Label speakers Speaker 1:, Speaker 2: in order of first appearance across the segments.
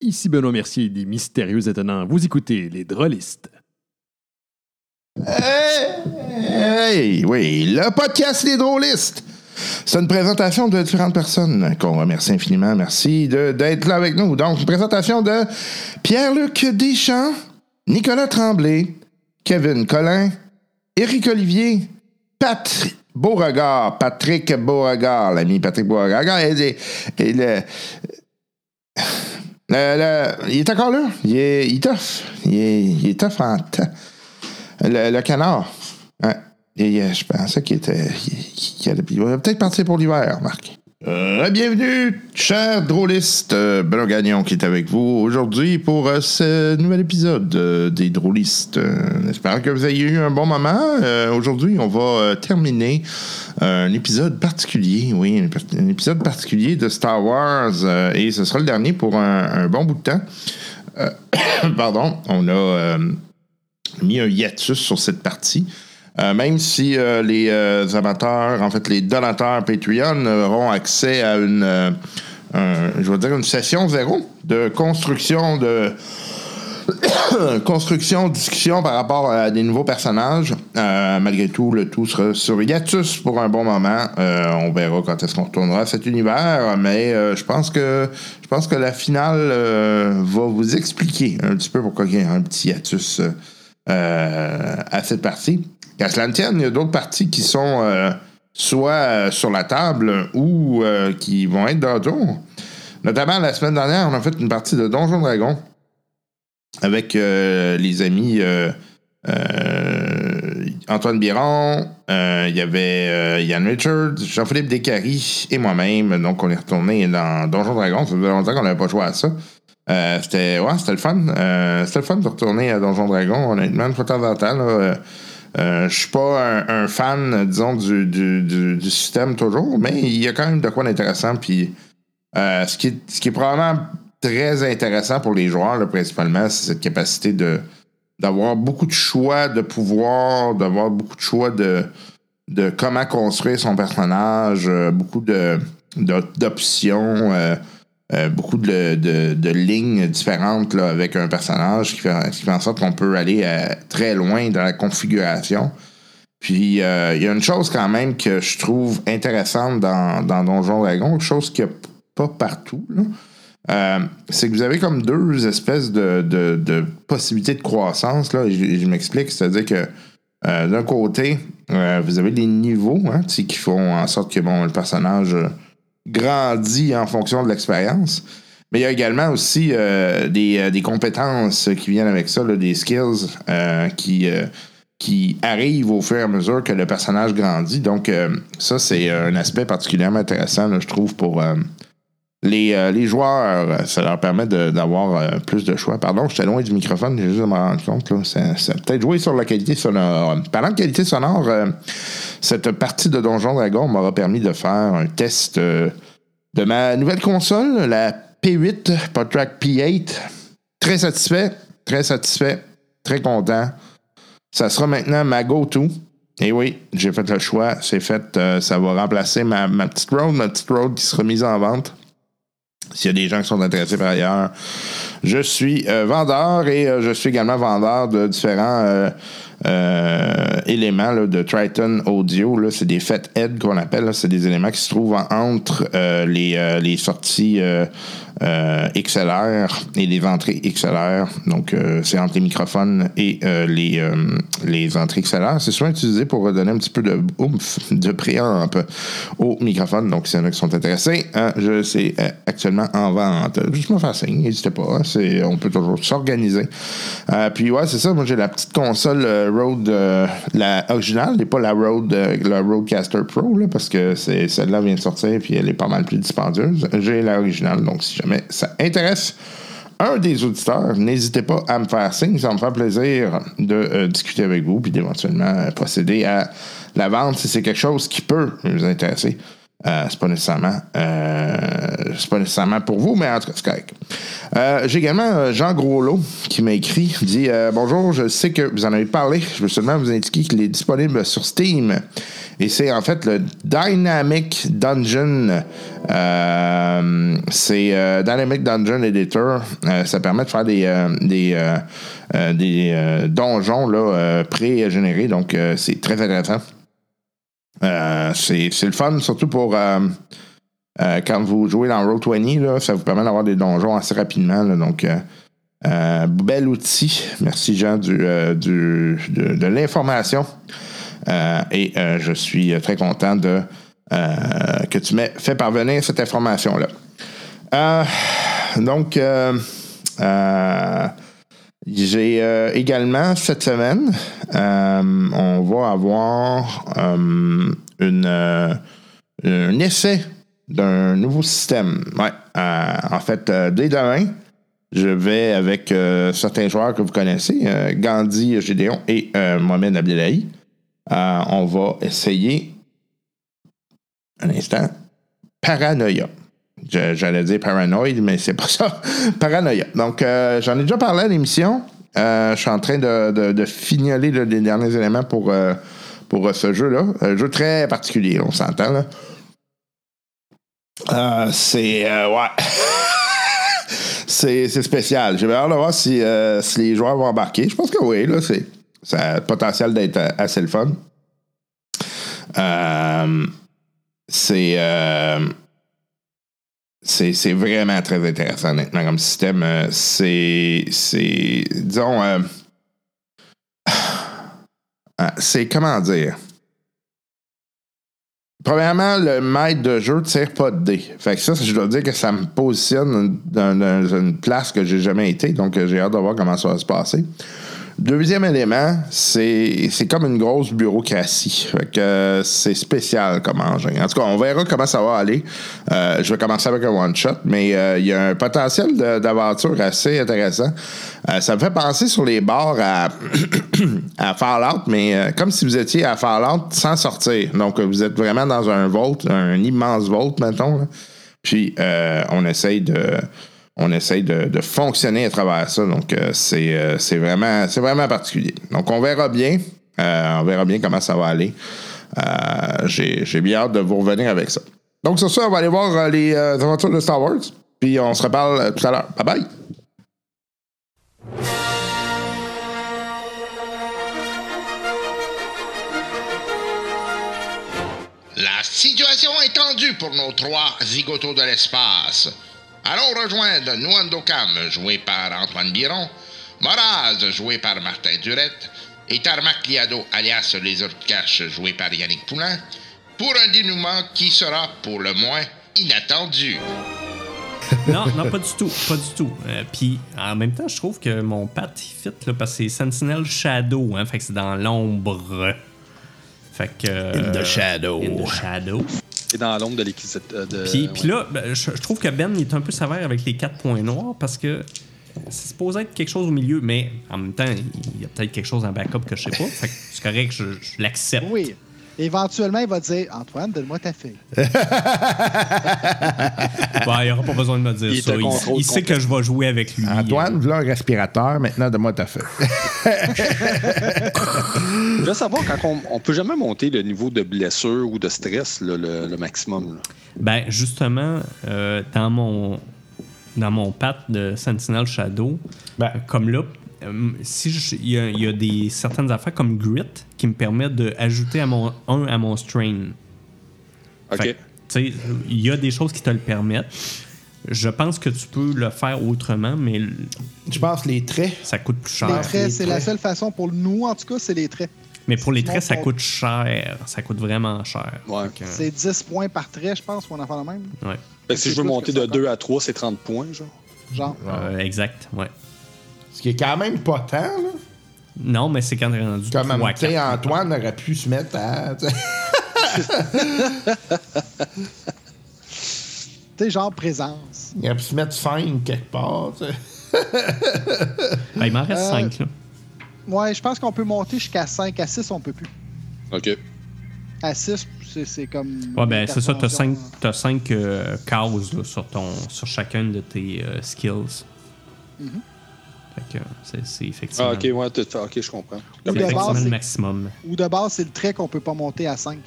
Speaker 1: Ici Benoît Mercier des Mystérieux Étonnants. Vous écoutez Les Drôlistes.
Speaker 2: Hey, hey, oui, le podcast Les Drôlistes. C'est une présentation de différentes personnes qu'on remercie infiniment. Merci de- d'être là avec nous. Donc, une présentation de Pierre-Luc Deschamps, Nicolas Tremblay, Kevin Collin, Éric Olivier, Patrick Beauregard, Patrick Beauregard, l'ami Patrick Beauregard, et, et le, le- euh, le- il est encore là. Il est, il est tough. Il est, il est tough en temps. Le, le canard. Ouais. Et, euh, je pensais qu'il était. qu'il- qu'il allait- il va peut-être partir pour l'hiver, Marc. Euh, bienvenue, cher drôliste euh, Benoît Gagnon qui est avec vous aujourd'hui pour euh, ce nouvel épisode euh, des drôlistes. Euh, J'espère que vous avez eu un bon moment. Euh, aujourd'hui, on va euh, terminer euh, un épisode particulier, oui, un, par- un épisode particulier de Star Wars euh, et ce sera le dernier pour un, un bon bout de temps. Euh, pardon, on a. euh, mis un hiatus sur cette partie. Euh, même si euh, les euh, amateurs, en fait, les donateurs Patreon euh, auront accès à une, euh, un- je vais dire une session zéro de construction de construction, discussion par rapport à des nouveaux personnages. Euh, malgré tout, le tout sera sur hiatus pour un bon moment. Euh, on verra quand est-ce qu'on retournera à cet univers, mais euh, je pense que je pense que la finale euh, va vous expliquer un petit peu pourquoi il y a un petit hiatus euh, euh, à cette partie. Qu'à cela ne tienne, il y a d'autres parties qui sont euh, soit euh, sur la table ou euh, qui vont être de retour. Notamment la semaine dernière, on a fait une partie de Donjon Dragon avec euh, les amis euh, euh, Antoine Biron, euh, il y avait euh, Ian Richards, Jean-Philippe Descaries et moi-même. Donc, on est retourné dans Donjon Dragon. Ça faisait longtemps qu'on n'avait pas joué à ça. Euh, c'était ouais, c'était le fun. Euh, c'était le fun de retourner à Donjon Dragon, honnêtement, une fois de temps en temps. là, euh, euh, je suis pas un, un fan, disons, du, du- du- du système toujours, mais il y a quand même de quoi d'intéressant. Puis euh, ce, qui est, ce qui est probablement très intéressant pour les joueurs, là, principalement, c'est cette capacité de d'avoir beaucoup de choix de pouvoir, d'avoir beaucoup de choix de, de comment construire son personnage, euh, beaucoup de- de- d'options, euh, euh, beaucoup de, de- de lignes différentes là, avec un personnage qui fait, qui fait en sorte qu'on peut aller euh, très loin dans la configuration. Puis euh, il y a une chose quand même que je trouve intéressante dans, dans Donjon Dragon, une chose qu'il n'y a p- pas partout, là. Euh, c'est que vous avez comme deux espèces de, de- de possibilités de croissance. Là, Et je, je m'explique, c'est-à-dire que euh, d'un côté, euh, vous avez les niveaux hein, tu sais, qui font en sorte que bon, le personnage euh, grandit en fonction de l'expérience. Mais il y a également aussi euh, des, euh, des compétences qui viennent avec ça, là, des skills euh, qui, euh, qui arrivent au fur et à mesure que le personnage grandit. Donc, euh, ça, c'est un aspect particulièrement intéressant, là, je trouve, pour euh, les, euh, les joueurs. euh, Ça leur permet de- d'avoir euh, plus de choix. Pardon, j'étais loin du microphone, j'ai juste à me rendre compte. là. Ça, ça a peut-être joué sur la qualité sonore. Parlant de qualité sonore, euh, cette partie de Donjon Dragon m'aura permis de faire un test. euh, de ma nouvelle console, la P8, PodTrack P8. Très satisfait, très satisfait, très content. Ça sera maintenant ma go-to. Et oui, j'ai fait le choix, c'est fait. euh, ça va remplacer ma, ma petite road, ma petite road qui sera mise en vente. S'il y a des gens qui sont intéressés par ailleurs, je suis euh, vendeur et euh, je suis également vendeur de différents euh, euh, éléments là, de Triton Audio. Là, c'est des fêtes head qu'on appelle. là. C'est des éléments qui se trouvent en- entre euh, les, euh, les sorties euh, euh, XLR et les entrées XLR. Donc, euh, c'est entre les microphones et euh, les, euh, les entrées XLR. C'est souvent utilisé pour redonner un petit peu de oomph, de préamp au microphone. Donc, s'il y en a qui sont intéressés, hein, je c'est euh, actuellement en vente. Juste me faire signe, n'hésitez pas. hein. c'est, on peut toujours s'organiser. Euh, puis ouais, c'est ça. Moi, j'ai la petite console euh, Rode, euh, la originale, et pas la Rode, euh, la Rodecaster Pro, là, parce que c'est, celle-là vient de sortir, puis elle est pas mal plus dispendieuse. J'ai la originale, donc si jamais ça intéresse un des auditeurs, n'hésitez pas à me faire signe. Ça va me faire plaisir de euh, discuter avec vous, puis d'éventuellement euh, procéder à la vente si c'est quelque chose qui peut vous intéresser. Euh, c'est pas nécessairement euh, c'est pas nécessairement pour vous, mais en tout cas, c'est correct. Euh, J'ai également euh, Jean Groslot qui m'a écrit, dit euh, Bonjour, je sais que vous en avez parlé, je veux seulement vous indiquer qu'il est disponible sur Steam. Et c'est en fait le Dynamic Dungeon. Euh, c'est euh, Dynamic Dungeon Editor. Euh, ça permet de faire des, euh, des, euh, euh, des euh, donjons là, euh, pré-générés, donc euh, c'est très intéressant. Euh, c'est c'est le fun, surtout pour euh, euh, quand vous jouez dans Roll20, là, ça vous permet d'avoir des donjons assez rapidement. là, donc, euh, euh, bel outil. Merci, Jean, du, euh, du- de, de l'information. Euh, et euh, je suis euh, très content de, euh, que tu m'aies fait parvenir cette information-là. Euh, donc, euh, euh, j'ai euh, également cette semaine, euh, on va avoir euh, une, euh, un essai d'un nouveau système. Ouais. Euh, en fait, euh, dès demain, je vais avec euh, certains joueurs que vous connaissez, euh, Gandhi Gédéon et euh, Mohamed Abdelahi. Euh, on va essayer un instant. Paranoia. Je- J'allais dire paranoïde, mais c'est pas ça. Paranoia. Donc, euh, j'en ai déjà parlé à l'émission. Euh, je suis en train de, de, de fignoler là, les derniers éléments pour, euh, pour euh, ce jeu-là. Un jeu très particulier, on s'entend. là. Euh, c'est. euh, ouais. c'est c'est spécial. J'ai hâte de voir si, euh, si les joueurs vont embarquer. Je pense que oui, là, c'est. Ça a le potentiel d'être euh, assez le fun. Euh, c'est. euh, c'est c'est vraiment très intéressant, honnêtement, comme système. Euh, C'est. C'est. Disons. euh, ah, c'est comment dire? Premièrement, le maître de jeu tire pas de dés. Fait que ça, je dois dire que ça me positionne dans, dans une place que j'ai jamais été, donc euh, j'ai hâte de voir comment ça va se passer. Deuxième élément, c'est c'est comme une grosse bureaucratie. Fait que euh, c'est spécial comme engin. En tout cas, on verra comment ça va aller. Euh, je vais commencer avec un one-shot, mais euh, il y a un potentiel de- d'aventure assez intéressant. Euh, ça me fait penser sur les bars à, à Fallout, mais euh, comme si vous étiez à Fallout sans sortir. Donc, euh, vous êtes vraiment dans un vault, un immense vault, mettons. là. Puis, euh, on essaye de... On essaye de, de fonctionner à travers ça. Donc, euh, c'est euh, c'est vraiment, c'est vraiment particulier. Donc, on verra bien. Euh, on verra bien comment ça va aller. Euh, J'ai j'ai bien hâte de vous revenir avec ça. Donc, sur ça, on va aller voir euh, les euh, aventures de Star Wars. Puis, on se reparle euh, tout à l'heure. Bye bye! La situation est tendue pour nos trois zigotos de l'espace. Allons rejoindre Nuando Cam, joué par Antoine Biron, Moraz, joué par Martin Durette, et Tarmac Liado, alias Les Autres Caches, joué par Yannick Poulain, pour un dénouement qui sera, pour le moins, inattendu.
Speaker 3: non, non, pas du tout. Pas du tout. Euh, Puis en même temps, je trouve que mon pat, il fit là, parce que c'est Sentinel Shadow. Hein, fait que c'est dans l'ombre. Fait que.
Speaker 4: In the
Speaker 3: euh,
Speaker 4: shadow.
Speaker 3: in the shadow.
Speaker 5: Et dans l'ombre de l'équipe euh, de.
Speaker 3: Puis,
Speaker 5: ouais.
Speaker 3: puis là, ben, je, je trouve que Ben il est un peu sévère avec les quatre points noirs parce que c'est supposé être quelque chose au milieu, mais en même temps, il y a peut-être quelque chose en backup que je sais pas. Fait que c'est correct, je, je l'accepte.
Speaker 6: Oui. Éventuellement, il va dire Antoine, donne-moi ta fille.
Speaker 3: Ben, il aura pas besoin de me dire
Speaker 5: Il est
Speaker 3: ça.
Speaker 5: de
Speaker 3: Il,
Speaker 5: contrôle
Speaker 3: il sait que je vais jouer avec lui.
Speaker 2: Antoine, voilà un respirateur, maintenant de moi ta feu.
Speaker 5: Je veux savoir quand on, on peut jamais monter le niveau de blessure ou de stress là, le, le maximum. là.
Speaker 3: Ben justement, euh, dans mon dans mon path de Sentinel Shadow,
Speaker 4: Ben.
Speaker 3: euh, comme là, euh, si je- il y a, il y a des certaines affaires comme grit qui me permettent d'ajouter à mon un à mon strain.
Speaker 5: OK.
Speaker 3: Fait que, tu sais, il y a des choses qui te le permettent. Je pense que tu peux le faire autrement, mais l-
Speaker 4: Je pense les traits.
Speaker 3: ça coûte plus
Speaker 6: Les
Speaker 3: cher.
Speaker 6: traits,
Speaker 4: les
Speaker 6: c'est la
Speaker 4: traits.
Speaker 6: seule façon pour nous, en tout cas, c'est les traits.
Speaker 3: Mais pour les
Speaker 6: Sinon,
Speaker 3: traits, ça
Speaker 6: ton-
Speaker 3: coûte cher. Ça coûte vraiment cher.
Speaker 5: Ouais.
Speaker 3: Fait que,
Speaker 6: C'est 10 points par trait, je pense, ou on en fait la même.
Speaker 3: ouais.
Speaker 5: Fait que si
Speaker 6: C'est
Speaker 5: je veux
Speaker 6: plus
Speaker 5: monter
Speaker 6: que
Speaker 5: de
Speaker 6: ça,
Speaker 5: 2 à 3, c'est 30 points, genre.
Speaker 6: Genre.
Speaker 3: Euh, exact, ouais.
Speaker 4: Ce qui est quand même pas tant, là.
Speaker 3: Non, mais c'est quand t'es rendu
Speaker 4: Comme,
Speaker 3: trois à
Speaker 4: tu sais,
Speaker 3: quatre.
Speaker 4: Antoine aurait pu se mettre à. tu sais.
Speaker 6: Tu sais, genre présence.
Speaker 4: Il aurait pu se mettre 5 quelque part, tu sais.
Speaker 3: Ben, il m'en reste
Speaker 6: Euh,
Speaker 3: 5. Là.
Speaker 6: Ouais, je pense qu'on peut monter jusqu'à 5. À 6, on peut plus.
Speaker 5: OK.
Speaker 6: À 6, c'est- c'est comme.
Speaker 3: Ouais, ben c'est ça, t'as
Speaker 6: intervention.
Speaker 3: cinq, t'as cinq euh, cases là, sur, ton, sur chacune de tes euh, skills.
Speaker 6: Mhm.
Speaker 3: Fait que c'est- c'est effectivement,
Speaker 5: Ah, ok, ouais, tout- ok, je comprends.
Speaker 3: c'est
Speaker 6: de
Speaker 3: effectivement
Speaker 6: base,
Speaker 3: le
Speaker 6: c'est-
Speaker 3: maximum.
Speaker 6: Ou de base, c'est le trait qu'on peut pas monter à 5.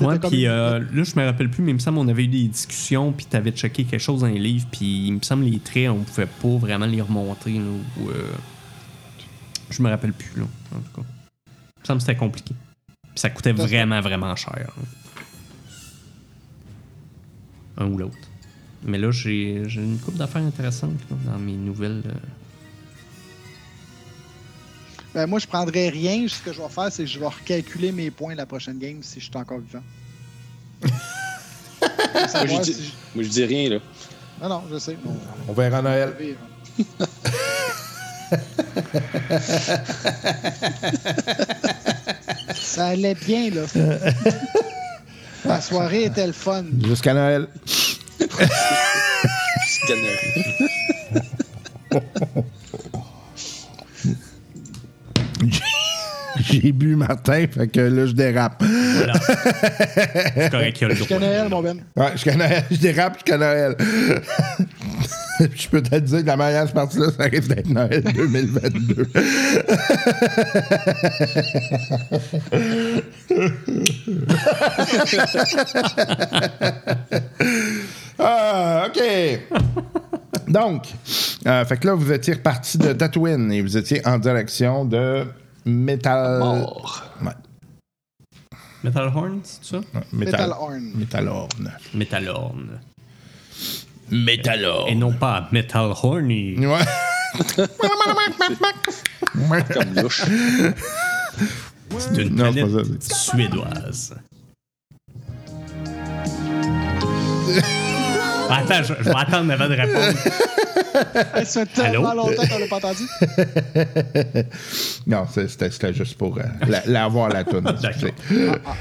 Speaker 3: Ouais,
Speaker 6: C'était comme
Speaker 3: puis
Speaker 6: une-
Speaker 3: euh, là, je me rappelle plus, mais il me semble qu'on avait eu des discussions, puis t'avais checké quelque chose dans les livres, puis il me semble les traits, on pouvait pas vraiment les remonter. là, ou, euh, je me rappelle plus, là, en tout cas. Il me semble que c'était compliqué. Puis ça coûtait
Speaker 6: Parce que-
Speaker 3: vraiment, vraiment cher. là. Un ou l'autre. Mais là, j'ai j'ai une coupe d'affaires intéressantes là, dans mes nouvelles. euh,
Speaker 6: Ben, moi, je prendrais rien. Ce que je vais faire, c'est que je vais recalculer mes points la prochaine game si je suis encore vivant. Pour
Speaker 5: Moi,
Speaker 6: savoir
Speaker 5: je
Speaker 6: si
Speaker 5: dis, moi, je dis rien, là.
Speaker 6: je- Ah Non, non, je sais. On va
Speaker 2: On verra Noël.
Speaker 6: vivre. Ça allait bien, là. La soirée était le fun.
Speaker 2: Jusqu'à Noël.
Speaker 5: Scanner.
Speaker 2: J'ai bu Martin, fait que là, je dérape.
Speaker 3: Voilà. C'est correct, il y a le
Speaker 6: Jusqu'à
Speaker 3: droit.
Speaker 6: Noël, mon Ben.
Speaker 2: Ouais, jusqu'à Noël. Je dérape jusqu'à Noël. je peux te dire que la mariage partie là, ça arrive d'être Noël 2022. ah, OK. Donc, euh, fait que là, vous étiez reparti de Tatooine et vous étiez en direction de Metal...
Speaker 5: Mort.
Speaker 2: Ouais,
Speaker 3: Metal Horn, c'est ça?
Speaker 6: Ah.
Speaker 2: Metal...
Speaker 6: Metal Horn.
Speaker 2: Metalhorn.
Speaker 3: Metal Horn.
Speaker 2: Metalhorn.
Speaker 3: Et non pas Metal Horny.
Speaker 2: Ouais.
Speaker 5: Comme louche.
Speaker 3: C'est une
Speaker 2: Non, c'est pas
Speaker 3: planète suédoise. Attends, je, je vais attendre avant de répondre.
Speaker 6: Hey, ça fait tellement
Speaker 3: Allô?
Speaker 6: longtemps qu'on l'a pas entendu.
Speaker 2: non, c'est- c'était c'était juste pour euh, la, la voir la toune.
Speaker 3: D'accord.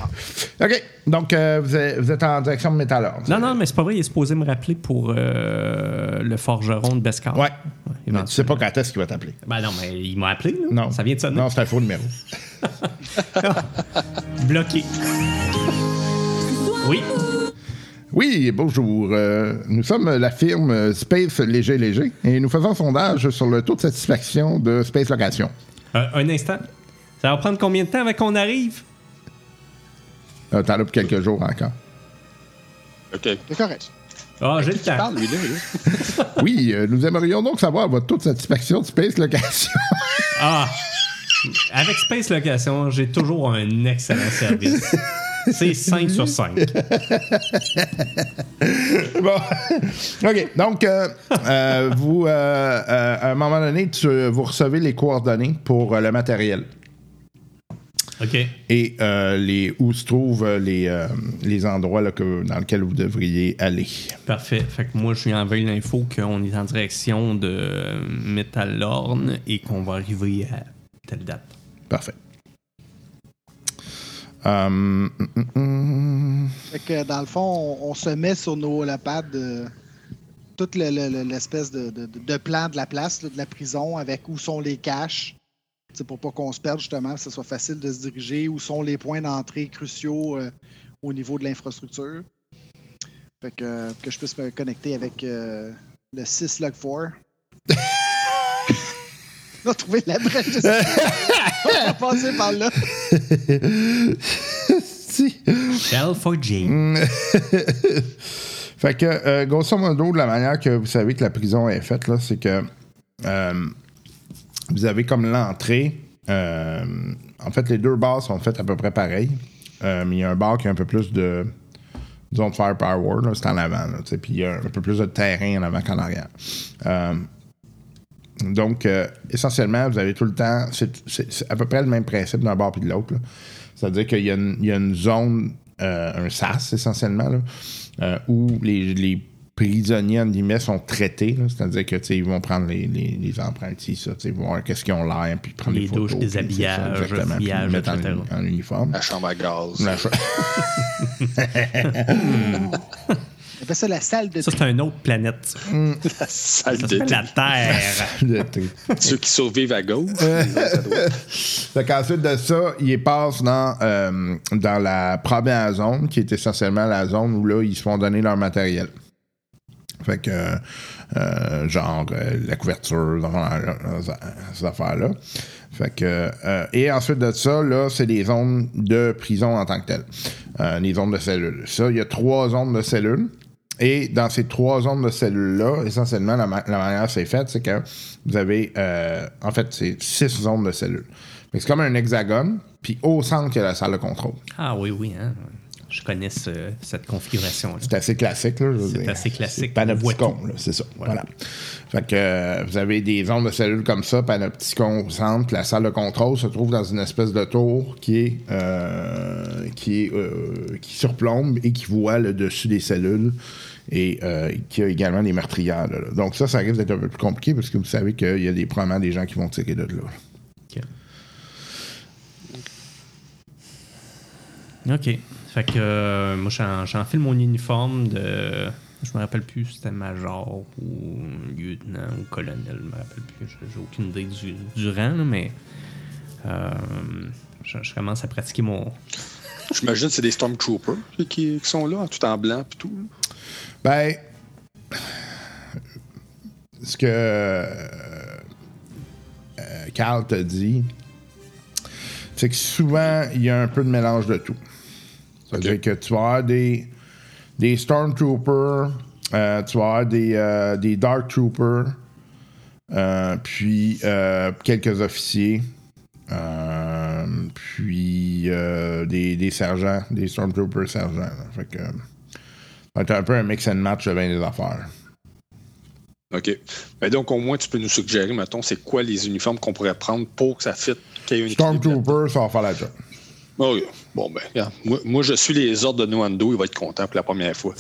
Speaker 2: OK. Donc, euh, vous, êtes, vous êtes en direction de Metalhorn.
Speaker 3: Non, non, mais c'est pas vrai, il est supposé me rappeler pour euh, le forgeron de Bescar.
Speaker 2: Ouais. Mais
Speaker 3: éventuellement.
Speaker 2: tu sais pas quand est-ce qu'il va t'appeler.
Speaker 3: Ben non, mais il m'a appelé, là.
Speaker 2: Non.
Speaker 3: Ça vient de sonner.
Speaker 2: Non, c'est un faux numéro.
Speaker 3: Bloqué. oui.
Speaker 2: Oui, bonjour. Euh, nous sommes la firme euh, Space Léger Léger et nous faisons un sondage sur le taux de satisfaction de Space Location.
Speaker 3: Euh, un instant. Ça va prendre combien de temps avant qu'on arrive?
Speaker 2: Euh, T'en as pour quelques jours encore.
Speaker 5: Ok.
Speaker 6: C'est correct.
Speaker 3: Ah, j'ai le temps.
Speaker 5: Lui, là, là.
Speaker 2: Oui, euh, nous aimerions donc savoir votre taux de satisfaction de Space Location.
Speaker 3: Ah! Avec Space Location, j'ai toujours un excellent service. C'est 5 sur 5.
Speaker 2: Bon. OK. Donc, euh, euh, vous, euh, euh, à un moment donné, tu- vous recevez les coordonnées pour euh, le matériel
Speaker 3: OK.
Speaker 2: et euh, les, où se trouvent euh, les, euh, les endroits là, que, dans lesquels vous devriez aller.
Speaker 3: Parfait. Fait que moi, je lui envoie l'info qu'on est en direction de Metalhorn et qu'on va arriver à telle date.
Speaker 2: Parfait. Euh, mm, mm, mm.
Speaker 6: Fait que dans le fond, on, on se met sur nos holopads euh, toute le- le- le- l'espèce de, de- de- de plan de la place, là, de la prison, avec où sont les caches. C'est pour pas qu'on se perde justement, que ce soit facile de se diriger, où sont les points d'entrée cruciaux euh, au niveau de l'infrastructure. Fait que, euh, que je puisse me connecter avec euh, le 6 log 4. On a trouvé la brèche. de- On va passer par là.
Speaker 2: Si.
Speaker 3: Shell for J.
Speaker 2: Fait que, euh, grosso modo, de la manière que vous savez que la prison est faite, là, c'est que euh, vous avez comme l'entrée. euh, en fait, les deux bars sont faites à peu près pareil. Euh, mais il y a un bar qui a un peu plus de. Disons de firepower, là, c'est en avant. là, tu sais, Puis il y a un peu plus de terrain en avant qu'en arrière. Euh, donc, euh, essentiellement, vous avez tout le temps. C'est c'est- c'est à peu près le même principe d'un bord puis de l'autre. là. C'est-à-dire qu'il y, a une- il y a une zone, euh, un SAS essentiellement, là, euh, où les, les prisonniers, en guillemets, sont traités. là. C'est-à-dire que, tu sais, ils vont prendre les, les, les empreintes, ici, ça, tu sais, voir qu'est-ce qu'ils ont l'air, puis prendre
Speaker 3: Les
Speaker 2: des photos.
Speaker 3: douches, les
Speaker 2: puis, tu sais, ça,
Speaker 3: habillages,
Speaker 2: exactement, puis
Speaker 3: habillages,
Speaker 2: les mettre
Speaker 3: etc.
Speaker 2: En, en uniforme.
Speaker 5: La chambre à gaz.
Speaker 2: La cha-
Speaker 6: Eh appelle ça la salle de
Speaker 3: Ça, c'est une autre planète. ça.
Speaker 5: La salle
Speaker 3: Ça
Speaker 5: de
Speaker 3: s'appelle la Terre.
Speaker 2: de thé.
Speaker 5: Ceux qui survivent à gauche.
Speaker 2: Fait qu'ensuite de ça, il passe dans, euh, dans la première zone, qui est essentiellement la zone où là, ils se font donner leur matériel. Fait que, euh, euh, genre, euh, la couverture, dans- dans- ces affaires-là. Fait que, euh, et ensuite de ça, là, c'est des zones de prison en tant que telles. Euh, les zones de cellules. Ça, il y a trois zones de cellules. Et dans ces trois zones de cellules-là, essentiellement, la, ma- la manière c'est faite, c'est que vous avez, euh, en fait, c'est six zones de cellules. Mais c'est comme un hexagone, puis au centre, il y a la salle de contrôle.
Speaker 3: Ah oui, oui, hein. Je connais ce- cette configuration-là.
Speaker 2: C'est assez classique, là. je veux
Speaker 3: C'est
Speaker 2: dire.
Speaker 3: assez classique.
Speaker 2: C'est Panopticon, là, c'est ça. Voilà. Fait que euh, vous avez des zones de cellules comme ça, panopticon au centre. La salle de contrôle se trouve dans une espèce de tour qui est euh, qui est, euh, qui surplombe et qui voit le dessus des cellules et euh, qui a également des meurtrières. là, là. Donc ça, ça risque d'être un peu plus compliqué parce que vous savez qu'il y a des, probablement des gens qui vont tirer de là.
Speaker 3: OK. OK. Fait que euh, moi, j'en- j'enfile mon uniforme de. Je me rappelle plus si c'était major ou lieutenant ou colonel, je me rappelle plus. J'ai- J'ai aucune idée du, du rang, là, mais. euh, je, je commence à pratiquer mon.
Speaker 5: J'imagine que c'est des Stormtroopers ceux qui, qui sont là, tout en blanc pis tout.
Speaker 2: Ben, ce que euh, Carl t'a dit, c'est que souvent, il y a un peu de mélange de tout. C'est-à-dire que tu vas avoir des, des Stormtroopers, euh, tu vas avoir des, euh, des Dark Troopers, euh, puis euh, quelques officiers, euh, puis euh, des, des sergents, des Stormtroopers sergents. là. Fait que. Ça va être un peu un mix and match de bien des affaires.
Speaker 5: OK. Ben donc, au moins, tu peux nous suggérer, mettons, c'est quoi les uniformes qu'on pourrait prendre pour que ça fitte qu'il y ait une
Speaker 2: Stormtrooper, ça va faire la job.
Speaker 5: Oh, yeah. Bon, ben, regarde. Moi, moi, je suis les ordres de Noando. Il va être content pour la première fois.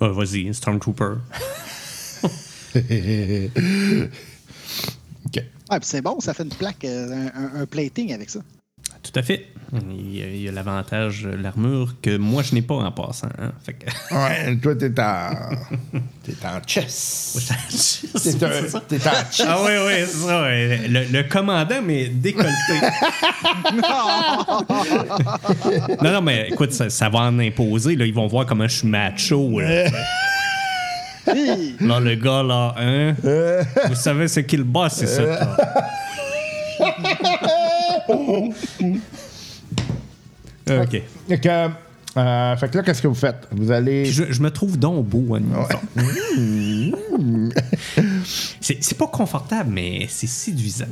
Speaker 3: Bah, vas-y, Stormtrooper.
Speaker 6: Ouais, puis c'est bon, ça fait une plaque, euh, un, un- un plating avec ça.
Speaker 3: Tout à fait. Il y a- il y a l'avantage, euh, l'armure, que moi, je n'ai pas en passant. hein. Fait que.
Speaker 2: Ouais, toi, t'es en. T'es en chess. T'es un- t'es en chess.
Speaker 3: Ah oui, oui, c'est ça. ouais. Le, le commandant, mais décolleté. non, non, mais écoute, ça, ça va en imposer. Là. Ils vont voir comment je suis macho. Là.
Speaker 6: Hey!
Speaker 3: Là, le gars, là, hein?
Speaker 2: Euh.
Speaker 3: Vous savez ce qu'il bat, c'est ça. là. OK.
Speaker 2: Fait que, euh, fait que là, qu'est-ce que vous faites? Vous allez.
Speaker 3: Je, je me trouve donc beau, hein, C'est c'est pas confortable, mais c'est séduisant.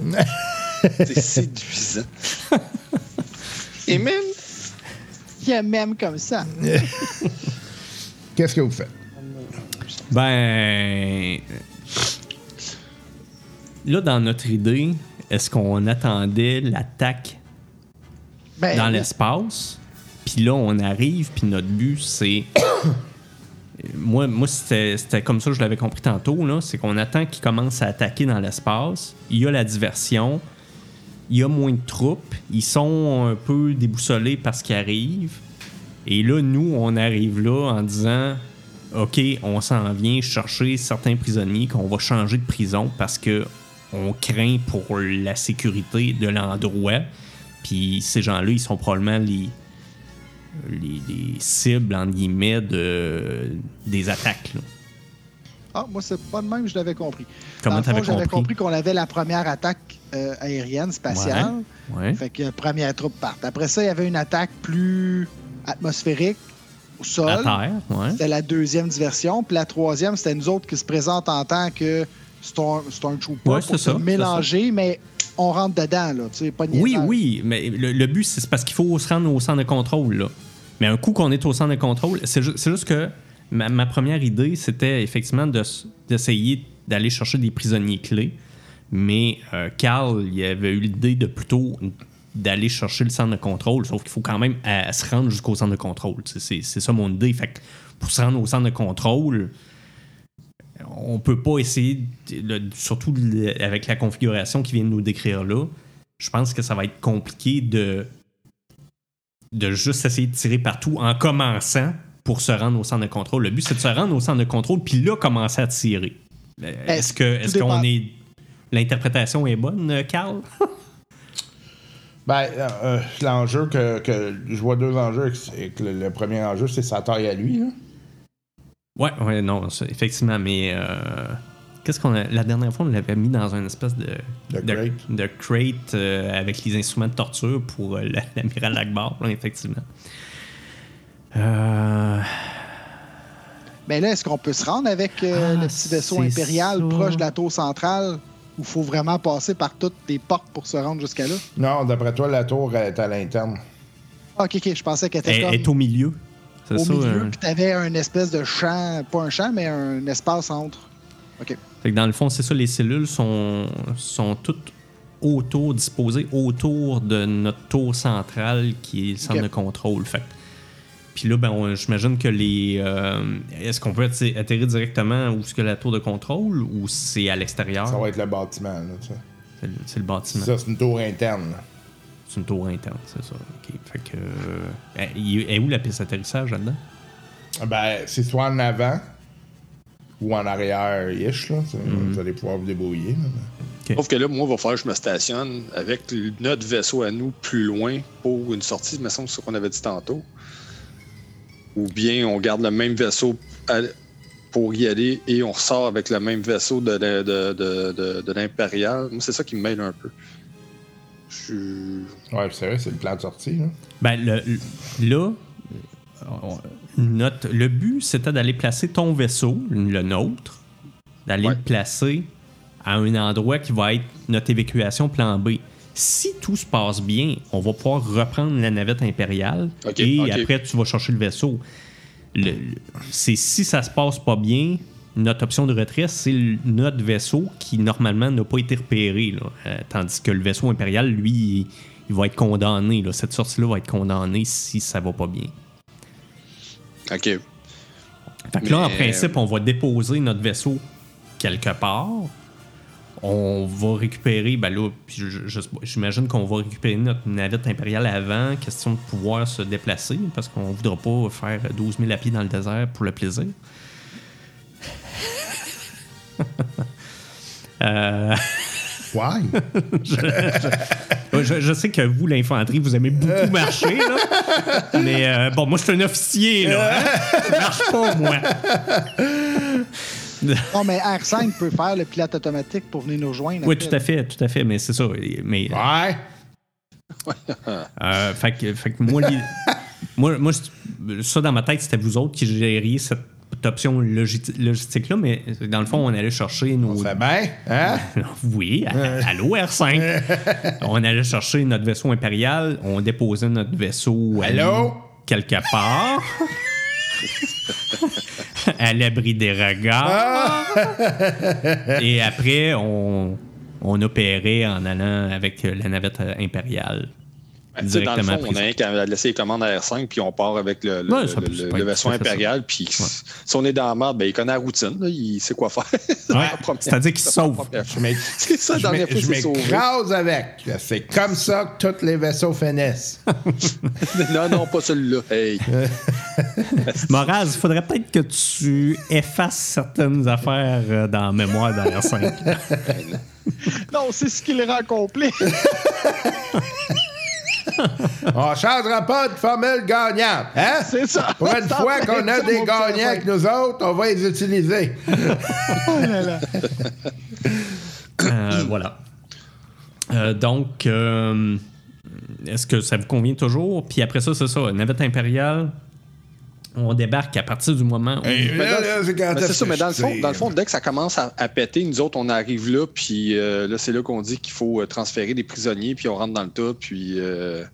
Speaker 5: C'est séduisant. Et même,
Speaker 6: Il y a même comme ça.
Speaker 2: Qu'est-ce que vous faites?
Speaker 3: Ben. Là, dans notre idée, est-ce qu'on attendait l'attaque
Speaker 6: Ben,
Speaker 3: dans l'espace? Puis là, on arrive, puis notre but, c'est. moi, moi c'était c'était comme ça que je l'avais compris tantôt, là. C'est qu'on attend qu'ils commencent à attaquer dans l'espace. Il y a la diversion. Il y a moins de troupes. Ils sont un peu déboussolés parce qu'ils arrivent. Et là, nous, on arrive là en disant OK, on s'en vient chercher certains prisonniers qu'on va changer de prison parce que on craint pour la sécurité de l'endroit. Puis ces gens-là, ils sont probablement les, les, les cibles, entre guillemets, de, des attaques. là.
Speaker 6: Ah, moi, c'est pas de même, je l'avais compris.
Speaker 3: Comment
Speaker 6: Dans le fond,
Speaker 3: t'avais
Speaker 6: J'avais
Speaker 3: compris?
Speaker 6: compris qu'on avait la première attaque euh, aérienne, spatiale.
Speaker 3: Ouais.
Speaker 6: Fait que euh, première troupe part. Après ça, il y avait une attaque plus atmosphérique au sol.
Speaker 3: À terre, ouais.
Speaker 6: C'était la deuxième diversion. Puis la troisième, c'était nous autres qui se présentent en tant que Storm, Stormtrooper
Speaker 3: Ouais, c'est
Speaker 6: pour
Speaker 3: ça,
Speaker 6: se
Speaker 3: c'est
Speaker 6: mélanger, mais on rentre dedans, là. Tu sais, pas
Speaker 3: Oui,
Speaker 6: niaiseur.
Speaker 3: oui, mais le, le but, c'est c'est parce qu'il faut se rendre au centre de contrôle. Là. Mais un coup qu'on est au centre de contrôle, c'est ju- c'est juste que ma, ma première idée, c'était effectivement de s- d'essayer d'aller chercher des prisonniers clés. Mais euh, Carl, il avait eu l'idée de plutôt d'aller chercher le centre de contrôle, sauf qu'il faut quand même euh, se rendre jusqu'au centre de contrôle. C'est- C'est c'est ça mon idée. Fait que pour se rendre au centre de contrôle, on peut pas essayer, de- le- surtout le- avec la configuration qu'ils viennent nous décrire là, je pense que ça va être compliqué de, de juste essayer de tirer partout en commençant pour se rendre au centre de contrôle. Le but, c'est de se rendre au centre de contrôle, puis là, commencer à tirer. Euh, Est-ce que
Speaker 6: Ben, tout
Speaker 3: est-ce qu'on
Speaker 6: dépend.
Speaker 3: est. L'interprétation est bonne, euh, Carl?
Speaker 4: Ben, euh, euh, l'enjeu que, que je vois deux enjeux. et que- et que le, le premier enjeu, c'est sa taille à lui. là.
Speaker 3: Ouais, ouais, non, ça, effectivement, mais euh, qu'est-ce qu'on a. La dernière fois, on l'avait mis dans une espèce de.
Speaker 4: De crate.
Speaker 3: de crate, euh, avec les instruments de torture pour euh, la- l'amiral Akbar, là, effectivement. Euh,
Speaker 6: Mais Ben là, est-ce qu'on peut se rendre avec euh,
Speaker 3: Ah,
Speaker 6: le petit vaisseau
Speaker 3: c'est
Speaker 6: impérial
Speaker 3: ça.
Speaker 6: proche de la tour centrale ou faut vraiment passer par toutes les portes pour se rendre jusqu'à là?
Speaker 4: Non, d'après toi, la tour elle est à l'interne.
Speaker 6: Ah, ok, ok, je pensais qu'elle était
Speaker 3: elle
Speaker 6: comme
Speaker 3: elle est au milieu. Eh, C'est
Speaker 6: au
Speaker 3: ça,
Speaker 6: milieu,
Speaker 3: euh,
Speaker 6: puis t'avais un espèce de champ, pas un champ, mais un espace entre. Ok.
Speaker 3: Fait que dans le fond, c'est ça, les cellules sont, sont toutes autour, disposées autour de notre tour centrale qui est le centre
Speaker 6: Ok.
Speaker 3: de contrôle. Fait que- Puis là, ben, on- j'imagine que les. euh, Est-ce qu'on peut atter- atterrir directement où est-ce que la tour de contrôle ou c'est à l'extérieur
Speaker 4: Ça va être le bâtiment. Là, ça,
Speaker 3: C'est le, c'est le bâtiment.
Speaker 4: ça c'est une tour interne. là.
Speaker 3: C'est une tour interne, c'est ça. Ok. Fait que. euh, elle- il- elle est où la piste d'atterrissage là-dedans
Speaker 4: Ben, c'est soit en avant ou en arrière-ish. là. Ça,
Speaker 2: Mm-hmm.
Speaker 4: Vous allez pouvoir vous débrouiller. là.
Speaker 5: Sauf que là, moi, il va falloir que je me stationne avec l- notre vaisseau à nous plus loin pour une sortie, il me semble, c'est ce qu'on avait dit tantôt. Ou bien on garde le même vaisseau à- pour y aller et on ressort avec le même vaisseau de, la- de- de- de- de l'Impérial. Moi, c'est ça qui me mêle un peu. Je-
Speaker 4: Ouais, puis c'est vrai, c'est le plan de sortie. là.
Speaker 3: Ben, le, le- là, on- notre, le but, c'était d'aller placer ton vaisseau, le nôtre, d'aller
Speaker 5: Ouais.
Speaker 3: le placer à un endroit qui va être notre évacuation plan B. Si tout se passe bien, on va pouvoir reprendre la navette impériale
Speaker 5: Ok,
Speaker 3: et
Speaker 5: ok.
Speaker 3: après, tu vas chercher le vaisseau. Le- le- c'est si ça se passe pas bien, notre option de retrait, c'est le- notre vaisseau qui normalement n'a pas été repéré. là. Euh, tandis que le vaisseau impérial, lui, il, il va être condamné. là. Cette sortie-là va être condamnée si ça va pas bien.
Speaker 5: Ok.
Speaker 3: Fait que là, en
Speaker 5: Mais-
Speaker 3: principe, on va déposer notre vaisseau quelque part. On va récupérer, ben là, puis je- je- j'imagine qu'on va récupérer notre navette impériale avant, question de pouvoir se déplacer, parce qu'on voudra pas faire 12 000 à pied dans le désert pour le plaisir. Euh,
Speaker 4: Why?
Speaker 3: je, je sais que vous, l'infanterie, vous aimez beaucoup marcher, là. mais euh, bon, moi, je suis un officier, là. hein. Je marche pas, moi.
Speaker 6: Non, mais R5 peut faire le pilote automatique pour venir nous rejoindre.
Speaker 3: Oui,
Speaker 6: après.
Speaker 3: tout à fait, tout à fait, mais c'est ça. Mais,
Speaker 4: ouais!
Speaker 3: euh, fait, que, fait que moi, les- moi, moi, c'est- ça dans ma tête, c'était vous autres qui gériez cette option logi- logistique-là, mais dans le fond, on allait chercher nos.
Speaker 4: Ça va bien? Hein?
Speaker 3: Oui, à- allô R5. on allait chercher notre vaisseau impérial, on déposait notre vaisseau à
Speaker 4: Allô?
Speaker 3: nous, quelque part. à l'abri des regards.
Speaker 4: Ah!
Speaker 3: Et après, on, on opérait en allant avec euh, la navette euh, impériale.
Speaker 5: Ben, tu sais, dans le
Speaker 3: Directement
Speaker 5: fond, on a
Speaker 3: pris.
Speaker 5: rien qu'à laisser les commandes à R5, puis on part avec le, le,
Speaker 3: Ouais, ça
Speaker 5: le-
Speaker 3: peut- ça
Speaker 5: le-
Speaker 3: peut
Speaker 5: le
Speaker 3: être
Speaker 5: vaisseau
Speaker 3: tout à fait ça.
Speaker 5: impérial. Puis
Speaker 3: Ouais.
Speaker 5: si on est dans la merde, ben, il connaît la routine, là, il sait quoi faire.
Speaker 3: Ouais,
Speaker 5: La première-
Speaker 3: c'est-à-dire qu'il se sauve.
Speaker 5: la première
Speaker 4: Je m'éc-
Speaker 5: C'est ça,
Speaker 4: je
Speaker 5: dernière
Speaker 4: m'éc- je
Speaker 5: fois, c'est sauvé.
Speaker 4: m'écrase avec. C'est comme ça que tous les vaisseaux finissent.
Speaker 5: Non, non, pas celui-là. Hey.
Speaker 3: Moraz, il faudrait peut-être que tu effaces certaines affaires euh, dans la mémoire dans R5.
Speaker 6: Non, c'est ce qui le rend complet.
Speaker 4: On changera pas de formule gagnante. Hein?
Speaker 6: C'est ça.
Speaker 4: Pour une
Speaker 6: Ça
Speaker 4: fois
Speaker 6: fait
Speaker 4: qu'on a
Speaker 6: ça, mon
Speaker 4: des
Speaker 6: petit
Speaker 4: gagnants
Speaker 6: lapin.
Speaker 4: avec nous autres, on va les utiliser.
Speaker 6: Oh là là.
Speaker 3: Euh, voilà. Euh, donc, euh, est-ce que ça vous convient toujours? Puis après ça, c'est ça, navette impériale, on débarque à partir du moment où...
Speaker 4: Hey,
Speaker 5: Mais
Speaker 4: Là,
Speaker 5: dans-
Speaker 4: là, c'est quand
Speaker 5: mais
Speaker 4: est-ce Ah, que
Speaker 5: Ben, c'est ça,
Speaker 4: euh,
Speaker 5: mais dans le,
Speaker 4: je
Speaker 5: fond,
Speaker 4: tire?
Speaker 5: dans le fond, dès que ça commence à, à péter, nous autres, on arrive là, puis euh, là, c'est là qu'on dit qu'il faut euh, transférer des prisonniers, puis on rentre dans le tas, puis, euh,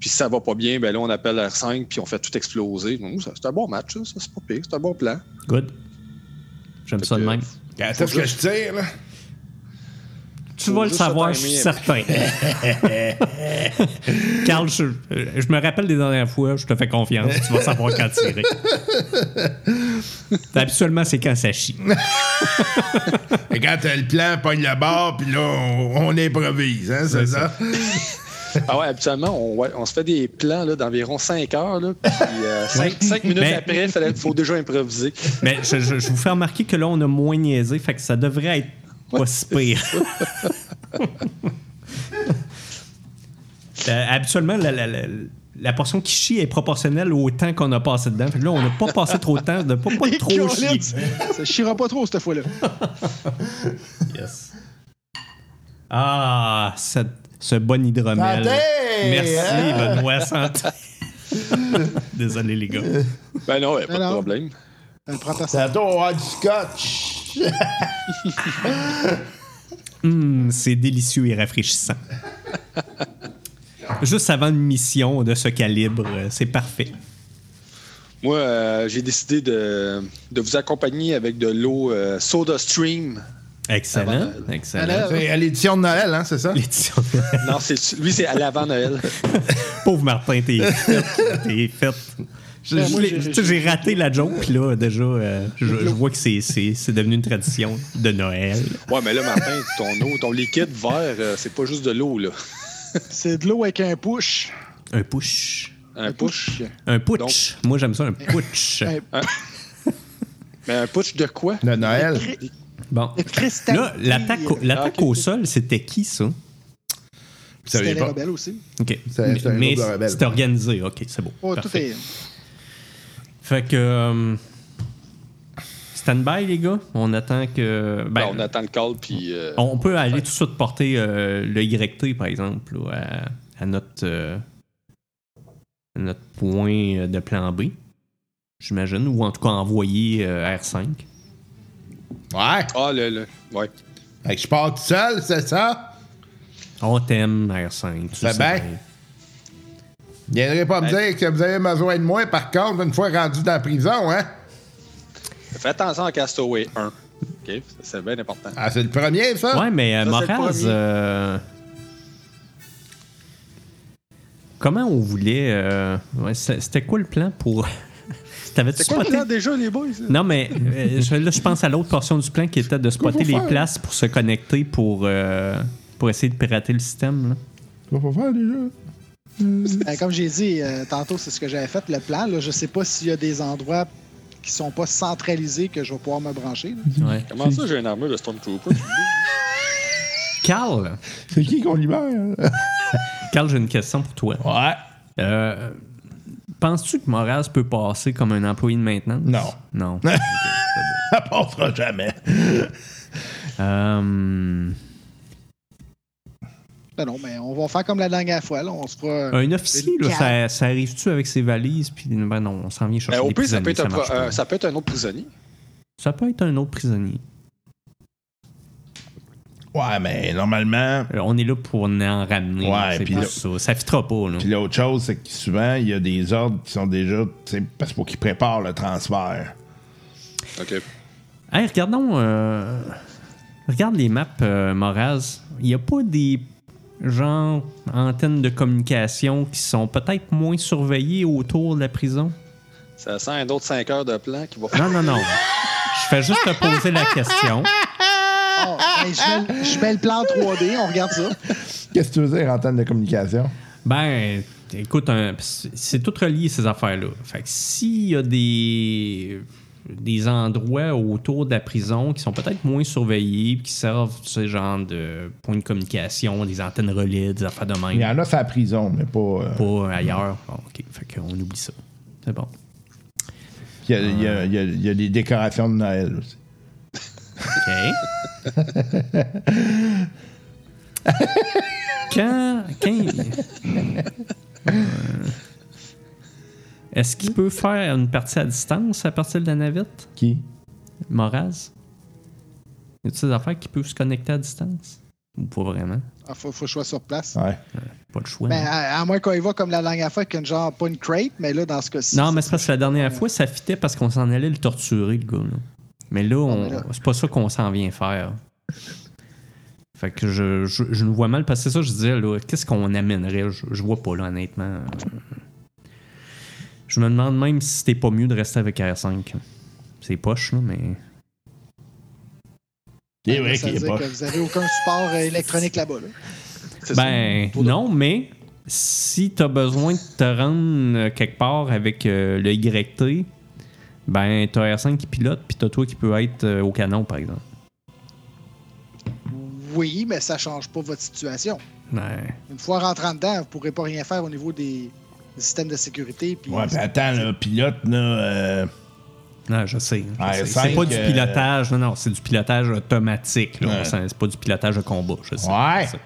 Speaker 5: puis si ça va pas bien, ben là, on appelle R5, puis on fait tout exploser. Donc, ça, c'est un bon match, ça, ça, c'est pas pire, c'est un bon plan.
Speaker 3: Good. J'aime ça de
Speaker 5: que- euh,
Speaker 3: même.
Speaker 4: Quand est-ce que je tire, là?
Speaker 3: Tu
Speaker 5: faut
Speaker 3: vas le
Speaker 5: juste se
Speaker 3: savoir, je suis
Speaker 5: timer.
Speaker 3: certain. Carl, je, euh, je me rappelle des dernières fois, je te fais confiance, tu vas savoir quand tirer. Habituellement, c'est quand ça chie.
Speaker 4: Et quand euh, le plan pogne le bord, puis là, on, on improvise, hein, c'est ça?
Speaker 5: Ah ouais, habituellement, on, ouais, on se fait des plans là, d'environ 5 heures. Là, puis 5
Speaker 3: Ouais.
Speaker 5: minutes
Speaker 3: Mais-
Speaker 5: après, il faut déjà improviser.
Speaker 3: Mais je, je- je vous fais remarquer que là, on a moins niaisé, fait que ça devrait être pas si pire. Euh, habituellement, la, la- la- la portion qui chie est proportionnelle au temps qu'on a passé dedans. Fait que là, on n'a pas passé trop de temps, de pas, pas
Speaker 6: Et
Speaker 3: trop chier.
Speaker 6: Colin, Ça chira pas trop cette fois-là. Euh,
Speaker 3: Yes. Ah, cette- ce bon hydromel.
Speaker 4: Santé!
Speaker 3: Merci,
Speaker 4: Hein?
Speaker 3: Benoît. Santé. Désolé, les gars.
Speaker 5: Ben non, ouais, pas
Speaker 6: Alors?
Speaker 5: de problème.
Speaker 6: Elle prend personne.
Speaker 4: Tantôt, on va avoir du scotch.
Speaker 3: Hum, c'est délicieux et rafraîchissant. Juste avant une mission de ce calibre, euh, c'est parfait.
Speaker 5: Moi, euh, j'ai décidé de, de vous accompagner avec de l'eau euh, Soda Stream.
Speaker 3: Excellent, excellent.
Speaker 6: Alors-
Speaker 4: C'est à l'édition de Noël, hein, c'est ça?
Speaker 3: L'édition-
Speaker 5: Non, c'est lui, c'est à l'avant Noël.
Speaker 3: Pauvre Martin, t'es fait. T'es faite. Je- je
Speaker 6: moi,
Speaker 3: l'ai-
Speaker 6: j'ai-
Speaker 3: tu sais, J'ai raté la joke, puis là, déjà, euh, je, je vois que c'est- c'est c'est devenu une tradition de Noël.
Speaker 5: Ouais, mais là, Martin, ton eau, ton liquide vert, euh, c'est pas juste de l'eau, là.
Speaker 6: C'est de l'eau avec un push.
Speaker 3: Un push.
Speaker 5: Un push.
Speaker 3: Un putsch. Moi, j'aime ça, un putsch.
Speaker 6: Un
Speaker 5: Mais un push de quoi?
Speaker 3: Ben,
Speaker 4: De Noël.
Speaker 6: cri-
Speaker 3: Bon.
Speaker 6: de cristal.
Speaker 3: Là, l'attaque au, l'attaque
Speaker 5: Ah, ok,
Speaker 3: au
Speaker 5: ok.
Speaker 3: sol, c'était qui, ça?
Speaker 4: Vous
Speaker 6: C'était
Speaker 4: saviez
Speaker 6: les
Speaker 4: pas.
Speaker 6: rebelles aussi.
Speaker 3: OK.
Speaker 4: C'est- c'est un
Speaker 3: Mais
Speaker 4: groupe de rebelles.
Speaker 3: c'était organisé. OK, c'est bon.
Speaker 6: Oh, tout
Speaker 3: Parfait.
Speaker 6: est.
Speaker 3: Fait que. euh, stand-by, les gars. On attend que. ben,
Speaker 5: Ben, on attend le call, puis. euh,
Speaker 3: on, on peut aller tout de suite porter euh, le YT, par exemple, là, à, à notre, euh, à notre point euh, de plan B, j'imagine, ou en tout cas envoyer euh, R5.
Speaker 4: Ouais.
Speaker 5: Ah, le. le- Ouais.
Speaker 4: Fait que je pars tout seul, c'est ça?
Speaker 3: On t'aime, R5. tu
Speaker 4: C'est
Speaker 3: sais
Speaker 4: bien. Viendrez pas me
Speaker 5: Ben-
Speaker 4: dire que vous avez besoin de moi, par contre, une fois rendu dans la prison, hein?
Speaker 5: Fais attention à Castaway 1. OK? C'est bien important.
Speaker 4: Ah, c'est le premier, ça?
Speaker 3: Ouais, mais euh,
Speaker 5: Ça, c'est le
Speaker 3: Morales,
Speaker 5: premier.
Speaker 3: euh, comment on voulait. euh, ouais, c'est- c'était quoi le plan pour. T'avais-tu
Speaker 5: C'est quoi le
Speaker 3: spoté?
Speaker 5: plan déjà, les boys?
Speaker 3: Non, mais euh, je, là, je pense à l'autre portion du plan qui était de spotter les places pour se connecter pour, euh, pour essayer de pirater le système. là.
Speaker 4: Faut pas faire déjà.
Speaker 6: Ben, comme j'ai dit euh, tantôt, c'est ce que j'avais fait, le plan. Là, je sais pas s'il y a des endroits qui sont pas centralisés que je vais pouvoir me brancher. là.
Speaker 5: Comment ça, j'ai une armure de Stormtrooper?
Speaker 3: Carl,
Speaker 4: C'est qui qu'on libère? hein?
Speaker 3: Carl, j'ai une question pour toi.
Speaker 4: Ouais.
Speaker 3: Euh, Penses-tu que Morales peut passer comme un employé de maintenance?
Speaker 4: Non.
Speaker 3: Non.
Speaker 4: Ça passera jamais.
Speaker 3: Euh,
Speaker 6: Ben non, mais on va faire comme la dernière fois. Là. On se fera. euh,
Speaker 3: un officier, là, ça, ça arrive-tu avec ses valises? Puis, ben non, on s'en vient chercher
Speaker 5: Ben, au
Speaker 3: des
Speaker 5: pire, ça peut,
Speaker 3: prisonniers,
Speaker 5: être un,
Speaker 3: ça, marche
Speaker 5: pro- euh,
Speaker 3: pas.
Speaker 5: ça peut être un autre prisonnier.
Speaker 3: Ça peut être un autre prisonnier.
Speaker 4: Ouais, mais normalement,
Speaker 3: Euh, On est là pour en ramener.
Speaker 4: Ouais,
Speaker 3: c'est
Speaker 4: puis
Speaker 3: plus
Speaker 4: là-
Speaker 3: ça. Ça fitera pas, là.
Speaker 4: Puis l'autre chose, c'est que souvent, il y a des ordres qui sont déjà. tu sais, Parce pour qu'ils préparent le transfert.
Speaker 5: OK.
Speaker 3: Hey, regardons. euh, regarde les maps, euh, Moraz. Il n'y a pas des genre antennes de communication qui sont peut-être moins surveillées autour de la prison?
Speaker 5: Ça sent un autre 5 heures de plan qui va.
Speaker 3: Non, non, non. Je fais juste te poser la question.
Speaker 6: Oh, ben, je, mets, le- je mets le plan 3D, on regarde ça.
Speaker 4: Qu'est-ce que tu veux dire en termes de communication?
Speaker 3: Ben, écoute, un- c'est c'est tout relié, ces affaires-là. Fait que s'il y a des, des endroits autour de la prison qui sont peut-être moins surveillés, puis qui servent, tu sais, genre de points de communication, des antennes relais, des affaires de même.
Speaker 4: Il y en a, c'est la prison, mais pas. euh,
Speaker 3: pas ailleurs. Bon, OK. Fait qu'on oublie ça. C'est bon.
Speaker 4: Il y, a- il y a- il y a- il y a des décorations de Noël aussi.
Speaker 3: OK. quand. quand- Euh, Est-ce qu'il peut faire une partie à distance à partir de la navette,
Speaker 4: Qui?
Speaker 3: Moraz? Y a-t-il des affaires qui peuvent se connecter à distance? Ou pas vraiment?
Speaker 6: Ah, faut, faut que je sois sur
Speaker 3: Ah.
Speaker 6: place.
Speaker 4: Ouais.
Speaker 3: Pas le choix. hein?
Speaker 6: Ben,
Speaker 3: non?
Speaker 6: à, à moins qu'on y va comme la dernière fois, qu'une genre, pas une crate, mais là, dans ce cas-ci.
Speaker 3: Non, mais c'est parce que la dernière fois, ça fitait parce qu'on s'en allait le torturer, le gars. là. Mais là, on-
Speaker 6: mais là-
Speaker 3: c'est pas ça qu'on s'en vient faire. Fait que je, je, je nous vois mal parce que c'est ça, je disais, là, qu'est-ce qu'on amènerait je, je vois pas, là, honnêtement. Je me demande même si c'était pas mieux de rester avec R5. C'est poche, là, mais.
Speaker 4: C'est
Speaker 6: ça
Speaker 4: vrai
Speaker 6: veut
Speaker 4: qu'il est
Speaker 6: dire
Speaker 4: pas.
Speaker 6: que vous avez aucun support euh, électronique là-bas. là.
Speaker 5: C'est ça.
Speaker 3: Ben, non, mais si tu as besoin de te rendre euh, quelque part avec euh, le YT, ben t'as R5 qui pilote, puis t'as toi qui peux être euh, au canon, par exemple.
Speaker 6: Oui, mais ça change pas votre situation.
Speaker 3: Ouais.
Speaker 6: Une fois rentrant dedans, vous pourrez pas rien faire au niveau des, des systèmes de sécurité. Puis
Speaker 4: Ouais, ben, pis attends, le pilote, là. euh,
Speaker 3: Non, je sais. hein, je
Speaker 4: Ah,
Speaker 3: sais.
Speaker 4: R5,
Speaker 3: C'est pas du
Speaker 4: euh,
Speaker 3: pilotage, non, non, c'est du pilotage automatique. là.
Speaker 4: Ouais.
Speaker 3: C'est c'est pas du pilotage de combat, je sais.
Speaker 4: Ouais.
Speaker 3: je sais.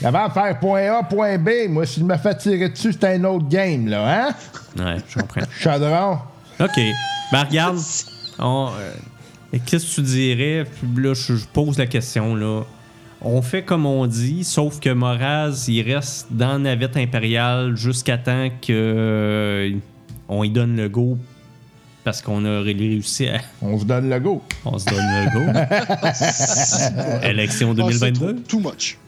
Speaker 4: Il avait à faire point A, point B. Moi, si je me fais tirer dessus, c'est un autre game, là, hein?
Speaker 3: Ouais, je comprends.
Speaker 4: Chaudron.
Speaker 3: OK. Ben, regarde. on, euh, et Qu'est-ce que tu dirais? Puis Là, je, je pose la question, là. On fait comme on dit, sauf que Moraz, il reste dans la navette impériale jusqu'à temps que euh, on lui donne le go parce qu'on a ré- réussi à...
Speaker 4: On se donne le go.
Speaker 3: On se donne le go. Élection
Speaker 6: Ah, c'est
Speaker 3: 2022.
Speaker 6: trop- Too much.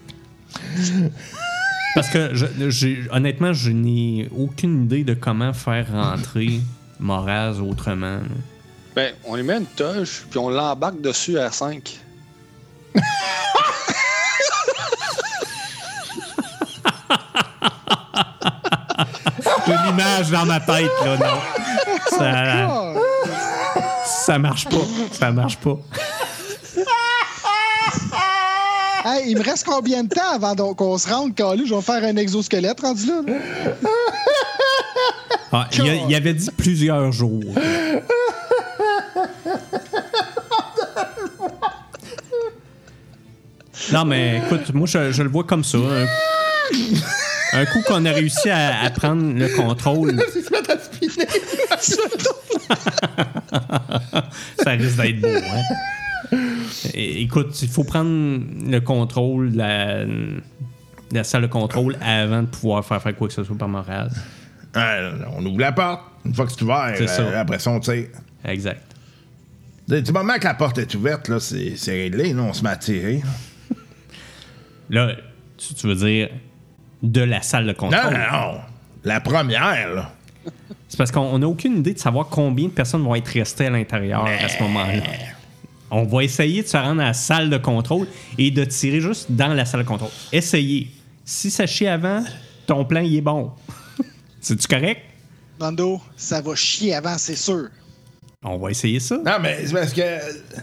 Speaker 3: Parce que je- j'ai- honnêtement, je n'ai aucune idée de comment faire rentrer Moraz autrement. là.
Speaker 5: Ben, on lui met une toche, puis on l'embarque dessus à 5.
Speaker 3: J'ai l'image dans ma tête, là, non. Ça,
Speaker 6: Ah,
Speaker 3: ça marche pas. Ça marche pas.
Speaker 6: hey, il me reste combien de temps avant donc qu'on se rende, Calu? Je vais faire un exosquelette rendu là. là.
Speaker 3: Ah, il, a- il avait dit plusieurs jours. Non, mais écoute, moi, je, je le vois comme ça. Un, un coup qu'on a réussi à, à prendre le contrôle, ça risque d'être beau. Hein? É- Écoute, il faut prendre le contrôle, de la, de la salle de contrôle, avant de pouvoir faire, faire quoi que ce soit par Moraz.
Speaker 4: Ah, on ouvre la porte. Une fois que c'est ouvert,
Speaker 3: C'est ça.
Speaker 4: euh, après ça, on tire.
Speaker 3: Exact.
Speaker 4: Du du moment que la porte est ouverte, là, c'est c'est réglé. Là, on se met à tirer.
Speaker 3: Là, tu, tu veux dire de la salle de
Speaker 4: Non,
Speaker 3: contrôle.
Speaker 4: non, non. La première, là.
Speaker 3: C'est parce qu'on n'a aucune idée de savoir combien de personnes vont être restées à l'intérieur à ce moment-là. On va essayer de se rendre à la salle de contrôle et de tirer juste dans la salle de contrôle. Essayez. Si ça chie avant, ton plan, il est bon. C'est-tu correct?
Speaker 6: Nando, ça va chier avant, c'est sûr.
Speaker 3: On va essayer ça.
Speaker 4: Non, mais c'est parce que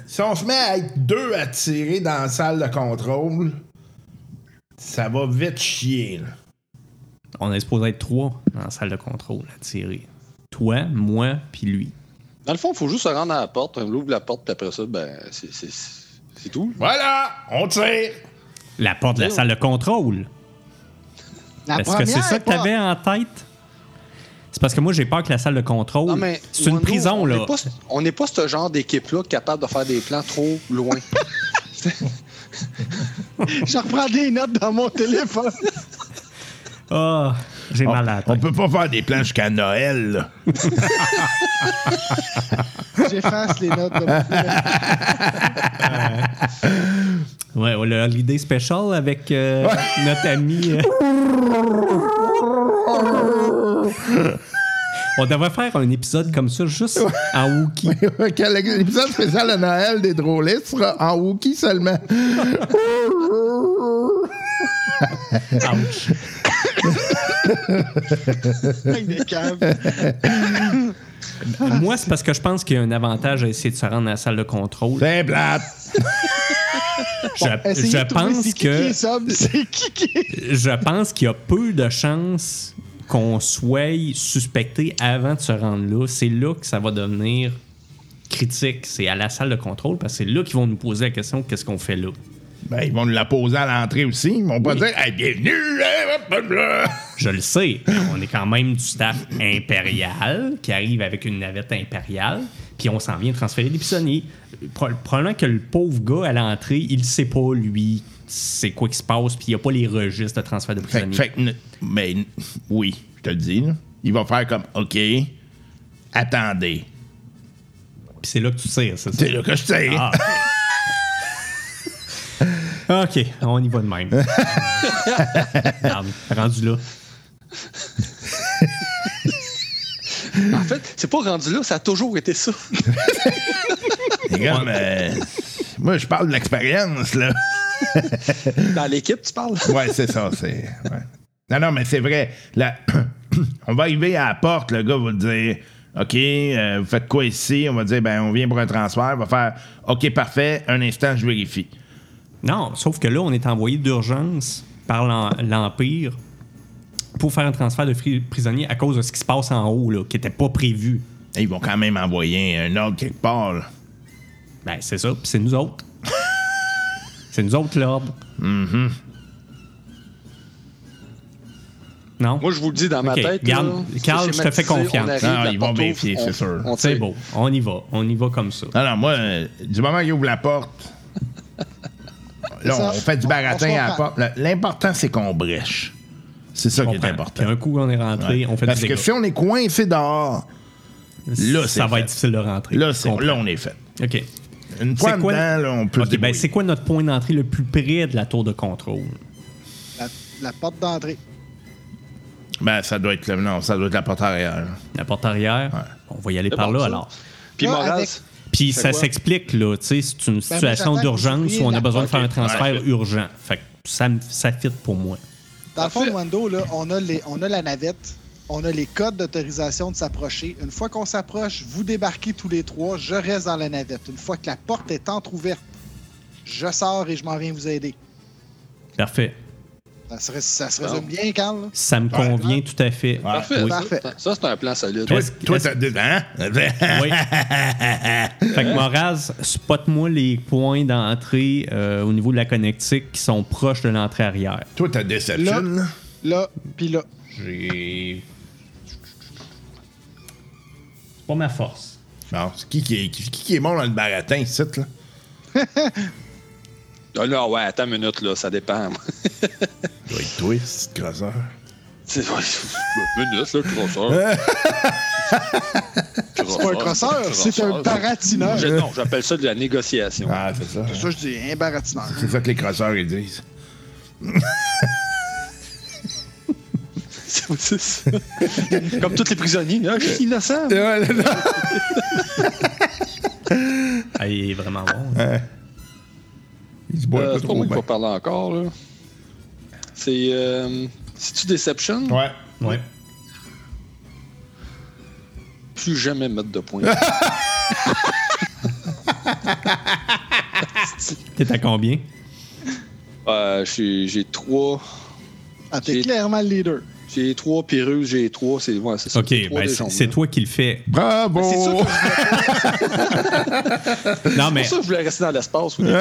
Speaker 4: si on se met à être deux à tirer dans la salle de contrôle, ça va vite chier. là.
Speaker 3: On est supposé être trois dans la salle de contrôle à tirer. Toi, moi, puis lui.
Speaker 5: Dans le fond, il faut juste se rendre à la porte, on ouvre la porte, puis après ça, ben, c'est- c'est c'est tout.
Speaker 4: Voilà, on tire.
Speaker 3: La porte de la salle de contrôle.
Speaker 6: La
Speaker 3: Est-ce que c'est
Speaker 6: première
Speaker 3: ça que tu avais en tête? C'est parce que moi, j'ai peur que la salle de contrôle.
Speaker 5: Non, mais
Speaker 3: c'est une
Speaker 5: Wando,
Speaker 3: prison,
Speaker 5: on
Speaker 3: là.
Speaker 5: est pas- on n'est pas ce genre d'équipe-là capable de faire des plans trop loin.
Speaker 6: porte. Je reprends des notes dans mon téléphone.
Speaker 3: Ah, j'ai mal à la
Speaker 4: On
Speaker 3: tête.
Speaker 4: peut pas faire des plans jusqu'à Noël. là.
Speaker 6: J'efface les notes de mon téléphone.
Speaker 3: Ouais, on a l'idée spéciale avec euh, notre ami. euh. on devrait faire un épisode comme ça, juste en Wookie.
Speaker 4: Quel- L'épisode spécial de Noël des drôlistes sera en Wookie seulement.
Speaker 3: Ouch.
Speaker 6: Des câbles.
Speaker 3: Moi, c'est parce que je pense qu'il y a un avantage à essayer de se rendre à la salle de contrôle.
Speaker 5: Ben,
Speaker 4: C'est plate.
Speaker 3: Je,
Speaker 6: Essayez
Speaker 3: je
Speaker 6: de trouver
Speaker 3: pense
Speaker 6: c'est qui qui
Speaker 3: que.
Speaker 6: est sobre, C'est qui qui est-
Speaker 3: je pense qu'il y a peu de chances qu'on soit suspecté avant de se rendre là. C'est là que ça va devenir critique. C'est à la salle de contrôle parce que c'est là qu'ils vont nous poser la question qu'est-ce qu'on fait là.
Speaker 4: Ben, ils vont nous la poser à l'entrée aussi. Ils vont pas dire hey, bienvenue! eh, blablabla.
Speaker 3: Je le sais, mais on est quand même du staff impérial qui arrive avec une navette impériale, puis on s'en vient transférer des pisonniers. Pro- probablement que le pauvre gars à l'entrée, il sait pas lui c'est quoi qui se passe, puis il n'y a pas les registres de transfert de
Speaker 4: Fait,
Speaker 3: prisonniers.
Speaker 4: fait que n- mais n- oui, je te le dis. là. Ils vont faire comme OK, attendez.
Speaker 3: Puis c'est là que tu sais, c'est ça.
Speaker 4: C'est là que je tire.
Speaker 3: Ah. OK, on y va de même. Regarde, rendu là.
Speaker 5: En fait, c'est pas rendu là, ça a toujours été ça.
Speaker 4: Les gars, mais- moi, je parle de l'expérience, là.
Speaker 5: Dans l'équipe, tu parles.
Speaker 4: Ouais, c'est ça, c'est. ouais. Non, non, mais c'est vrai. La- on va arriver à la porte, le gars va dire OK, euh, vous faites quoi ici On va dire ben, on vient pour un transfert. On va faire OK, parfait, un instant, je vérifie.
Speaker 3: Non, sauf que là, on est envoyé d'urgence par l'en- l'Empire pour faire un transfert de fri- prisonniers à cause de ce qui se passe en haut, là, qui n'était pas prévu.
Speaker 4: Et ils vont quand même envoyer un ordre quelque part. là.
Speaker 3: Ben, c'est ça, puis c'est nous autres. c'est nous autres, l'ordre.
Speaker 4: Mm-hmm.
Speaker 3: Non?
Speaker 5: Moi, je vous le dis dans ma
Speaker 3: Ok,
Speaker 5: tête.
Speaker 3: garde-
Speaker 5: là, c'est
Speaker 3: Carl, je te
Speaker 5: schématisé,
Speaker 3: fais confiance.
Speaker 5: on arrive,
Speaker 4: Non,
Speaker 5: la
Speaker 4: ils
Speaker 5: porte
Speaker 4: vont
Speaker 5: ouvre,
Speaker 4: vérifier,
Speaker 5: on-
Speaker 4: c'est sûr.
Speaker 5: on
Speaker 3: c'est
Speaker 5: tire.
Speaker 3: beau, on y va, on y va comme ça.
Speaker 4: Non, non, moi, euh, du moment qu'il ouvre la porte, là,
Speaker 6: ça.
Speaker 4: on fait du
Speaker 6: On-
Speaker 4: baratin
Speaker 6: on se
Speaker 4: à la
Speaker 6: comprend.
Speaker 4: porte. Là, L'important, c'est qu'on brèche. C'est ça qui est
Speaker 3: Comprends.
Speaker 4: important.
Speaker 3: Puis un coup, on est
Speaker 4: Ouais.
Speaker 3: rentré, on fait
Speaker 4: Parce
Speaker 3: des
Speaker 4: que si on est coincé dehors, là, c'est
Speaker 3: ça va
Speaker 4: fait.
Speaker 3: être difficile de rentrer.
Speaker 4: là, c'est-
Speaker 3: Comprends.
Speaker 4: là, on est fait.
Speaker 3: OK.
Speaker 4: Une
Speaker 3: C'est
Speaker 4: fois
Speaker 3: quoi-
Speaker 4: dedans, là, on peut
Speaker 3: OK,
Speaker 4: se
Speaker 3: ben
Speaker 4: débrouiller.
Speaker 3: c'est quoi notre point d'entrée le plus près de la tour de contrôle?
Speaker 6: La, la porte d'entrée.
Speaker 4: Ben, ça doit être le- non, ça doit être la porte arrière.
Speaker 3: La porte arrière? On va y aller
Speaker 5: C'est
Speaker 3: par
Speaker 5: bon,
Speaker 3: là,
Speaker 5: ça.
Speaker 3: alors.
Speaker 5: Puis
Speaker 6: Là,
Speaker 5: Moraz,
Speaker 6: avec-
Speaker 3: Puis
Speaker 5: C'est
Speaker 3: ça
Speaker 5: quoi? Ben,
Speaker 3: s'explique, là, tu sais, c'est une
Speaker 6: moi,
Speaker 3: situation
Speaker 6: j'attends que
Speaker 3: d'urgence
Speaker 6: j'oublie
Speaker 3: où on a
Speaker 6: la-
Speaker 3: besoin de faire un
Speaker 6: Ok.
Speaker 3: transfert urgent. Fait que ça, me- ça fit pour moi.
Speaker 6: Dans le fond,
Speaker 5: Parfait.
Speaker 6: Wando, là, on, a les, on a la navette, on a les codes d'autorisation de s'approcher. Une fois qu'on s'approche, vous débarquez tous les trois, je reste dans la navette. Une fois que la porte est entrouverte, je sors et je m'en viens vous aider.
Speaker 3: Parfait.
Speaker 6: Ça, serait- ça se résume bien, Carl. là.
Speaker 3: Ça me convient tout à fait.
Speaker 5: Parfait.
Speaker 3: Oui.
Speaker 6: Parfait.
Speaker 5: Ça, ça, c'est un plan solide.
Speaker 3: Toi- Est-ce-
Speaker 4: Toi,
Speaker 3: est-ce-
Speaker 4: t'as dit, hein?
Speaker 3: Oui. fait que Moraz, spot-moi les points d'entrée euh, au niveau de la connectique qui sont proches de l'entrée arrière.
Speaker 4: Toi, t'as Deception,
Speaker 6: Là.
Speaker 4: là.
Speaker 6: Là, puis là.
Speaker 4: J'ai.
Speaker 3: C'est pas ma force.
Speaker 4: Bon, c'est qui qui est, qui, qui est bon dans le baratin, ici, là?
Speaker 5: Ah, là, ouais, attends une minute, là, ça dépend. moi.
Speaker 4: Doit être Twist, crosseur.
Speaker 5: C'est ouais, une minute, là, crosseur.
Speaker 6: C'est pas un crosseur, c'est un baratineur.
Speaker 5: Je- Non, j'appelle ça de la négociation.
Speaker 4: Ah, c'est ça.
Speaker 6: Ça, je dis un baratineur.
Speaker 4: C'est ça que les crosseurs, ils disent.
Speaker 5: C'est ça. Comme tous les prisonniers, là, je suis innocent.
Speaker 3: Ah, il est vraiment bon.
Speaker 4: Ils se boivent
Speaker 5: Euh,
Speaker 4: pas
Speaker 5: c'est pas
Speaker 4: trop ben.
Speaker 5: moi
Speaker 2: ben.
Speaker 5: qui
Speaker 4: bien.
Speaker 5: vais parler encore, là. C'est. euh, C'est-tu Deception?
Speaker 4: Ouais.
Speaker 3: Ouais.
Speaker 5: Plus jamais mettre de points.
Speaker 3: T'es à combien?
Speaker 5: Euh, j'ai j'ai trois.
Speaker 6: Ah, t'es
Speaker 5: J'ai-
Speaker 6: clairement le leader.
Speaker 5: J'ai trois piruses, j'ai trois. C'est ouais, c'est ça.
Speaker 3: OK,
Speaker 5: j'ai trois
Speaker 3: ben,
Speaker 5: des
Speaker 3: c'est
Speaker 5: jambes,
Speaker 3: c'est
Speaker 5: là.
Speaker 3: toi qui le fais.
Speaker 6: Ben,
Speaker 4: Bravo!
Speaker 3: Non, mais
Speaker 5: C'est pour ça que je voulais rester dans l'espace. oui.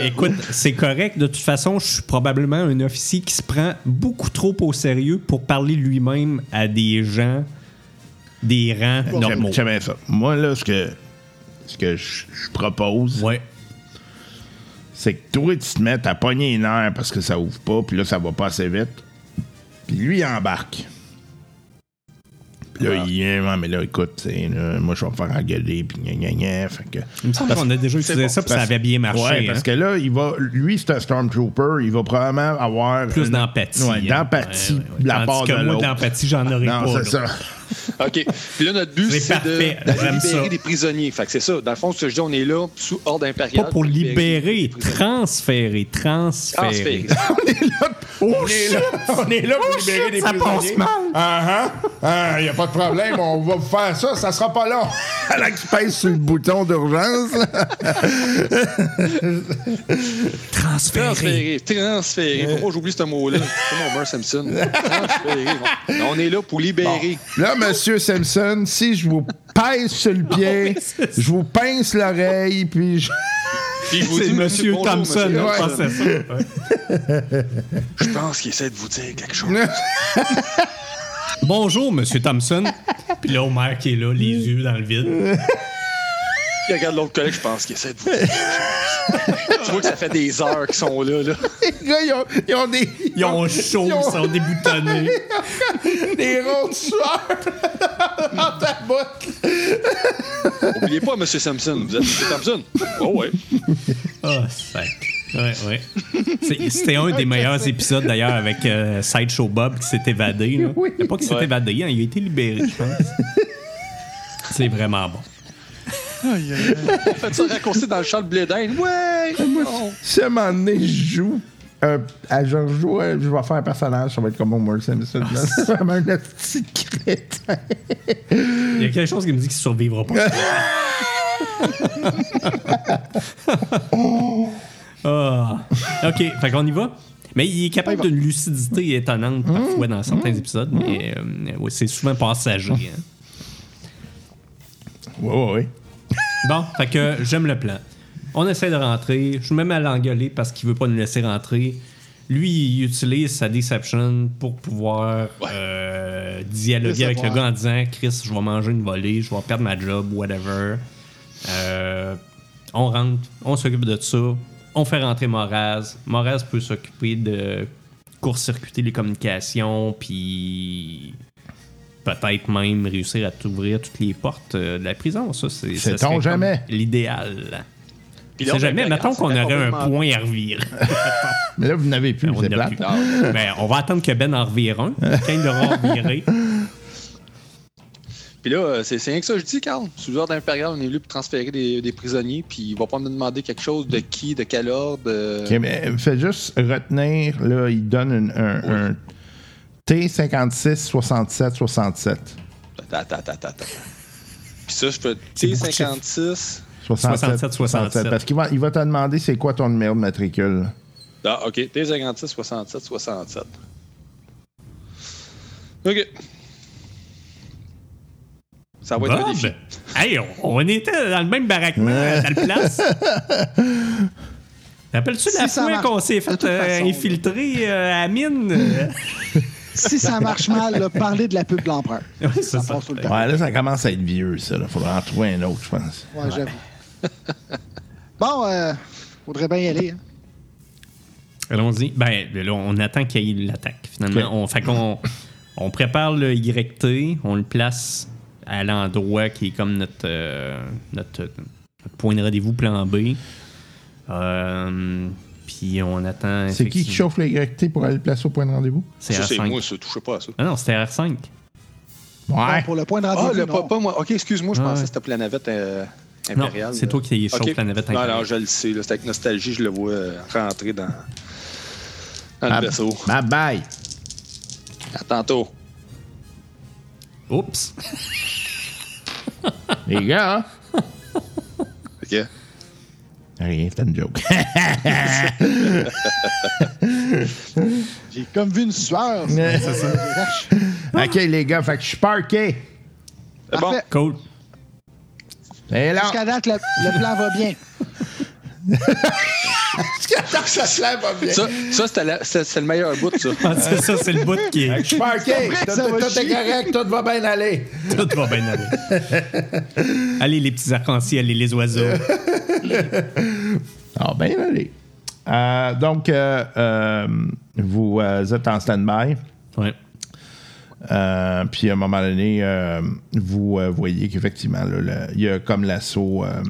Speaker 3: Écoute, c'est correct. De toute façon, je suis probablement un officier qui se prend beaucoup trop au sérieux pour parler lui-même à des gens des rangs normaux.
Speaker 4: J'aime- J'aime bien ça. Moi, là, ce que, ce que je je propose,
Speaker 3: Ouais.
Speaker 4: c'est que toi, tu te mets à pogner les nerfs parce que ça ouvre pas, puis là, ça va pas assez vite. Puis lui, il embarque. Puis là, il est, ouais, mais là, écoute, tu sais, là, moi, je vais me faire engueuler, puis gna gna gna. Fait que.
Speaker 3: Il me semble qu'on a déjà utilisé ça, puis ça avait bien marché.
Speaker 4: Ouais, parce
Speaker 3: hein.
Speaker 4: que là, il va, lui, c'est un Stormtrooper, il va probablement avoir.
Speaker 3: Plus
Speaker 4: une-
Speaker 3: d'empathie.
Speaker 4: Ouais,
Speaker 3: hein.
Speaker 4: d'empathie
Speaker 3: Ouais, ouais, ouais.
Speaker 4: de la
Speaker 3: Tandis
Speaker 4: part
Speaker 3: que
Speaker 4: de
Speaker 3: moi,
Speaker 4: l'autre.
Speaker 3: d'empathie, j'en aurais
Speaker 4: Non,
Speaker 3: pas.
Speaker 4: c'est
Speaker 3: là.
Speaker 4: ça.
Speaker 5: OK. Puis là, notre but,
Speaker 3: C'est
Speaker 5: c'est de,
Speaker 3: parfait,
Speaker 5: d'aller
Speaker 3: j'aime
Speaker 5: libérer
Speaker 3: ça.
Speaker 5: des prisonniers. Fait que c'est ça. Dans le fond, ce que je dis, on est là sous ordre impérial.
Speaker 3: Pas pour libérer,
Speaker 5: des prisonniers. Ah,
Speaker 3: transférer, transférer.
Speaker 4: Ah,
Speaker 5: Transférer.
Speaker 4: On est là, on est là pour libérer des
Speaker 3: ça
Speaker 4: prisonniers.
Speaker 3: passe mal.
Speaker 4: Ah, ah, ah, y a pas de problème, on va vous faire ça, ça sera pas long. Là qui pèse sur le bouton d'urgence.
Speaker 3: Transférer.
Speaker 5: Transférer, transférer. Pourquoi j'oublie ce mot-là? C'est mon Homer Simpson. Transférer. On est là pour libérer.
Speaker 4: Là, Monsieur Simpson, si je vous pèse sur le pied, je vous pince l'oreille, puis je...
Speaker 5: Puis je vous
Speaker 3: C'est
Speaker 5: dis,
Speaker 3: Monsieur
Speaker 5: bonjour,
Speaker 3: Thompson.
Speaker 5: monsieur
Speaker 3: hein, je
Speaker 5: Thompson.
Speaker 3: pensais ça. Ouais.
Speaker 5: Je pense qu'il essaie de vous dire quelque chose.
Speaker 3: Bonjour, Monsieur Thompson. Puis là, Homer qui est là, les yeux dans le vide.
Speaker 5: Il regarde l'autre collègue, je pense qu'il essaie de vous dire quelque chose. Tu vois que ça fait des heures qu'ils sont là. là.
Speaker 4: les gars, ils ont, ils ont des,
Speaker 3: Ils ont chaud,
Speaker 4: Ils ont-
Speaker 3: ils sont déboutonnés.
Speaker 4: des ronds de sueur dans ta botte.
Speaker 5: Oubliez pas, Monsieur Simpson. Vous êtes Monsieur Thompson? Oh, ouais.
Speaker 3: Ah, sec. Ouais, ouais. C'est- C'était un des meilleurs épisodes d'ailleurs avec euh, Sideshow Bob qui s'est évadé. Là.
Speaker 4: Oui.
Speaker 3: Mais Pas qu'il s'est
Speaker 5: Ouais.
Speaker 3: évadé, hein, il a été libéré, je pense. C'est vraiment bon.
Speaker 5: Faites ça raccourci dans le champ de blé d'Inde. Ouais! Oh. Non.
Speaker 4: Si à un moment donné, je joue,
Speaker 2: un- à George Joe, euh, je vais faire un personnage, ça va être comme Homer Simpson. là. C'est vraiment un petit crétin.
Speaker 3: Il y a quelque chose qui me dit qu'il survivra pas. Ah. OK, fait qu'on y va. Mais il est capable d'une lucidité étonnante parfois dans certains épisodes, mais euh, ouais, c'est souvent passager. hein.
Speaker 2: Ouais, ouais, ouais.
Speaker 3: Bon, fait que j'aime le plan. On essaie de rentrer. Je suis même à l'engueuler parce qu'il veut pas nous laisser rentrer. Lui, il utilise sa deception pour pouvoir euh, dialoguer
Speaker 6: Le
Speaker 3: avec le
Speaker 6: savoir.
Speaker 3: gars en disant Chris, je vais manger une volée, je vais perdre ma job, whatever. Euh, on rentre, on s'occupe de ça. On fait rentrer Moraz. Moraz peut s'occuper de court-circuiter les communications, puis peut-être même réussir à t'ouvrir toutes les portes euh, de la prison. Ça, c'est
Speaker 2: Sait-on
Speaker 3: ça serait comme
Speaker 2: jamais?
Speaker 3: L'idéal.
Speaker 5: Puis
Speaker 3: C'est
Speaker 5: là, ben, on
Speaker 3: jamais.
Speaker 5: fait-
Speaker 3: Mettons
Speaker 5: on
Speaker 3: qu'on
Speaker 5: fait
Speaker 3: aurait un
Speaker 5: complètement-
Speaker 3: point à revirer.
Speaker 2: Mais là, vous n'avez plus,
Speaker 3: on
Speaker 2: c'est
Speaker 3: n'a
Speaker 2: plate.
Speaker 3: plus. Ben, on va attendre que Ben en revire un. Quand il aura reviré.
Speaker 5: Puis là, euh, c'est c'est rien que ça que je dis, Carl. Sous l'ordre impérial, on est venu pour transférer des, des prisonniers, puis il va pas me demander quelque chose de qui, de quel ordre. euh,
Speaker 2: Ok, mais fais juste retenir, là, il donne une- un, un T56 67 67.
Speaker 5: Attends, attends, attends, attends. Puis ça, je peux.
Speaker 3: C'est beaucoup de
Speaker 5: T56.
Speaker 3: 67, 67.
Speaker 2: Parce qu'il va, il va te demander c'est quoi ton numéro de matricule.
Speaker 5: Ah, ok. T56, 67, 67. Ok. Ça va être un
Speaker 3: Bob!
Speaker 5: défi.
Speaker 3: Hey, on, on était dans le même baraquement, à la place. T'appelles-tu la
Speaker 6: Si ça
Speaker 3: fois
Speaker 6: marche-
Speaker 3: qu'on s'est
Speaker 6: de
Speaker 3: fait
Speaker 6: toute
Speaker 3: euh,
Speaker 6: façon,
Speaker 3: infiltrer euh, à mine?
Speaker 6: Si ça marche mal, là, parler de la pub de l'empereur.
Speaker 3: Ouais, c'est ça.
Speaker 6: passe tout le temps.
Speaker 2: Ouais, là, ça commence à être vieux, ça. Il faudra en trouver un autre, je pense.
Speaker 6: Ouais, j'avoue. Bon, euh, faudrait bien y aller. hein.
Speaker 3: Allons-y. Ben, là, on attend qu'il y ait l'attaque, finalement.
Speaker 2: Ok.
Speaker 3: On, fait qu'on on prépare le YT, on le place à l'endroit qui est comme notre, euh, notre, notre point de rendez-vous plan B. Euh, puis on attend.
Speaker 2: C'est qui qui
Speaker 3: effectivement-
Speaker 2: chauffe le YT pour aller le placer au point de rendez-vous?
Speaker 3: C'est
Speaker 5: Ça, c'est
Speaker 3: R5.
Speaker 5: moi, ça touche pas à ça.
Speaker 3: Ah non, c'était R5.
Speaker 6: Bon, pour le point de
Speaker 5: Ah,
Speaker 6: rendez-vous.
Speaker 5: le,
Speaker 6: non.
Speaker 5: pas, pas moi. Ok, excuse-moi, je
Speaker 3: Ah,
Speaker 5: pensais
Speaker 3: ouais.
Speaker 5: que c'était pour la navette euh,
Speaker 3: Non,
Speaker 5: impériale.
Speaker 3: c'est toi qui chauffe
Speaker 5: Ok.
Speaker 3: la navette
Speaker 5: Non, non,
Speaker 3: impériale.
Speaker 5: je le sais. là, C'est avec nostalgie, je le vois euh, rentrer dans, dans
Speaker 2: Ah,
Speaker 5: le vaisseau.
Speaker 2: Bye bye.
Speaker 5: À tantôt.
Speaker 3: Oups!
Speaker 2: Les gars. hein?
Speaker 5: Ok.
Speaker 2: Rien, c'était une joke.
Speaker 6: J'ai comme vu une sueur. C'est ça.
Speaker 2: Ah. ok, les gars, fait que je suis parké.
Speaker 5: C'est bon.
Speaker 6: Parfait.
Speaker 3: Cool.
Speaker 2: Et là.
Speaker 6: Jusqu'à date, le, le plan va bien.
Speaker 7: ça se lève pas bien.
Speaker 5: Ça, ça c'était la- c'est c'est le meilleur bout, ça.
Speaker 3: Ah, c'est ça, c'est le bout qui
Speaker 2: Je
Speaker 3: est.
Speaker 2: suis parké.
Speaker 6: vrai que
Speaker 2: Tout
Speaker 6: ça va
Speaker 2: tout est
Speaker 6: chier.
Speaker 2: correct. Tout va bien aller.
Speaker 3: Tout va bien aller. Allez, les petits arcs-en-ciel, allez, les oiseaux.
Speaker 2: Ah, bien allez. Euh, donc, euh, euh, vous euh, êtes en stand-by.
Speaker 3: Ouais.
Speaker 2: Euh, puis à un moment donné, euh, vous euh, voyez qu'effectivement, là, le- il y a comme l'assaut euh,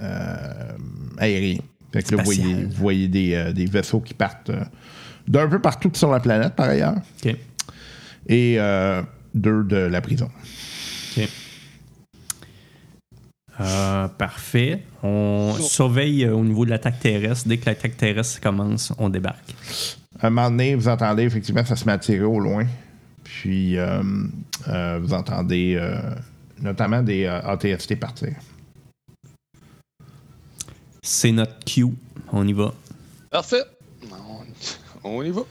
Speaker 2: euh, aérien. Fait que là, vous
Speaker 3: Spatial.
Speaker 2: voyez, vous voyez des, euh, des vaisseaux qui partent euh, d'un peu partout sur la planète, par ailleurs,
Speaker 3: OK.
Speaker 2: et euh, deux de la prison.
Speaker 3: OK. Euh, parfait. On surveille euh, au niveau de l'attaque terrestre. Dès que l'attaque terrestre commence, on débarque.
Speaker 2: À un moment donné, vous entendez effectivement, ça se met à tirer au loin. Puis euh, euh, vous entendez euh, notamment des euh, ATST partir.
Speaker 3: C'est notre cue. On y va.
Speaker 5: Parfait. On, on y va.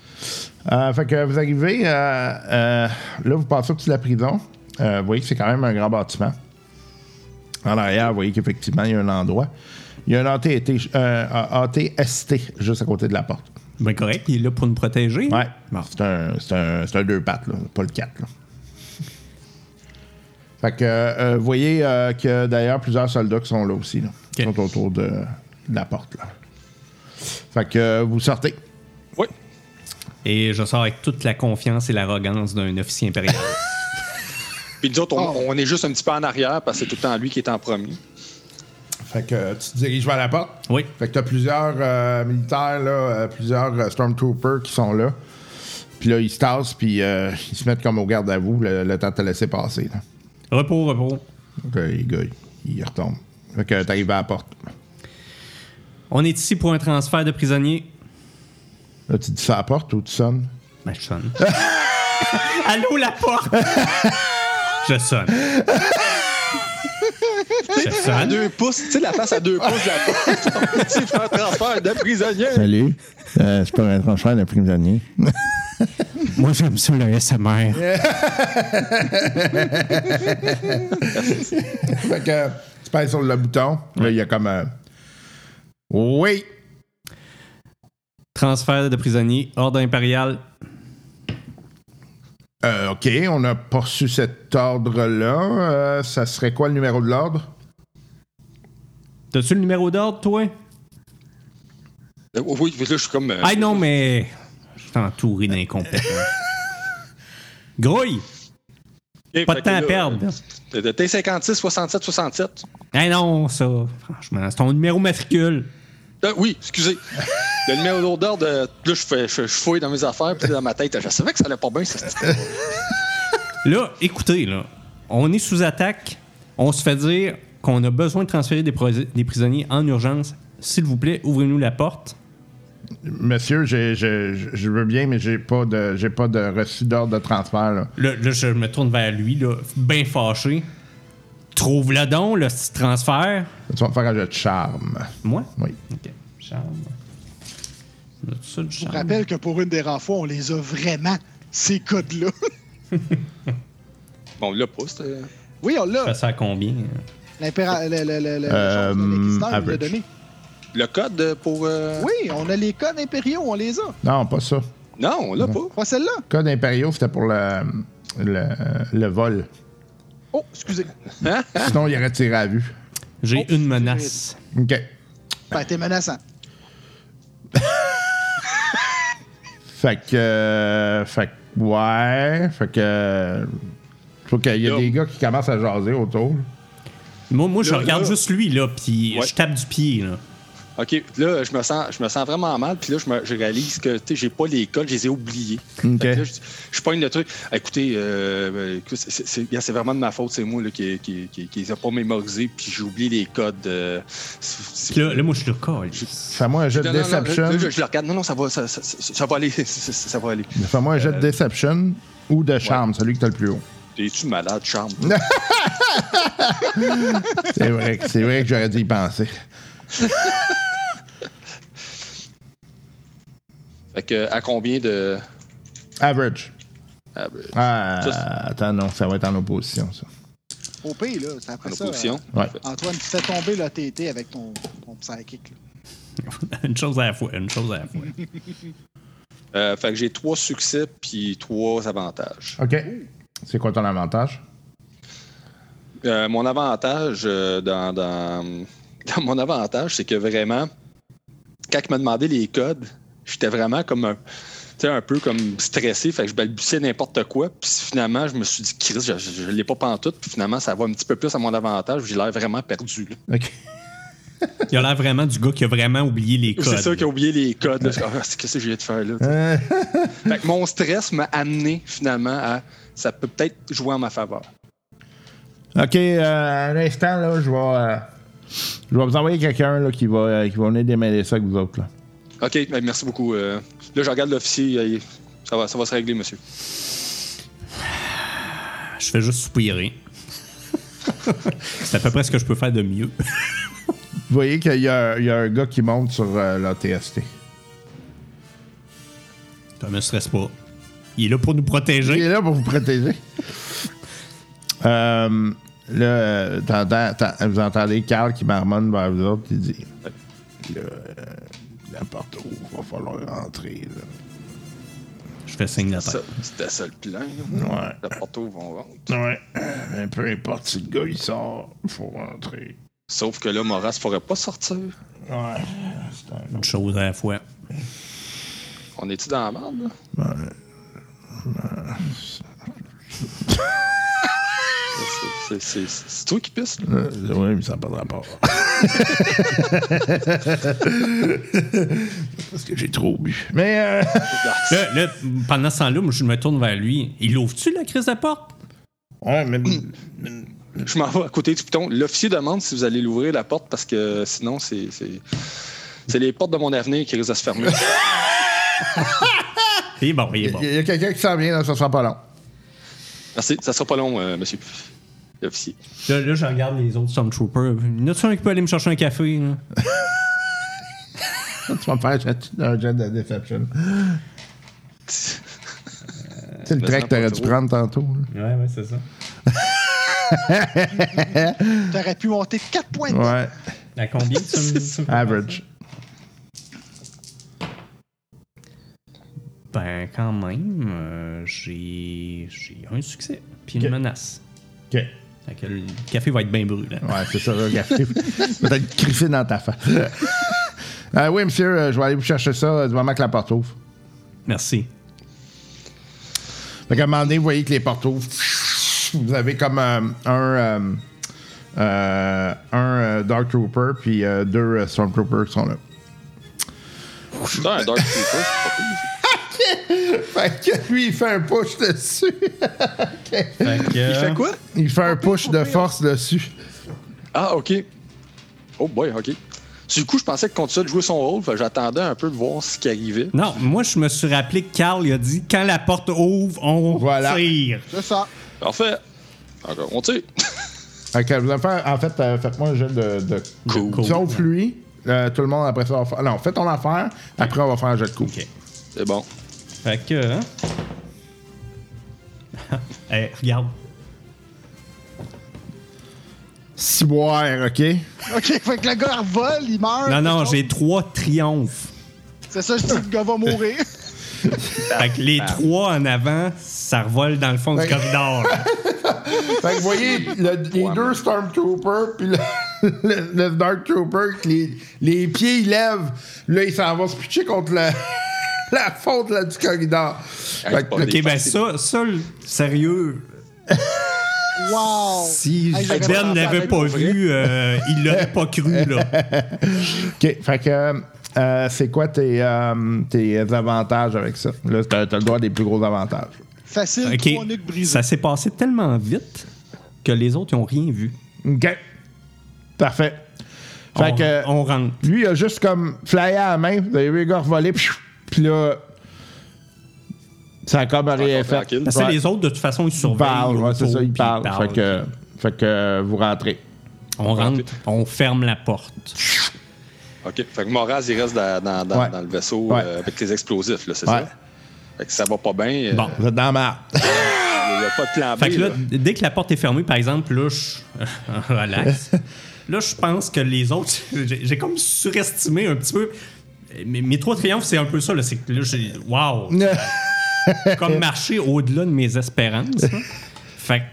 Speaker 2: Euh, fait que vous arrivez, euh, euh, là, vous passez au-dessus de la prison. Euh, vous voyez que c'est quand même un grand bâtiment. En arrière, vous voyez qu'effectivement, il y a un endroit. Il y a un ATT, euh, un ATST juste à côté de la porte.
Speaker 3: Ben correct, il est là pour nous protéger.
Speaker 2: Ouais.
Speaker 3: Bon.
Speaker 2: C'est un, c'est un- c'est un deux pattes, là, pas le quatre. là. Fait que euh, vous voyez euh, que d'ailleurs, plusieurs soldats qui sont là aussi. Là, qui
Speaker 3: Ok.
Speaker 2: sont autour de, de la porte. Là. Fait que euh, vous sortez.
Speaker 5: Oui.
Speaker 3: Et je sors avec toute la confiance et l'arrogance d'un officier impérial.
Speaker 5: Puis nous autres, on, on est juste un petit peu en arrière parce que c'est tout le temps lui qui est en premier.
Speaker 2: Fait que euh, tu te diriges vers la porte.
Speaker 3: oui.
Speaker 2: Fait que t'as plusieurs euh, militaires, là, euh, plusieurs euh, stormtroopers qui sont là. Puis là, ils se tassent, puis euh, ils se mettent comme au garde à vous, le, le temps de te laisser passer. Là.
Speaker 3: Repos, repos.
Speaker 2: Donc, euh, les gars, ils ils retombent. Fait que t'arrives à la porte.
Speaker 3: On est ici pour un transfert de prisonniers.
Speaker 4: Là, tu dis ça à la porte ou tu sonnes?
Speaker 3: Ben, je sonne. Allô, la porte! je sonne. je
Speaker 5: À
Speaker 3: sonne.
Speaker 5: deux pouces, tu sais, la face à deux pouces de la porte. tu fais un transfert de prisonnier.
Speaker 8: Salut. Euh, je peux un transfert d'un prisonnier.
Speaker 9: Moi, j'aime ça, le SMR.
Speaker 4: Fait que tu pèses sur le bouton. Là, il y a comme. euh, Oui!
Speaker 3: Transfert de prisonnier, ordre impérial.
Speaker 4: Euh, OK, on a pas reçu cet ordre-là. Euh, ça serait quoi le numéro de l'ordre?
Speaker 3: T'as-tu le numéro d'ordre, toi?
Speaker 5: Oui, là, je suis comme. euh,
Speaker 3: Ah non, mais. Je suis entouré d'incompétents. Grouille!
Speaker 5: ok,
Speaker 3: Pas
Speaker 5: fait
Speaker 3: de
Speaker 5: que
Speaker 3: temps à
Speaker 5: là,
Speaker 3: perdre.
Speaker 5: euh, T'es 56, 67, 67.
Speaker 3: Ah non, ça, franchement, c'est ton numéro matricule.
Speaker 5: Euh, oui, excusez. Le numéro d'ordre, euh, là, je, fais- je- je fouille dans mes affaires, puis là, dans ma tête, je savais que ça allait pas bien. ça.
Speaker 3: Là, écoutez, là, on est sous attaque. On se fait dire qu'on a besoin de transférer des, prosi- des prisonniers en urgence. S'il vous plaît, ouvrez-nous la porte.
Speaker 4: Monsieur, j'ai- je, je- je veux bien, mais j'ai pas de j'ai pas de reçu d'ordre de transfert. là.
Speaker 3: Là, là, je me tourne vers lui, là, bien fâché. Trouve le don, le petit transfert.
Speaker 4: Tu vas me faire un jeu de charme.
Speaker 3: Moi?
Speaker 4: Oui.
Speaker 3: OK. Charme. Là, tout ça, du
Speaker 6: Je
Speaker 3: charme.
Speaker 6: rappelle que pour une des rares fois, on les a vraiment, ces codes-là.
Speaker 5: Bon, là, pas, euh, c'était.
Speaker 6: Oui, on l'a.
Speaker 3: Ça sert à combien? hein?
Speaker 6: L'impéra- le- le- le- le-
Speaker 4: Euh,
Speaker 6: le- le- l'inquisiteur nous l'a
Speaker 4: average.
Speaker 6: donné.
Speaker 5: Le code euh, pour. euh,
Speaker 6: Oui, on a les codes impériaux, on les a.
Speaker 4: Non, pas ça.
Speaker 5: Non, là, pas.
Speaker 6: Pas celle-là.
Speaker 4: Code impériaux, c'était pour le, le, le vol.
Speaker 6: Oh, excusez.
Speaker 4: Sinon, il aurait tiré à vue.
Speaker 3: J'ai
Speaker 6: Oh,
Speaker 3: une menace.
Speaker 4: OK.
Speaker 6: Ben, t'es menaçant.
Speaker 4: Fait que. euh, fait que. Ouais. Fait que. euh, Je trouve qu'il y a
Speaker 5: Là.
Speaker 4: des gars qui commencent à jaser autour.
Speaker 3: Moi, moi je
Speaker 5: Là,
Speaker 3: regarde
Speaker 5: là.
Speaker 3: juste lui, là, puis
Speaker 5: Ouais.
Speaker 3: je tape du pied, là.
Speaker 5: OK, là, je me sens, je me sens vraiment mal. Puis là, je, me- je réalise que tu sais, j'ai pas les codes, je les ai oubliés.
Speaker 4: OK.
Speaker 5: Fait que là, je, je pogne le truc. Écoutez, euh, euh, écoute, c'est- c'est c'est- gars, c'est vraiment de ma faute. C'est moi là, qui, qui, qui, qui les a pas mémorisés, puis j'ai oublié les codes. euh, c'est- c'est-
Speaker 3: Puis là, là, moi, je le colle.
Speaker 4: Fais-moi un jet de
Speaker 5: Non, non, non,
Speaker 4: deception.
Speaker 5: là, là, je le regarde. Non, non, ça va, ça, ça- ça- ça va aller. Ça, ça- ça va aller.
Speaker 4: Fais-moi un jet de deception ou de charme, celui que t'as le plus haut.
Speaker 5: Es-tu malade, Charme?
Speaker 4: C'est vrai, que- c'est vrai que j'aurais dû y penser.
Speaker 5: Fait que, à combien de.
Speaker 4: Average.
Speaker 5: Ah, ben,
Speaker 4: Ah,
Speaker 5: Ça, c'est-
Speaker 4: attends, non, ça va être en opposition, ça.
Speaker 6: Au pays, là. C'est après
Speaker 5: en
Speaker 6: ça.
Speaker 5: opposition?
Speaker 4: Ouais.
Speaker 6: euh, Antoine, tu fais tomber le TT avec ton, ton psychic. là.
Speaker 3: une chose à la fois, une chose à la fois.
Speaker 5: Euh, fait que j'ai trois succès, puis trois avantages.
Speaker 4: OK. C'est quoi ton avantage?
Speaker 5: Euh, mon avantage euh, dans, dans- dans mon avantage, c'est que vraiment, quand il m'a demandé les codes, j'étais vraiment comme un, tu sais, un peu comme stressé, fait que je balbutiais n'importe quoi. Puis finalement, je me suis dit, Chris, je, je, je l'ai pas pantoute. Puis finalement, ça va un petit peu plus à mon avantage. J'ai l'air vraiment perdu. là.
Speaker 4: OK.
Speaker 3: Il a l'air vraiment du gars qui a vraiment oublié les codes.
Speaker 5: C'est ça qui a oublié les codes. là. Je- Ah, c'est- Qu'est-ce que j'ai de faire là? fait que mon stress m'a amené finalement à ça peut peut-être jouer en ma faveur.
Speaker 4: OK, euh, un instant, là, je vais. euh, je vais vous envoyer quelqu'un là, qui, va, euh, qui va venir démêler ça avec vous autres. Là.
Speaker 5: OK, ben, merci beaucoup. euh. là, je regarde l'officier. euh, Ça va, ça va se régler, monsieur.
Speaker 3: Je fais juste soupirer. c'est à peu près ce que je peux faire de mieux.
Speaker 4: Vous voyez qu'il y, a- il y a un gars qui monte sur euh, la TST.
Speaker 3: Ça me stresse pas. Il est là pour nous
Speaker 4: Il
Speaker 3: protéger.
Speaker 4: est là pour vous protéger. Euh, là, euh, t'entends- t'en- vous entendez Carl qui marmonne vers vous autres. Il dit Là, euh, La porte ouvre, va falloir rentrer.
Speaker 3: Je fais signe de la
Speaker 5: Ça,
Speaker 3: tête.
Speaker 5: c'était ça le plan.
Speaker 4: là.
Speaker 5: là.
Speaker 4: Ouais.
Speaker 5: La porte ouvre, on rentre.
Speaker 4: Ouais. Mais Euh, peu importe si le gars il sort, faut rentrer.
Speaker 5: Sauf que là, Maurras pourrait pas sortir.
Speaker 4: Ouais. C'est un
Speaker 3: Une chose à la fois.
Speaker 5: On est-tu dans la merde, là? C'est- c'est- C'est c'est toi qui pisse, là?
Speaker 4: autre. Ouais, Euh, mais ça n'a pas de rapport. Parce que j'ai trop bu. Mais. euh,
Speaker 3: Là, là, pendant ce temps-là, moi, je me tourne vers lui. Il ouvre-tu la crise de porte?
Speaker 4: ouais, mais.
Speaker 5: Je m'en vais à côté du piton. L'officier demande si vous allez l'ouvrir la porte parce que sinon, c'est. c'est- C'est les portes de mon avenir qui risquent de se fermer.
Speaker 3: Il est bon, il est bon.
Speaker 4: Il y a quelqu'un qui s'en vient, là, ça sera pas long.
Speaker 5: Merci, ça sera pas long, euh, monsieur l'officier.
Speaker 3: Là, là, je regarde les autres Stormtroopers. Y en a-tu un qui peut aller me chercher un café? là?
Speaker 4: tu vas me faire un jet- un jet de Deception. C'est le
Speaker 5: Mais
Speaker 4: trait
Speaker 5: ça
Speaker 4: que t'aurais
Speaker 5: pas
Speaker 4: dû
Speaker 5: trop.
Speaker 4: prendre tantôt. là.
Speaker 3: Ouais, ouais, c'est ça.
Speaker 6: T'aurais pu monter 4 points de
Speaker 4: Ouais,
Speaker 3: À combien tu me- tu me-
Speaker 4: average.
Speaker 3: Ben, quand même, euh, j'ai j'ai un succès. Puis une
Speaker 4: Ok.
Speaker 3: menace.
Speaker 4: OK.
Speaker 3: Fait que le café va être bien brûlant.
Speaker 4: Ouais, c'est ça, là, café. Peut-être crissé dans ta face. Euh, oui, monsieur, euh, je vais aller vous chercher ça euh, du moment que la porte ouvre.
Speaker 3: Merci.
Speaker 4: Fait qu'à un moment donné, vous voyez que les portes ouvrent. Vous avez comme euh, un, euh, euh, un euh, Dark Trooper, puis euh, deux euh, Stormtroopers qui sont là.
Speaker 5: Putain, un Dark Trooper, c'est pas cool.
Speaker 4: Fait que lui, il fait un push dessus.
Speaker 3: Fait que, euh,
Speaker 5: Fait quoi?
Speaker 4: Il fait un push de force dessus.
Speaker 5: Ah, OK. Oh boy, OK. Sur le coup, je pensais que continuait de jouer son rôle, fait que j'attendais un peu de voir ce qui arrivait.
Speaker 3: Non, moi, je me suis rappelé que Carl il a dit quand la porte ouvre, on
Speaker 4: Voilà.
Speaker 3: tire.
Speaker 6: C'est ça.
Speaker 5: Parfait. Encore, on tire.
Speaker 4: Fait que vous allez faire, en fait, euh, faites-moi un jeu de, de
Speaker 5: Cool.
Speaker 3: Cool.
Speaker 4: Sauf lui. euh, tout le monde après ça va faire. Non, faites ton affaire. Après, on va faire un jeu de coups.
Speaker 3: Ok.
Speaker 5: C'est bon.
Speaker 3: Fait que. hein? hey, regarde.
Speaker 4: Ciboire, OK?
Speaker 6: OK, fait que le gars vole, il meurt.
Speaker 3: Non, non,
Speaker 6: quelque chose.
Speaker 3: j'ai trois triomphes.
Speaker 6: C'est ça, je dis, le gars va mourir.
Speaker 3: Fait que les trois en avant, ça revole dans le fond du
Speaker 4: Ah. Ouais.
Speaker 3: corridor. là.
Speaker 4: Fait que vous voyez le- les deux Stormtroopers puis le, le- le Dark Trooper, que les, les pieds, ils lèvent. Là, il s'en va se pitcher contre le- la fonte là, du corridor. Fait que-
Speaker 5: Ok.
Speaker 3: Ok, ben ça, ça, le- sérieux,
Speaker 6: Wow!
Speaker 3: si
Speaker 6: Hey, j'aurais pas
Speaker 3: Ben
Speaker 6: pensé à
Speaker 3: n'avait
Speaker 6: ça,
Speaker 3: pas
Speaker 6: pour vrai.
Speaker 3: vu, euh, il l'aurait pas cru, là.
Speaker 4: OK, fait que... euh, c'est quoi tes, euh, tes avantages avec ça? Là, t'as t'as le droit des plus gros avantages.
Speaker 6: Facile,
Speaker 3: Ok,
Speaker 6: trois nuques brisées.
Speaker 3: ça s'est passé tellement vite que les autres, ils ont rien vu.
Speaker 4: OK. Parfait. Fait
Speaker 3: on,
Speaker 4: que...
Speaker 3: on rentre.
Speaker 4: Lui, il a juste comme flyé à la main, vous avez vu les gars revoler, pfiou, puis là. Ça a comme rien fait.
Speaker 5: tranquille.
Speaker 3: Parce que les autres, de toute façon, ils
Speaker 4: ils
Speaker 3: surveillent.
Speaker 4: parlent, ouais, c'est
Speaker 3: autour,
Speaker 4: ça, ils
Speaker 3: puis
Speaker 4: parlent. Fait que, fait que vous rentrez.
Speaker 3: On rentre, on ferme la porte.
Speaker 5: OK. Fait que Moraz, il reste dans, dans- dans-
Speaker 4: Ouais.
Speaker 5: dans le vaisseau
Speaker 4: Ouais.
Speaker 5: euh, avec les explosifs, là, c'est
Speaker 4: Ouais.
Speaker 5: ça? Fait que ça va pas bien. euh,
Speaker 3: Bon.
Speaker 4: Vous êtes dans la merde.
Speaker 5: Il n'y a pas de plan B.
Speaker 3: Fait que là,
Speaker 5: là.
Speaker 3: d- dès que la porte est fermée, par exemple, là, je. Relax. Là, je pense que les autres. J'ai j'ai comme surestimé un petit peu. Mes, mes trois triomphes, c'est un peu ça, là. C'est que là, j'ai. Waouh! comme marché au-delà de mes espérances. hein. Fait que-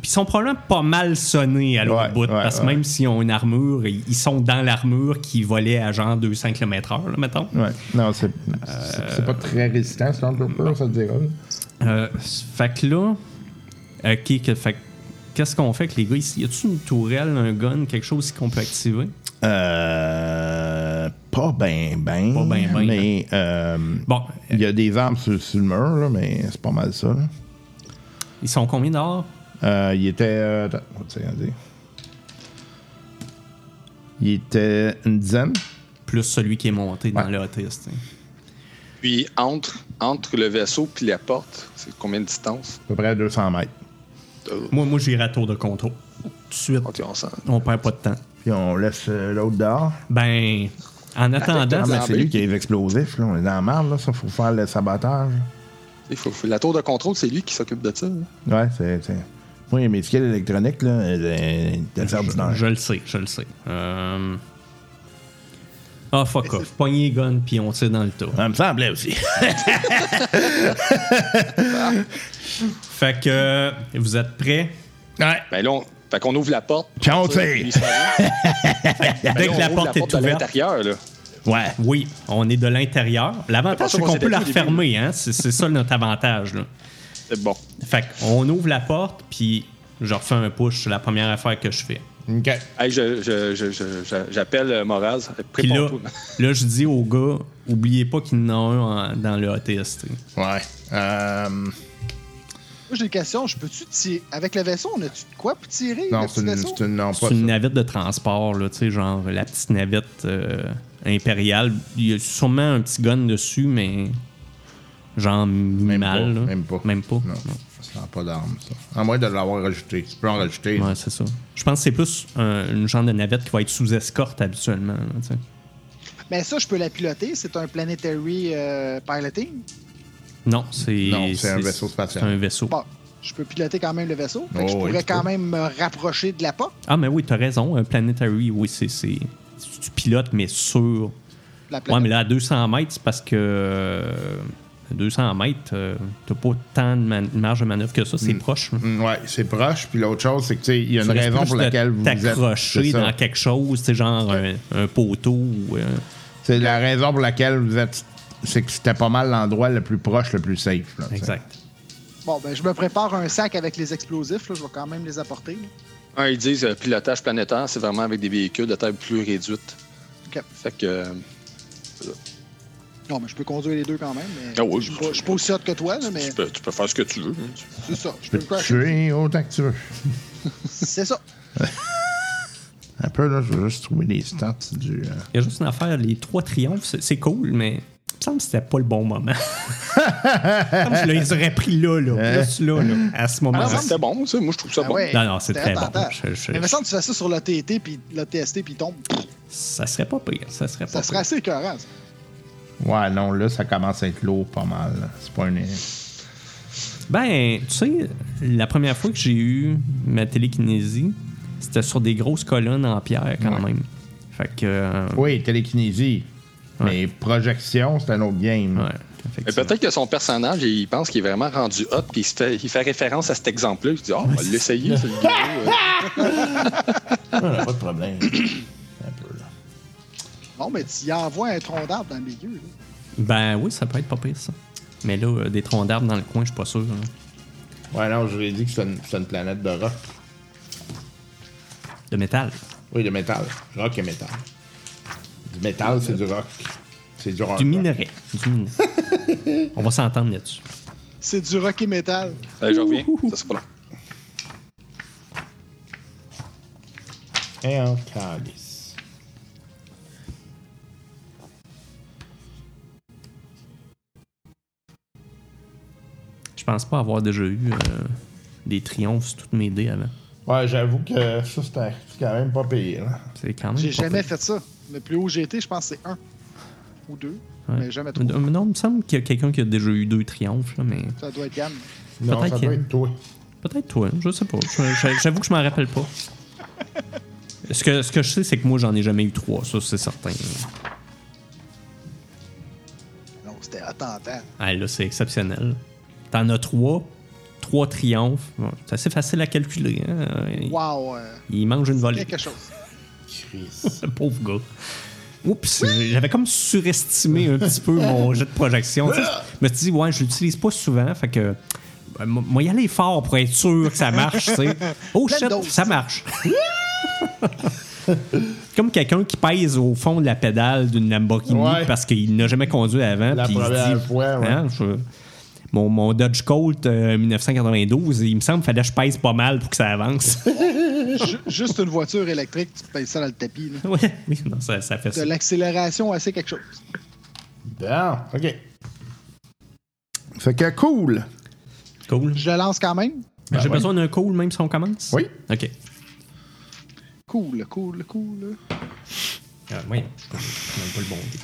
Speaker 3: puis ils sont probablement pas mal sonnés à l'autre
Speaker 4: Ouais,
Speaker 3: bout.
Speaker 4: ouais,
Speaker 3: parce que
Speaker 4: ouais.
Speaker 3: même s'ils ont une armure, ils ils sont dans l'armure qui volait à genre 200 km/h, là, mettons.
Speaker 4: Ouais. Non, c'est c'est- c'est pas très résistant, Stormtrooper, ça te dira.
Speaker 3: Euh, fait que là, ok, que- fait que qu'est-ce qu'on fait avec les gars ici? Y a-tu une tourelle, un gun, quelque chose qu'on peut activer?
Speaker 4: Euh. Pas ben, ben.
Speaker 3: Pas ben, ben.
Speaker 4: Mais. euh,
Speaker 3: Bon,
Speaker 4: Il y a des armes sur, sur le mur, là, mais c'est pas mal ça. là.
Speaker 3: ils sont combien dehors?
Speaker 4: Euh, il était. euh, attends, on va te dire. Il était une dizaine.
Speaker 3: Plus celui qui est monté dans
Speaker 4: Ouais.
Speaker 3: le autiste. hein.
Speaker 5: Puis entre, entre le vaisseau puis la porte, c'est combien de distance?
Speaker 4: à peu près à 200 mètres.
Speaker 3: Moi, moi j'irai à tour de contrôle. Tout de suite.
Speaker 5: OK, on s'en...
Speaker 3: On perd pas de temps.
Speaker 4: Puis on laisse euh, l'autre dehors.
Speaker 3: Ben, en attendant,
Speaker 4: Ah, mais c'est
Speaker 5: B.
Speaker 4: lui qui a les explosifs, là. On est dans la merde, là. Ça, faut faire le sabotage.
Speaker 5: Il faut- faut- La tour de contrôle, c'est lui qui s'occupe de ça. hein? là.
Speaker 4: Ouais, c'est. c'est- Moi, mes skills électroniques, là, euh, t'as ça
Speaker 3: je, je le sais, je le sais. Euh, Ah, fuck off. Poignée gun, puis on tire dans le tas.
Speaker 4: Ça me semblait aussi.
Speaker 3: Fait que euh, vous êtes prêts?
Speaker 4: Ouais.
Speaker 5: Ben là, on... fait qu'on ouvre la porte. euh,
Speaker 4: Puis on
Speaker 5: Ça,
Speaker 4: tire.
Speaker 5: lui, ça va. Ben
Speaker 3: Dès
Speaker 5: Là,
Speaker 3: que
Speaker 5: on
Speaker 3: la
Speaker 5: ouvre
Speaker 3: porte est
Speaker 5: de
Speaker 3: ouverte,
Speaker 5: l'intérieur, là.
Speaker 4: Ouais.
Speaker 3: Oui, on est de l'intérieur. L'avantage,
Speaker 5: C'est
Speaker 3: c'est
Speaker 5: pour ça
Speaker 3: qu'on
Speaker 5: qu'on
Speaker 3: peut la
Speaker 5: s'est détruit au début.
Speaker 3: refermer, hein? C'est c'est ça notre avantage. Là.
Speaker 5: C'est bon.
Speaker 3: Fait qu'on ouvre la porte, puis je refais un push, c'est la première affaire que je fais.
Speaker 4: OK.
Speaker 5: Hey, je, je, je, je- je- j'appelle euh, Moraz.
Speaker 3: Puis là,
Speaker 5: Prépare-toi.
Speaker 3: là, je dis au gars, oubliez pas qu'il y en a un en- dans le ATST.
Speaker 4: Ouais. Euh,
Speaker 6: Moi, j'ai une question. Je peux-tu tirer. Avec le vaisseau, on a-tu de quoi pour tirer?
Speaker 4: non,
Speaker 6: le
Speaker 4: c'est
Speaker 6: petit
Speaker 4: une,
Speaker 6: vaisseau?
Speaker 4: c'est une. Non, pas
Speaker 3: C'est une navette de transport, là, tu sais, genre la petite navette euh, impériale. Il y a sûrement un petit gun dessus, mais Genre minimal.
Speaker 4: pas,
Speaker 3: là.
Speaker 4: même pas.
Speaker 3: Même pas.
Speaker 4: Non, ça n'a pas d'arme, ça. À moins de l'avoir rajouté. Tu peux en rajouter.
Speaker 3: Ouais, c'est ça. Je pense que c'est plus un- une genre de navette qui va être sous escorte habituellement. là, tu sais.
Speaker 6: Mais Ben, ça, je peux la piloter. C'est un planetary euh, piloting.
Speaker 3: non, c'est.
Speaker 4: Non, c'est un vaisseau spatial.
Speaker 3: C'est un vaisseau.
Speaker 6: Bon, je peux piloter quand même le vaisseau. Fait que je
Speaker 4: Oh, oui,
Speaker 6: pourrais
Speaker 4: tu
Speaker 6: quand
Speaker 4: peux.
Speaker 6: même me rapprocher de la PA.
Speaker 3: Ah, mais oui, t'as raison. Un planetary, oui, c'est. c'est- Tu tu pilotes, mais sur.
Speaker 6: La
Speaker 3: Ouais,
Speaker 6: planète.
Speaker 3: mais là, à 200 mètres, c'est parce que. euh, à 200 mètres, euh, t'as pas tant de man- marge de manœuvre que ça, c'est proche. là.
Speaker 4: Mm, Ouais, c'est proche. Puis l'autre chose, c'est que, tu sais, il y a une
Speaker 3: Tu risques
Speaker 4: raison
Speaker 3: plus
Speaker 4: pour
Speaker 3: de
Speaker 4: laquelle vous êtes.
Speaker 3: t'accrocher
Speaker 4: c'est ça.
Speaker 3: dans quelque chose, c'est genre un, un poteau ou. euh,
Speaker 4: C'est la raison pour laquelle vous êtes. C'est que c'était pas mal l'endroit le plus proche, le plus safe. là, tu sais.
Speaker 3: exact.
Speaker 6: Bon, ben, je me prépare un sac avec les explosifs. là. Je vais quand même les apporter.
Speaker 5: Ah, ils disent euh, pilotage planétaire, c'est vraiment avec des véhicules de taille plus réduite.
Speaker 6: OK.
Speaker 5: Fait que. euh,
Speaker 6: Non, mais je peux conduire les deux quand même. Mais
Speaker 5: Ah oui,
Speaker 6: je suis
Speaker 5: je-
Speaker 6: pas- je suis pas aussi hot que toi, là, mais
Speaker 5: tu, peux, tu peux faire ce que tu veux. hein.
Speaker 6: c'est ça. Je
Speaker 4: Tu
Speaker 6: peux
Speaker 4: peux
Speaker 6: le faire.
Speaker 4: te tuer autant que tu veux.
Speaker 6: C'est ça.
Speaker 4: Un peu, là, je veux juste trouver les stats du. euh,
Speaker 3: Il y a juste une affaire, les trois triomphes, c'est c'est cool, mais il me semble que c'était pas le bon moment. Comme je les aurais pris là, là, juste là, là, à ce
Speaker 5: Ah,
Speaker 3: moment-là.
Speaker 5: mais c'était bon, ça. Moi, je trouve ça
Speaker 6: Ah
Speaker 5: bon.
Speaker 6: ouais.
Speaker 3: Non, non, c'est très
Speaker 6: Attends,
Speaker 3: bon.
Speaker 6: attends.
Speaker 3: Je- je-
Speaker 6: mais il me semble que tu fais ça sur le TT, puis le TST, puis il tombe.
Speaker 3: Ça serait pas pire. Ça serait pas
Speaker 6: Ça serait
Speaker 3: pire.
Speaker 6: assez écœurant. ça.
Speaker 4: Ouais, non, là, ça commence à être lourd pas mal. là. C'est pas une.
Speaker 3: Ben, tu sais, la première fois que j'ai eu ma télékinésie, c'était sur des grosses colonnes en pierre quand même. Fait que. euh,
Speaker 4: Oui, télékinésie. Mais projection, c'est un autre game.
Speaker 3: ouais,
Speaker 5: Mais
Speaker 3: effectivement.
Speaker 5: peut-être que son personnage, il pense qu'il est vraiment rendu hot, puis il, se fait, il fait référence à cet exemple-là. Il se dit, ah, on va l'essayer, ce vidéo. euh.
Speaker 4: Ah, pas de problème. un peu, là.
Speaker 6: Non, mais tu y envoies un tronc d'arbre dans le milieu. là.
Speaker 3: Ben oui, ça peut être pas pire, ça. Mais là, euh, des troncs d'arbres dans le coin, je suis pas sûr. hein. là.
Speaker 4: Ouais, non, je vous ai dit que c'est une, c'est une planète de rock.
Speaker 3: De métal.
Speaker 4: Oui, de métal. Rock et métal. Du métal, c'est du rock. C'est du rock.
Speaker 3: Du minerai. Du minerai. On va s'entendre là-dessus.
Speaker 6: C'est du rock et metal.
Speaker 5: Allez, je reviens. Ça sera pas long.
Speaker 4: Et en calice.
Speaker 3: Je pense pas avoir déjà eu euh, des triomphes sur toutes mes dés avant.
Speaker 4: Ouais, j'avoue que ça, c'est un- c'est quand même pas pire. hein.
Speaker 3: C'est quand même.
Speaker 6: J'ai
Speaker 3: pas
Speaker 6: jamais
Speaker 3: pire.
Speaker 6: fait ça. Le plus haut que j'ai été, je pense que c'est un ou deux.
Speaker 3: Ouais.
Speaker 6: Mais jamais trop.
Speaker 3: Mais Non, il me semble qu'il y a quelqu'un qui a déjà eu deux triomphes, là, mais
Speaker 6: Ça doit être Yann.
Speaker 4: Non,
Speaker 3: Peut-être
Speaker 4: ça
Speaker 3: qu'il-
Speaker 4: doit être toi.
Speaker 3: peut-être toi, je sais pas. Je- je- J'avoue que je m'en rappelle pas. Ce que, ce que je sais, c'est que moi, j'en ai jamais eu trois, ça, c'est certain.
Speaker 6: Non, c'était attentant.
Speaker 3: Ah, là, c'est exceptionnel. T'en as trois, trois triomphes. Bon, c'est assez facile à calculer. Hein? Il-
Speaker 6: Wow, euh,
Speaker 3: Il mange une volée.
Speaker 6: quelque chose.
Speaker 4: Chris.
Speaker 3: Le pauvre gars. Oups, j'avais comme surestimé un petit peu mon jet de projection. Tu sais, je me suis dit, ouais, je l'utilise pas souvent, fait que. ben, Moi, moi, y aller fort pour être sûr que ça marche, tu sais. Oh
Speaker 6: Pleine
Speaker 3: shit,
Speaker 6: dose.
Speaker 3: ça marche. Comme quelqu'un qui pèse au fond de la pédale d'une Lamborghini
Speaker 4: Ouais.
Speaker 3: parce qu'il n'a jamais conduit avant.
Speaker 4: La
Speaker 3: puis il se
Speaker 4: première
Speaker 3: dit,
Speaker 4: fois, ouais.
Speaker 3: Hein, je- mon, mon Dodge Colt euh, 1992, il me semble qu'il fallait que je pèse pas mal pour que ça avance.
Speaker 6: Ju- Juste une voiture électrique, tu payes ça dans le tapis. là.
Speaker 3: Ouais, oui, non, ça, ça fait
Speaker 6: De
Speaker 3: ça.
Speaker 6: l'accélération, assez quelque chose.
Speaker 4: Bon, OK. Fait que cool.
Speaker 3: Cool.
Speaker 6: Je le lance quand même.
Speaker 3: J'ai
Speaker 4: Bah ouais.
Speaker 3: besoin d'un call même si on commence?
Speaker 4: Oui.
Speaker 3: OK.
Speaker 6: Cool, cool, cool.
Speaker 3: Ah, voyons. Je suis même pas le bon dé.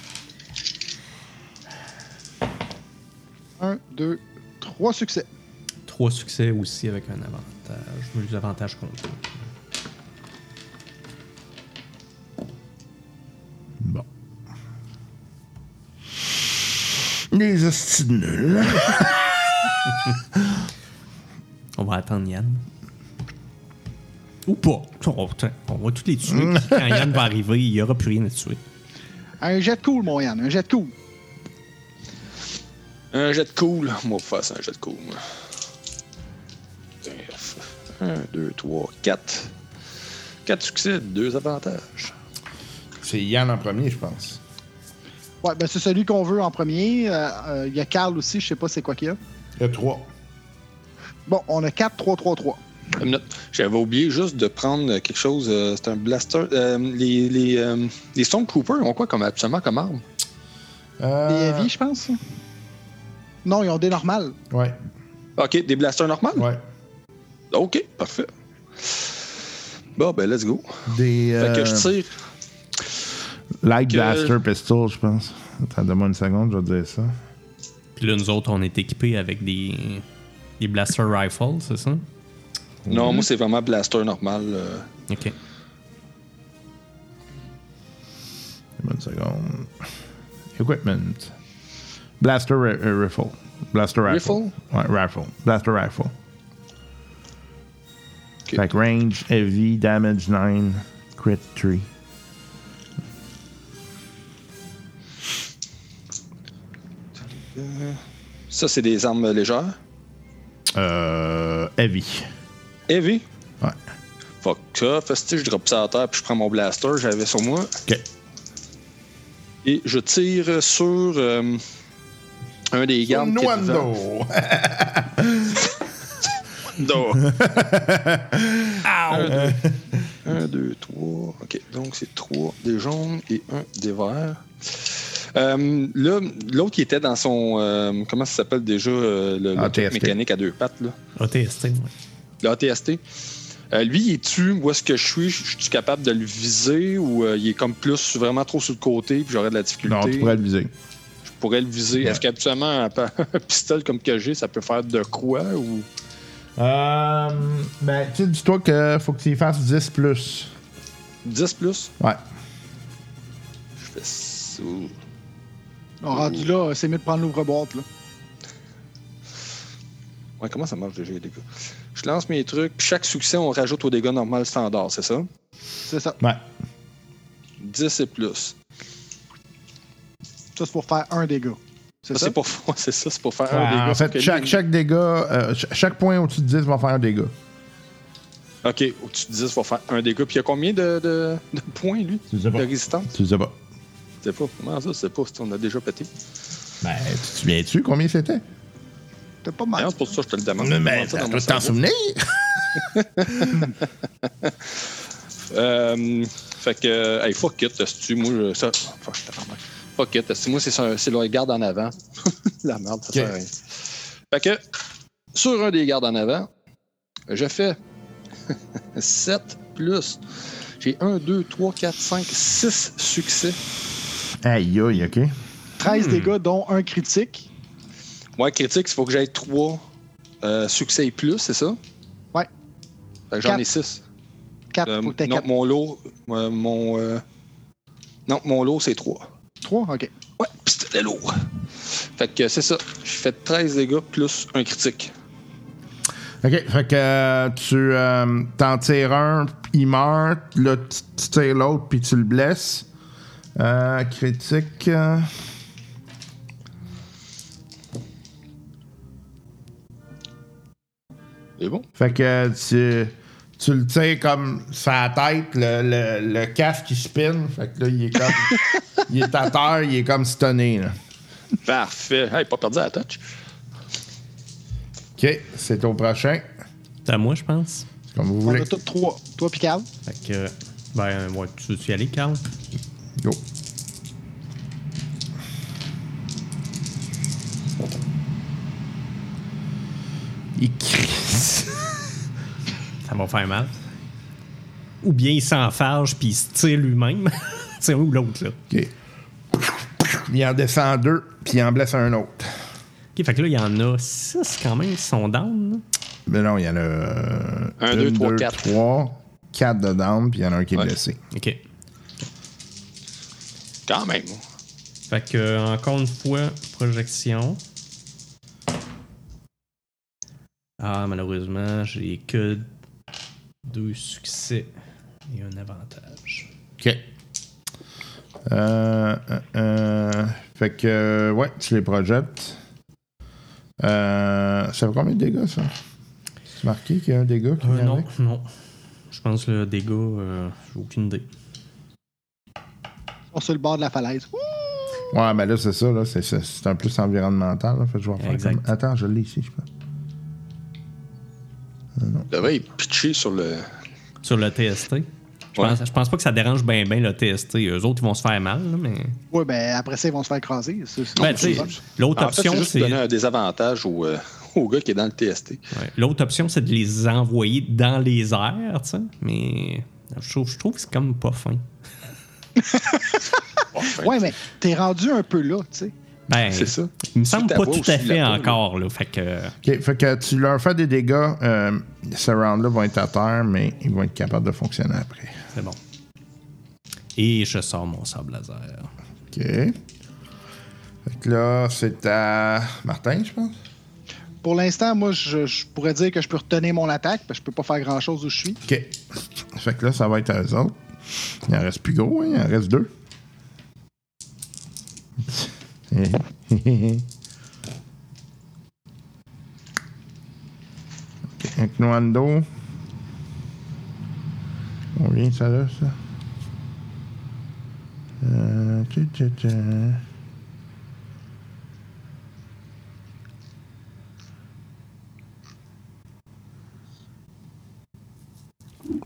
Speaker 6: Un, deux, trois succès.
Speaker 3: Trois succès aussi avec un avantage. Les avantages comptent.
Speaker 4: Bon. Les hosties de nuls.
Speaker 3: On va attendre Yann. Ou pas. Oh, putain, on va tous les tuer. puis Quand Yann va arriver, il n'y aura plus rien à tuer.
Speaker 6: Un jet de cool, mon Yann. Un jet de cool.
Speaker 5: Un jet de cool. Moi, faut faire un jet de cool, moi. 1, 2, 3, 4. 4 succès, 2 avantages.
Speaker 4: C'est Yann en premier, je pense.
Speaker 6: Ouais, ben c'est celui qu'on veut en premier. Euh, euh, Il y a Carl aussi, je sais pas c'est quoi qu'il y a.
Speaker 4: Il y a trois.
Speaker 6: Bon, on a 4, 3, 3, 3.
Speaker 5: Une minute. J'avais oublié juste de prendre quelque chose. euh, c'est un blaster. euh, les, les, euh, les Stormtroopers ont quoi comme, absolument comme arme?
Speaker 6: Les
Speaker 4: Euh,
Speaker 6: heavy, je pense. Non, ils ont des normales.
Speaker 2: Ouais,
Speaker 5: OK, des blasters normales?
Speaker 2: ouais.
Speaker 5: OK, parfait. Bon, ben, let's go.
Speaker 2: Des.
Speaker 5: Fait que
Speaker 2: euh,
Speaker 5: je tire.
Speaker 2: Light
Speaker 5: que-
Speaker 2: Blaster Pistol, je pense. Attends, donne-moi une seconde, je vais te dire ça.
Speaker 3: Puis là, nous autres, on est équipés avec des, des blaster rifles, c'est ça?
Speaker 5: Non, moi, c'est vraiment blaster normal. euh.
Speaker 3: Ok.
Speaker 2: Donne-moi une seconde. Equipment. Blaster ri- euh, Rifle. Blaster Rifle.
Speaker 5: Rifle?
Speaker 2: Ouais, Rifle. Blaster Rifle.
Speaker 5: Ok.
Speaker 2: Fait que range, heavy, damage 9, crit 3.
Speaker 5: Ça, c'est des armes légères.
Speaker 2: Euh. Heavy.
Speaker 5: Heavy.
Speaker 2: Ouais.
Speaker 5: Fuck ça. Fait que, tu sais, je drop ça à terre, puis je prends mon blaster, j'avais sur moi.
Speaker 2: Ok.
Speaker 5: Et je tire sur euh, un des gardes. qui est devant.
Speaker 2: Nuendo!
Speaker 5: Non. 1, 2, 3. OK. Donc, c'est 3 des jaunes et 1 des verts. Euh, là, l'autre qui était dans son. euh, comment ça s'appelle déjà euh, le, le
Speaker 2: Ah,
Speaker 5: truc
Speaker 2: TST.
Speaker 5: mécanique à deux pattes, là?
Speaker 3: ATST, ouais.
Speaker 5: Le ATST. Euh, lui, il est-tu, où est-ce que je suis? Je suis capable de le viser ou euh, il est comme plus vraiment trop sur le côté puis j'aurais de la difficulté?
Speaker 2: non, tu pourrais le viser.
Speaker 5: Je pourrais le viser. Est-ce qu'habituellement, un, pa- un pistolet comme que j'ai, ça peut faire de quoi? Ou...
Speaker 2: Euh, ben, tu sais, dis-toi que faut que tu y fasses 10 plus.
Speaker 5: 10 plus?
Speaker 2: Ouais.
Speaker 5: Je fais ça.
Speaker 6: On rendu là, c'est mieux de prendre l'ouvre-boîte. là.
Speaker 5: Ouais, comment ça marche déjà les dégâts? Je lance mes trucs, puis chaque succès, on rajoute au dégât normal standard, c'est ça?
Speaker 6: C'est ça.
Speaker 2: Ouais.
Speaker 5: 10 et plus.
Speaker 6: Ça, c'est pour faire un dégât. C'est
Speaker 5: Ça,
Speaker 6: ça?
Speaker 5: c'est pour, c'est ça, c'est pour faire
Speaker 2: Ouais,
Speaker 5: un dégât.
Speaker 2: en
Speaker 5: sauf que
Speaker 2: fait,
Speaker 5: lui,
Speaker 2: chaque,
Speaker 5: il-
Speaker 2: chaque dégât, euh, ch- chaque point au-dessus de 10 va faire un dégât.
Speaker 5: Ok, au-dessus de 10, il va faire un dégât. Puis il y a combien de, de- de points, lui?
Speaker 2: Je sais pas.
Speaker 5: De résistance?
Speaker 2: Tu sais pas.
Speaker 5: C'est pas. Comment ça? C'est pas si on a déjà pété.
Speaker 2: Ben, tu te souviens-tu combien c'était?
Speaker 6: T'as pas mal.
Speaker 5: D'ailleurs, c'est pour ça que je te le demande.
Speaker 2: Ben,
Speaker 5: Comment ça, dans mon
Speaker 2: tu t'en
Speaker 5: cerveau?
Speaker 2: souvenir?
Speaker 5: Euh, fait que, euh, hey, fuck it, tu moi, je, ça, fuck, je te ferme. fuck it, esti, moi, c'est sur un- c'est le garde en avant. La merde, ça sert à rien. Fait que, sur un des gardes en avant, je fais 7 plus. J'ai 1, 2, 3, 4, 5, 6 succès.
Speaker 2: Aïe, aïe, ok.
Speaker 5: Hmm.
Speaker 6: 13 dégâts, dont un critique.
Speaker 5: Moi, critique, il faut que j'aille 3 succès et plus, c'est ça?
Speaker 6: Ouais.
Speaker 5: Fait que j'en ai
Speaker 6: Quatre.
Speaker 5: 6.
Speaker 6: 4 pour tes
Speaker 5: Euh, non,
Speaker 6: 4.
Speaker 5: mon lot, euh, mon. euh, non, mon lot, c'est 3.
Speaker 6: 3, ok.
Speaker 5: Ouais, pis c'était lourd. Fait que c'est ça. J'ai fait 13 dégâts plus un critique.
Speaker 2: Ok, fait que euh, tu euh, t'en tires un, il meurt, là, tu tu tires l'autre, puis tu le blesses. Euh, critique. euh,
Speaker 5: C'est bon?
Speaker 2: Fait que tu, tu le tires comme sa tête, le, le, le casque qui spin. Fait que là, il est comme. il est à terre, il est comme stunné. Là.
Speaker 5: Parfait. Hey, pas perdu à la touch.
Speaker 2: Ok, c'est au prochain.
Speaker 3: C'est à moi, je pense.
Speaker 2: C'est Comme vous
Speaker 6: On
Speaker 2: voulez.
Speaker 6: a tous 3. Toi, Picard.
Speaker 3: Fait que. Ben, ouais, tu veux y aller, Carl?
Speaker 2: Go. Il crie.
Speaker 3: Ça va faire mal. Ou bien il s'enfarge puis il se tire lui-même. C'est un ou l'autre, là.
Speaker 2: Ok. Il en descend deux, puis il en blesse un autre.
Speaker 3: Ok, fait que là, il y en a 6 quand même qui sont down. là.
Speaker 2: Mais non, il y en a. euh,
Speaker 5: Un,
Speaker 2: une,
Speaker 5: deux, trois, quatre.
Speaker 2: trois, quatre de down, puis il y en a un qui est
Speaker 5: Ouais.
Speaker 2: blessé.
Speaker 3: Ok.
Speaker 5: Quand même.
Speaker 3: Fait que, euh, encore une fois, projection. Ah, malheureusement, j'ai que deux succès et un avantage.
Speaker 2: OK. Euh, euh, euh, fait que, euh, ouais, tu les projettes. Euh, ça fait combien de dégâts, ça? C'est marqué qu'il y a un dégât qui
Speaker 3: Euh,
Speaker 2: vient
Speaker 3: non,
Speaker 2: avec?
Speaker 3: non. Je pense que le dégât, euh, j'ai aucune idée.
Speaker 6: On est sur le bord de la falaise. Ouh!
Speaker 2: Ouais, mais là, c'est ça, là. C'est, c'est- c'est un plus environnemental, là. Fait que je vais faire
Speaker 3: Exact.
Speaker 2: comme- Attends, je l'ai ici, je pense.
Speaker 5: Il devait y pitcher sur le.
Speaker 3: Sur le TST,
Speaker 2: Je
Speaker 3: Je pense, je pense pas que ça dérange bien bien le test. T'sais, Eux autres, ils vont se faire mal, là, mais.
Speaker 6: Oui, ben après ça, ils vont se faire écraser. c'est- c'est-
Speaker 3: Ben, t'sais,
Speaker 6: c'est-
Speaker 3: L'autre
Speaker 5: En fait,
Speaker 3: option,
Speaker 5: Ah, c'est juste
Speaker 3: c'est.
Speaker 5: pour donner un désavantage au, euh, au gars qui est dans le TST.
Speaker 3: Ouais. L'autre option, c'est de les envoyer dans les airs, tu sais. Mais je trouve, je trouve que c'est comme pas fin.
Speaker 6: Ouais, mais t'es rendu un peu là, tu sais.
Speaker 3: Ben,
Speaker 5: C'est ça.
Speaker 3: Il me semble
Speaker 5: Tu
Speaker 3: pas
Speaker 5: t'avoues
Speaker 3: tout à
Speaker 5: aussi la
Speaker 3: fait
Speaker 5: peau, là.
Speaker 3: encore, là. Fait que.
Speaker 2: OK, fait que tu leur fais des dégâts, euh, ce round-là va être à terre, mais ils vont être capables de fonctionner après.
Speaker 3: C'est bon. Et je sors mon sable laser.
Speaker 2: OK. Fait que là, c'est à Martin, je pense.
Speaker 6: Pour l'instant, moi, je, je pourrais dire que je peux retenir mon attaque, parce que je peux pas faire grand-chose où je suis.
Speaker 2: OK. Fait que là, ça va être à eux autres. Il en reste plus gros, hein? Il en reste deux. OK. Avec Noando. Combien ça là, ça? Euh, tu, tu, tu.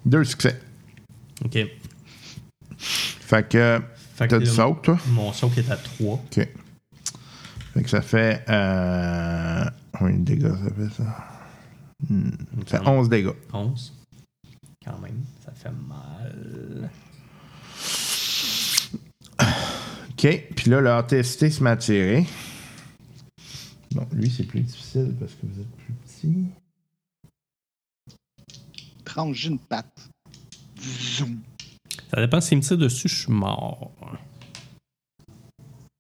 Speaker 2: Deux succès.
Speaker 3: OK.
Speaker 2: Fait que. T'as
Speaker 3: Fait que
Speaker 2: du
Speaker 3: là,
Speaker 2: saut, toi?
Speaker 3: Mon saut qui est à 3.
Speaker 2: OK. Fait que ça fait. Euh... Oui, dégâts, ça fait ça. Hmm, Ça fait 11 dégâts.
Speaker 3: 11. Quand même, ça fait mal.
Speaker 2: OK. Puis là, le ATST se met à tirer. Bon, lui, c'est plus difficile parce que vous êtes plus petit.
Speaker 6: Tranche une patte. Zoom.
Speaker 3: Ça dépend s'il me tire dessus, je suis mort.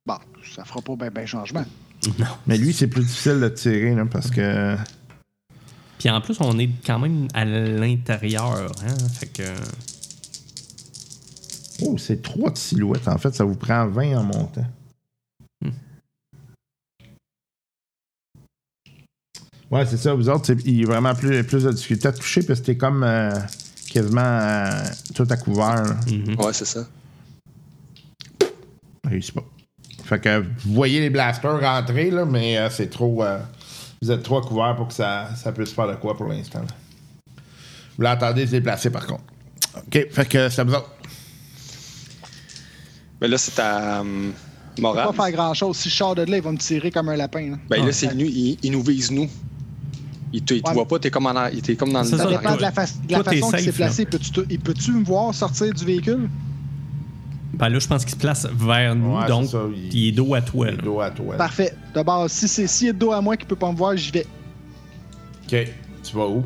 Speaker 6: Bon, ça fera pas ben, ben changement.
Speaker 3: Non.
Speaker 2: Mais lui, c'est plus difficile de tirer là, parce que.
Speaker 3: Puis en plus, on est quand même à l'intérieur. Hein? Fait que.
Speaker 2: Oh, c'est trois de silhouettes. En fait, ça vous prend 20 en montant.
Speaker 3: Hmm.
Speaker 2: Ouais, c'est ça. Vous autres, c'est- il y a vraiment plus, plus de difficulté à toucher parce que t'es comme euh, quasiment euh, tout à couvert. là.
Speaker 3: Mhm.
Speaker 5: Ouais, c'est ça.
Speaker 2: Réussis pas. Fait que vous voyez les blasters rentrer, là, mais euh, c'est trop. euh, vous êtes trop à couvert pour que ça, ça puisse faire de quoi pour l'instant. là. Vous l'entendez se déplacer par contre. OK, fait que c'est à vous autres.
Speaker 5: Mais là, c'est à euh,
Speaker 6: Je peux
Speaker 5: Moral.
Speaker 6: pas faire grand-chose. Si je sors de là, il va me tirer comme un lapin. là.
Speaker 5: Ben
Speaker 3: Ah.
Speaker 5: là, c'est nu, il, il nous vise, nous. Il te, il te
Speaker 6: Ouais.
Speaker 5: voit pas, t'es comme, en, arrière- t'es comme dans le
Speaker 3: C'est
Speaker 6: Ça
Speaker 3: ça,
Speaker 5: dans
Speaker 6: dépend
Speaker 5: l'arrière.
Speaker 6: de la, fa- de la
Speaker 3: Toi, t'es
Speaker 6: façon qu'il
Speaker 3: safe,
Speaker 6: s'est
Speaker 3: là.
Speaker 6: placé. Peux-tu te- il Peux-tu me voir sortir du véhicule?
Speaker 3: Ben là, je pense qu'il se place vers nous,
Speaker 2: Ouais,
Speaker 3: donc
Speaker 2: c'est ça,
Speaker 3: il...
Speaker 2: il-
Speaker 3: est dos à toi. là.
Speaker 2: Dos à toi. là.
Speaker 6: Parfait. D'abord, si c'est si il y a de dos à moi qui peut pas me voir, j'y vais.
Speaker 2: OK, tu vas où?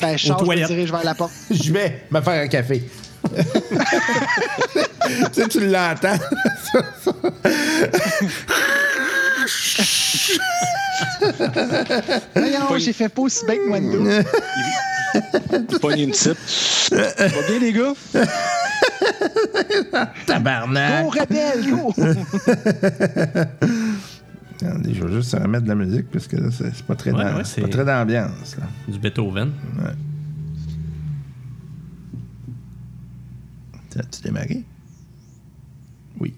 Speaker 6: Ben, je charge, je me
Speaker 3: toilettes.
Speaker 6: dirige vers la porte.
Speaker 2: Je vais me faire un café. tu sais, tu l'entends.
Speaker 6: Voyons, j'ai fait pas aussi bien que Wendo.
Speaker 5: Il pogne une type.
Speaker 6: Ça va bien, les gars?
Speaker 2: Tabarnak.
Speaker 6: Go, rebelle, go!
Speaker 2: Attendez, je vais juste remettre de la musique parce que là, c'est c'est pas très,
Speaker 3: Ouais,
Speaker 2: dans-
Speaker 3: ouais,
Speaker 2: c'est
Speaker 3: c'est-
Speaker 2: pas très d'ambiance. là.
Speaker 3: Du Beethoven.
Speaker 2: T'as- Tu démarré? Oui.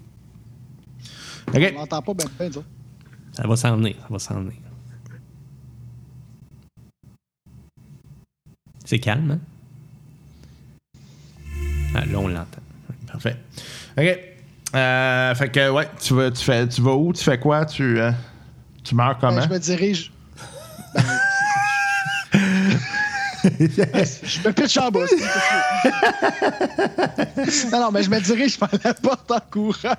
Speaker 2: OK.
Speaker 6: On l'entend pas ben, ben, disons.
Speaker 3: Ça va s'en venir, ça va s'en venir. C'est calme, hein? Ah, là, on l'entend.
Speaker 2: Parfait. OK. Euh, fait que, ouais, tu vas, tu, fais, tu vas où? Tu fais quoi? Tu, euh, tu meurs
Speaker 6: Ben,
Speaker 2: comment?
Speaker 6: je me dirige. Ben, je me pitche en bas. c'est tout. non, non, mais je me dirige vers la porte en courant.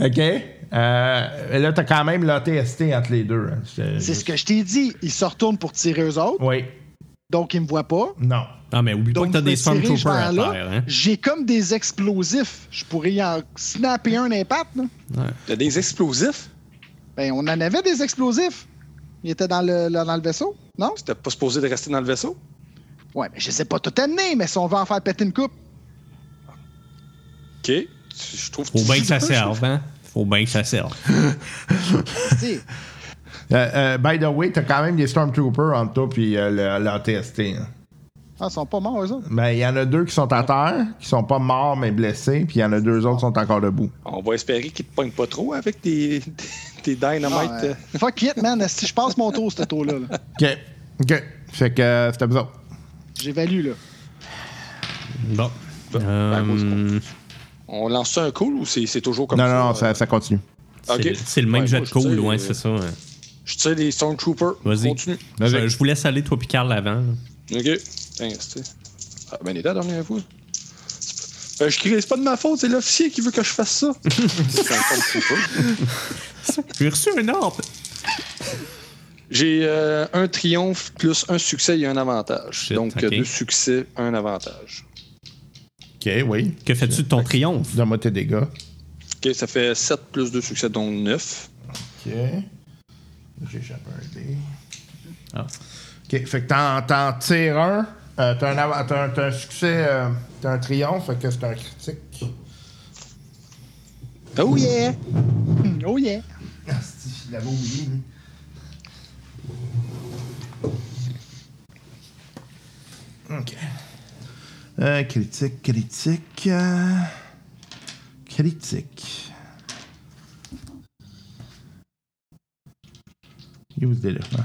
Speaker 2: OK. Euh, là, t'as quand même l'ATST entre les deux. hein.
Speaker 6: C'est ce que je t'ai dit. Ils se retournent pour tirer eux autres,
Speaker 2: Oui.
Speaker 6: donc ils me voient pas.
Speaker 2: Non.
Speaker 3: Ah, mais oublie pas
Speaker 6: Donc,
Speaker 3: que t'as
Speaker 6: je me
Speaker 3: des
Speaker 6: dirige
Speaker 3: Stormtroopers à
Speaker 6: vers là.
Speaker 3: terre, hein?
Speaker 6: J'ai comme des explosifs. Je pourrais y en snapper un impact. là.
Speaker 5: Il y a des explosifs.
Speaker 6: Ben, on en avait des explosifs. Ils étaient dans le, le- dans le vaisseau, non?
Speaker 5: C'était pas supposé de rester dans le vaisseau.
Speaker 6: Ouais, mais je sais pas tout amener, mais si on veut en faire péter une coupe,
Speaker 5: OK. Tu- Je trouve
Speaker 3: Faut bien que ça
Speaker 6: peux,
Speaker 3: serve, hein? Faut bien que ça serve.
Speaker 6: tu sais.
Speaker 2: Euh, euh, by the way, t'as quand même des Stormtroopers entre toi puis euh, le- l'ATST. hein.
Speaker 6: Ah, ils sont pas morts, eux autres.
Speaker 2: Mais il y en a deux qui sont à terre, qui sont pas morts mais blessés, puis il y en a deux autres qui sont encore debout.
Speaker 5: On va espérer qu'il te pogne pas trop avec tes, tes
Speaker 6: Ah,
Speaker 5: dynamites.
Speaker 6: euh, fuck it, man. Si je passe mon tour, ce tour-là, là.
Speaker 2: OK. OK. Fait que euh, c'était bizarre.
Speaker 6: j'évalue, là.
Speaker 3: Bon.
Speaker 5: Ben, moi, je comprends.
Speaker 3: Euh,
Speaker 5: On lance ça un cool ou c'est c'est toujours comme
Speaker 2: Non,
Speaker 5: ça?
Speaker 2: non, non, ça, euh, ça continue.
Speaker 3: c'est
Speaker 5: Ok.
Speaker 3: c'est le même
Speaker 5: Ouais,
Speaker 3: jet de
Speaker 5: moi, je sais,
Speaker 3: cool, ouais,
Speaker 5: euh,
Speaker 3: c'est ça. ouais.
Speaker 5: Je tire des Stormtroopers.
Speaker 3: Vas-y.
Speaker 5: Continue.
Speaker 3: Je, je vous laisse aller, toi, puis Carl, avant. là.
Speaker 5: Ok. Putain, c'est- Ah, ben, il était la dernière fois. C'est pas- Ben, je crie, c'est pas de ma faute, c'est l'officier qui veut que je fasse ça. C'est un Stormtrooper.
Speaker 3: J'ai reçu un ordre.
Speaker 5: J'ai euh, un triomphe plus un succès et un avantage.
Speaker 3: Shit,
Speaker 5: Donc,
Speaker 3: ok.
Speaker 5: euh, deux succès, un avantage.
Speaker 2: Ok, oui.
Speaker 3: Que fais-tu de ton triomphe?
Speaker 2: Donne-moi tes dégâts.
Speaker 5: Ok, ça fait 7 plus 2 succès, donc 9.
Speaker 2: Ok. J'échappe un dé.
Speaker 3: Ah.
Speaker 2: Ok, fait que t'en, t'en tires un. Euh, t'as, un ava- t'as un- t'as un succès, euh, t'as un triomphe, fait que c'est un critique.
Speaker 5: Oh yeah!
Speaker 6: Yeah! Hmm, Oh yeah!
Speaker 2: Asti, je l'avais oublié. lui. Ok. Euh, critique, critique. euh, critique. Il est où ce délire, là?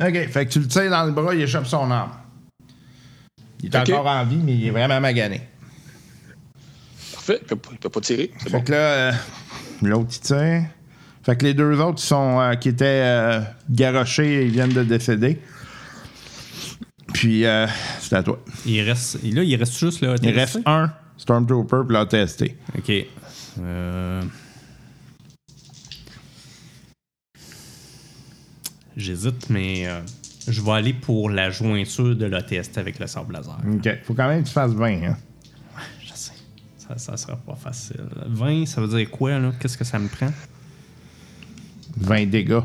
Speaker 2: Ok, fait que tu le tires dans le bras, il échappe son arme. Il est
Speaker 5: Ok.
Speaker 2: encore en vie, mais il est vraiment magané.
Speaker 5: Parfait, il peut, pas- il peut pas tirer. C'est
Speaker 2: Fait
Speaker 5: bon.
Speaker 2: que là, euh, l'autre, il tire. Fait que les deux autres ils sont, euh, qui étaient euh, garochés, ils viennent de décéder. Puis, euh, c'est à toi.
Speaker 3: Il reste. et Là, il reste juste là.
Speaker 2: Il reste un Stormtrooper pour l'ATST.
Speaker 3: Ok. Euh, J'hésite, mais euh, je vais aller pour la jointure de l'OTST avec le sable laser.
Speaker 2: OK. Faut quand même que tu fasses 20. Hein.
Speaker 3: Je sais. Ça, ça sera pas facile. 20, ça veut dire quoi, là? Qu'est-ce que ça me prend?
Speaker 2: 20 dégâts.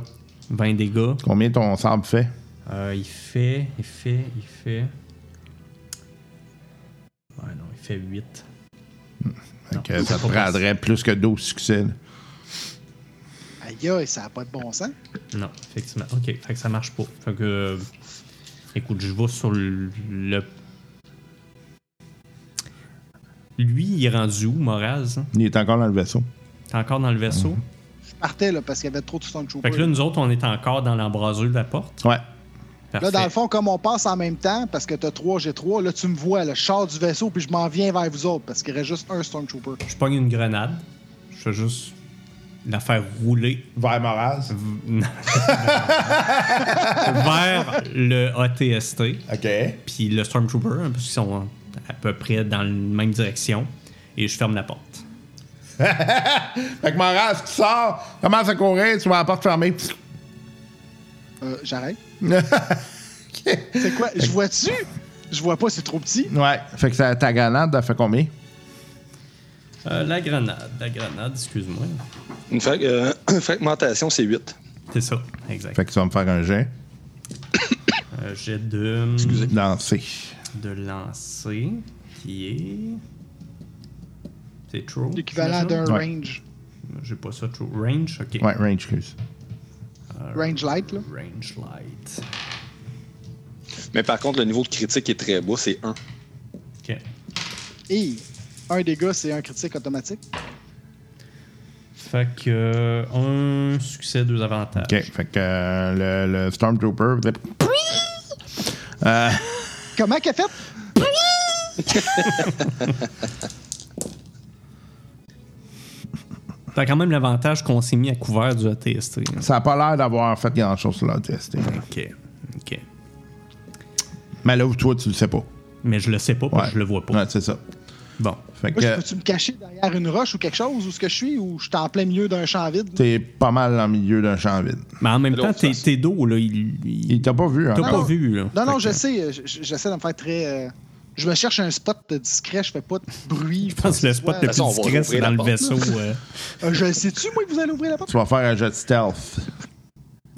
Speaker 3: 20 dégâts.
Speaker 2: Combien ton sable fait?
Speaker 3: Euh, il fait, il fait, il fait. Ouais, non, il fait 8.
Speaker 2: Fait
Speaker 3: Non,
Speaker 2: que
Speaker 3: ça
Speaker 2: ça te
Speaker 3: passe.
Speaker 2: prendrait plus que 12 succès. là.
Speaker 6: Aïe, aïe, ça n'a pas de bon sens.
Speaker 3: Non, effectivement. Ok, fait que ça marche pas. Fait que. euh, écoute, je vais sur le. le- Lui, il est rendu où, Moraz? hein?
Speaker 2: Il est encore dans le vaisseau.
Speaker 3: T'es encore dans le vaisseau?
Speaker 6: Je partais là parce qu'il y avait trop de
Speaker 3: Fait que là,
Speaker 6: Stormtroopers.
Speaker 3: nous autres, on est encore dans l'embrasure de la porte.
Speaker 2: Ouais.
Speaker 6: Là,
Speaker 3: Parfait.
Speaker 6: dans le fond, comme on passe en même temps, parce que t'as 3, j'ai 3, là, tu me vois, là, je sors du vaisseau, puis je m'en viens vers vous autres, parce qu'il reste juste un Stormtrooper.
Speaker 3: Je pogne une grenade. Je fais juste la faire rouler
Speaker 2: Vers Moraz.
Speaker 3: vers le ATST.
Speaker 2: OK.
Speaker 3: puis le Stormtrooper, hein, parce qu'ils sont à peu près dans la même direction, et je ferme la porte.
Speaker 2: Fait que Moraz, tu sors, commence à courir, tu vois la porte fermée.
Speaker 6: Euh, j'arrête. C'est quoi? Je vois-tu? Je vois pas, c'est trop petit.
Speaker 2: Ouais. Fait que ça- ta grenade, elle fait combien?
Speaker 3: Euh, la grenade, la grenade, excuse-moi.
Speaker 5: Une frag- euh, fragmentation, c'est 8.
Speaker 3: C'est ça, exact.
Speaker 2: Fait que tu vas me faire un jet.
Speaker 3: Euh, J'ai de,
Speaker 2: Danser.
Speaker 3: de lancer, qui est. C'est true.
Speaker 6: L'équivalent d'un
Speaker 2: Ouais.
Speaker 6: range.
Speaker 3: J'ai pas ça, true. Range, ok.
Speaker 2: Ouais, range cruise.
Speaker 6: Range light, là.
Speaker 3: Range light.
Speaker 5: Mais par contre, le niveau de critique est très bas, c'est 1.
Speaker 3: Ok.
Speaker 6: Et un dégât, c'est un critique automatique.
Speaker 3: Fait que. euh, un succès, deux avantages.
Speaker 2: OK. Fait que euh, le, le Stormtrooper. blip.
Speaker 6: Comment qu'elle fait?
Speaker 3: T'as quand même l'avantage qu'on s'est mis à couvert du ATST. hein.
Speaker 2: Ça n'a pas l'air d'avoir fait grand-chose sur l'ATST.
Speaker 3: Ok, ok.
Speaker 2: Mais là, toi, tu le sais pas.
Speaker 3: Mais je le sais pas, parce que je le vois pas.
Speaker 2: Ouais, c'est ça.
Speaker 3: Bon.
Speaker 2: Fait
Speaker 6: Moi, je
Speaker 2: que
Speaker 6: peux-tu me cacher derrière une roche ou quelque chose, où ce que je suis, ou je suis en plein milieu d'un champ vide?
Speaker 2: t'es pas mal en milieu d'un champ vide.
Speaker 3: Mais en même
Speaker 5: Mais
Speaker 3: temps,
Speaker 5: l'autre
Speaker 3: t'es,
Speaker 5: face.
Speaker 3: t'es dos, là. Il, il-
Speaker 2: Il t'a pas vu, hein?
Speaker 3: T'as pas
Speaker 6: non.
Speaker 3: vu, là.
Speaker 6: Non, non,
Speaker 3: Fait
Speaker 6: je
Speaker 3: que
Speaker 6: sais, euh, je- je- j'essaie de me faire très... euh, Je me cherche un spot discret, je fais pas de bruit.
Speaker 3: Je pense que le spot le
Speaker 5: toute façon,
Speaker 3: plus
Speaker 5: on va
Speaker 3: discret, c'est
Speaker 5: rouvrir
Speaker 3: dans
Speaker 5: la
Speaker 3: le
Speaker 5: porte, là.
Speaker 3: vaisseau. euh.
Speaker 6: Euh, je le sais-tu, moi, que vous allez ouvrir la porte?
Speaker 2: Tu vas faire un jet de stealth.
Speaker 6: Ça,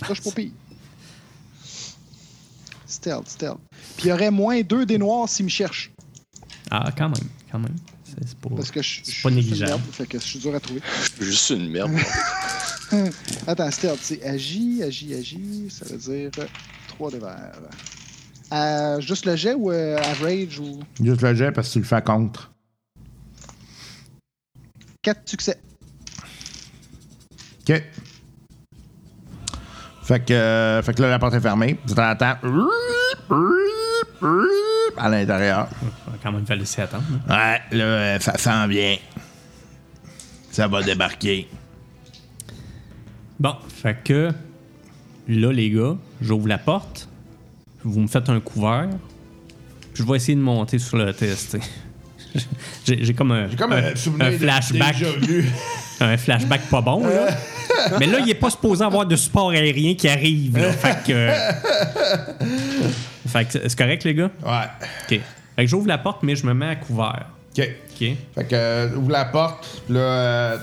Speaker 6: je suis pas pire. Stealth, stealth. Puis il y aurait moins deux des noirs s'ils me cherchent.
Speaker 3: Ah, quand même, quand même. C'est, c'est pas...
Speaker 6: Parce que je je
Speaker 3: C'est
Speaker 6: suis
Speaker 3: pas
Speaker 6: juste une
Speaker 3: négligeable.
Speaker 6: merde, Fait que je suis dur à trouver.
Speaker 5: Juste une merde.
Speaker 6: Attends, stealth, c'est agis, agis, agis. Ça veut dire 3 de verre. Euh, juste le jet ou euh, average ou
Speaker 2: Juste le jet parce que tu le fais contre.
Speaker 6: 4 succès.
Speaker 2: OK. Fait que, euh, fait que là, la porte est fermée. Vous t'entends. À l'intérieur.
Speaker 3: On va quand même fallu laisser attendre. hein.
Speaker 2: Ouais, là, euh, ça s'en vient. Ça va débarquer.
Speaker 3: Bon, fait que là, les gars, j'ouvre la porte. Vous me faites un couvert. Puis je vais essayer de monter sur le test. J'ai j'ai comme un,
Speaker 2: comme Euh, un souvenir
Speaker 3: un
Speaker 2: de-
Speaker 3: flashback.
Speaker 2: déjà vu.
Speaker 3: un flashback pas bon, là. Mais là, il est pas supposé avoir de support aérien qui arrive. là. Fait que. euh, Fait que c'est correct, les gars?
Speaker 2: Ouais.
Speaker 3: OK. Fait que j'ouvre la porte, mais je me mets à couvert.
Speaker 2: OK.
Speaker 3: OK. Ben
Speaker 2: Fait que, euh, ouvre la porte, puis là, euh,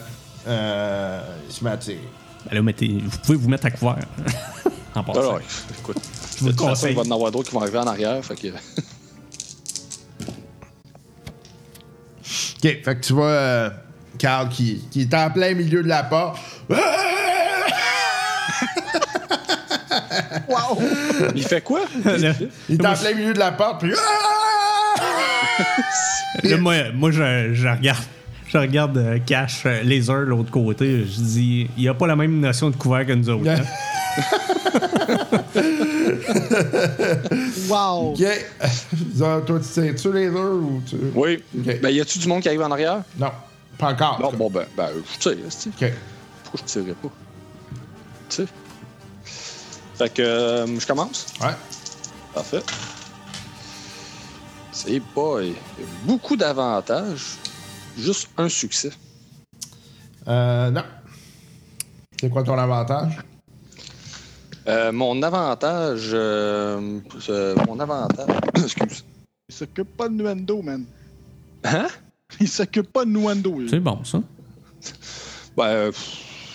Speaker 2: euh, il se met à tirer.
Speaker 3: Ben là, mettez- vous pouvez vous mettre à couvert. en passant.
Speaker 5: Ah ouais, écoute.
Speaker 3: vous
Speaker 5: de toute façon,
Speaker 3: conseille.
Speaker 5: il va y en avoir d'autres qui vont arriver en arrière. Fait que...
Speaker 2: OK, fait que tu vois euh, Carl qui, qui est en plein milieu de la porte.
Speaker 6: Wow!
Speaker 5: Il fait quoi?
Speaker 2: Il est en plein milieu de la porte, puis...
Speaker 3: Là, moi, moi je, je regarde. Je regarde euh, Cash euh, Laser de l'autre côté. Je dis, il n'y a pas la même notion de couvert que nous autres. hein.
Speaker 6: Wow!
Speaker 2: OK. Zah, Toi, tu tires-tu les deux ou tu...
Speaker 5: Oui.
Speaker 2: Ok.
Speaker 5: Ben, y a-tu du monde qui arrive en arrière?
Speaker 2: Non, pas encore.
Speaker 5: Non, bon, ben, ben, euh, je tire, esti.
Speaker 2: OK.
Speaker 5: pourquoi je tirerais pas? Tu sais? Fait que euh, je commence.
Speaker 2: Ouais.
Speaker 5: Parfait. C'est boy. Beaucoup d'avantages. Juste un succès.
Speaker 2: Euh, non. C'est quoi ton avantage?
Speaker 5: Euh, mon avantage. euh, euh, mon avantage. Excuse.
Speaker 6: Il s'occupe pas de Nuendo, man.
Speaker 5: Hein?
Speaker 6: Il s'occupe pas de Nuendo. lui.
Speaker 3: C'est bon, ça.
Speaker 5: Ben. euh, pff,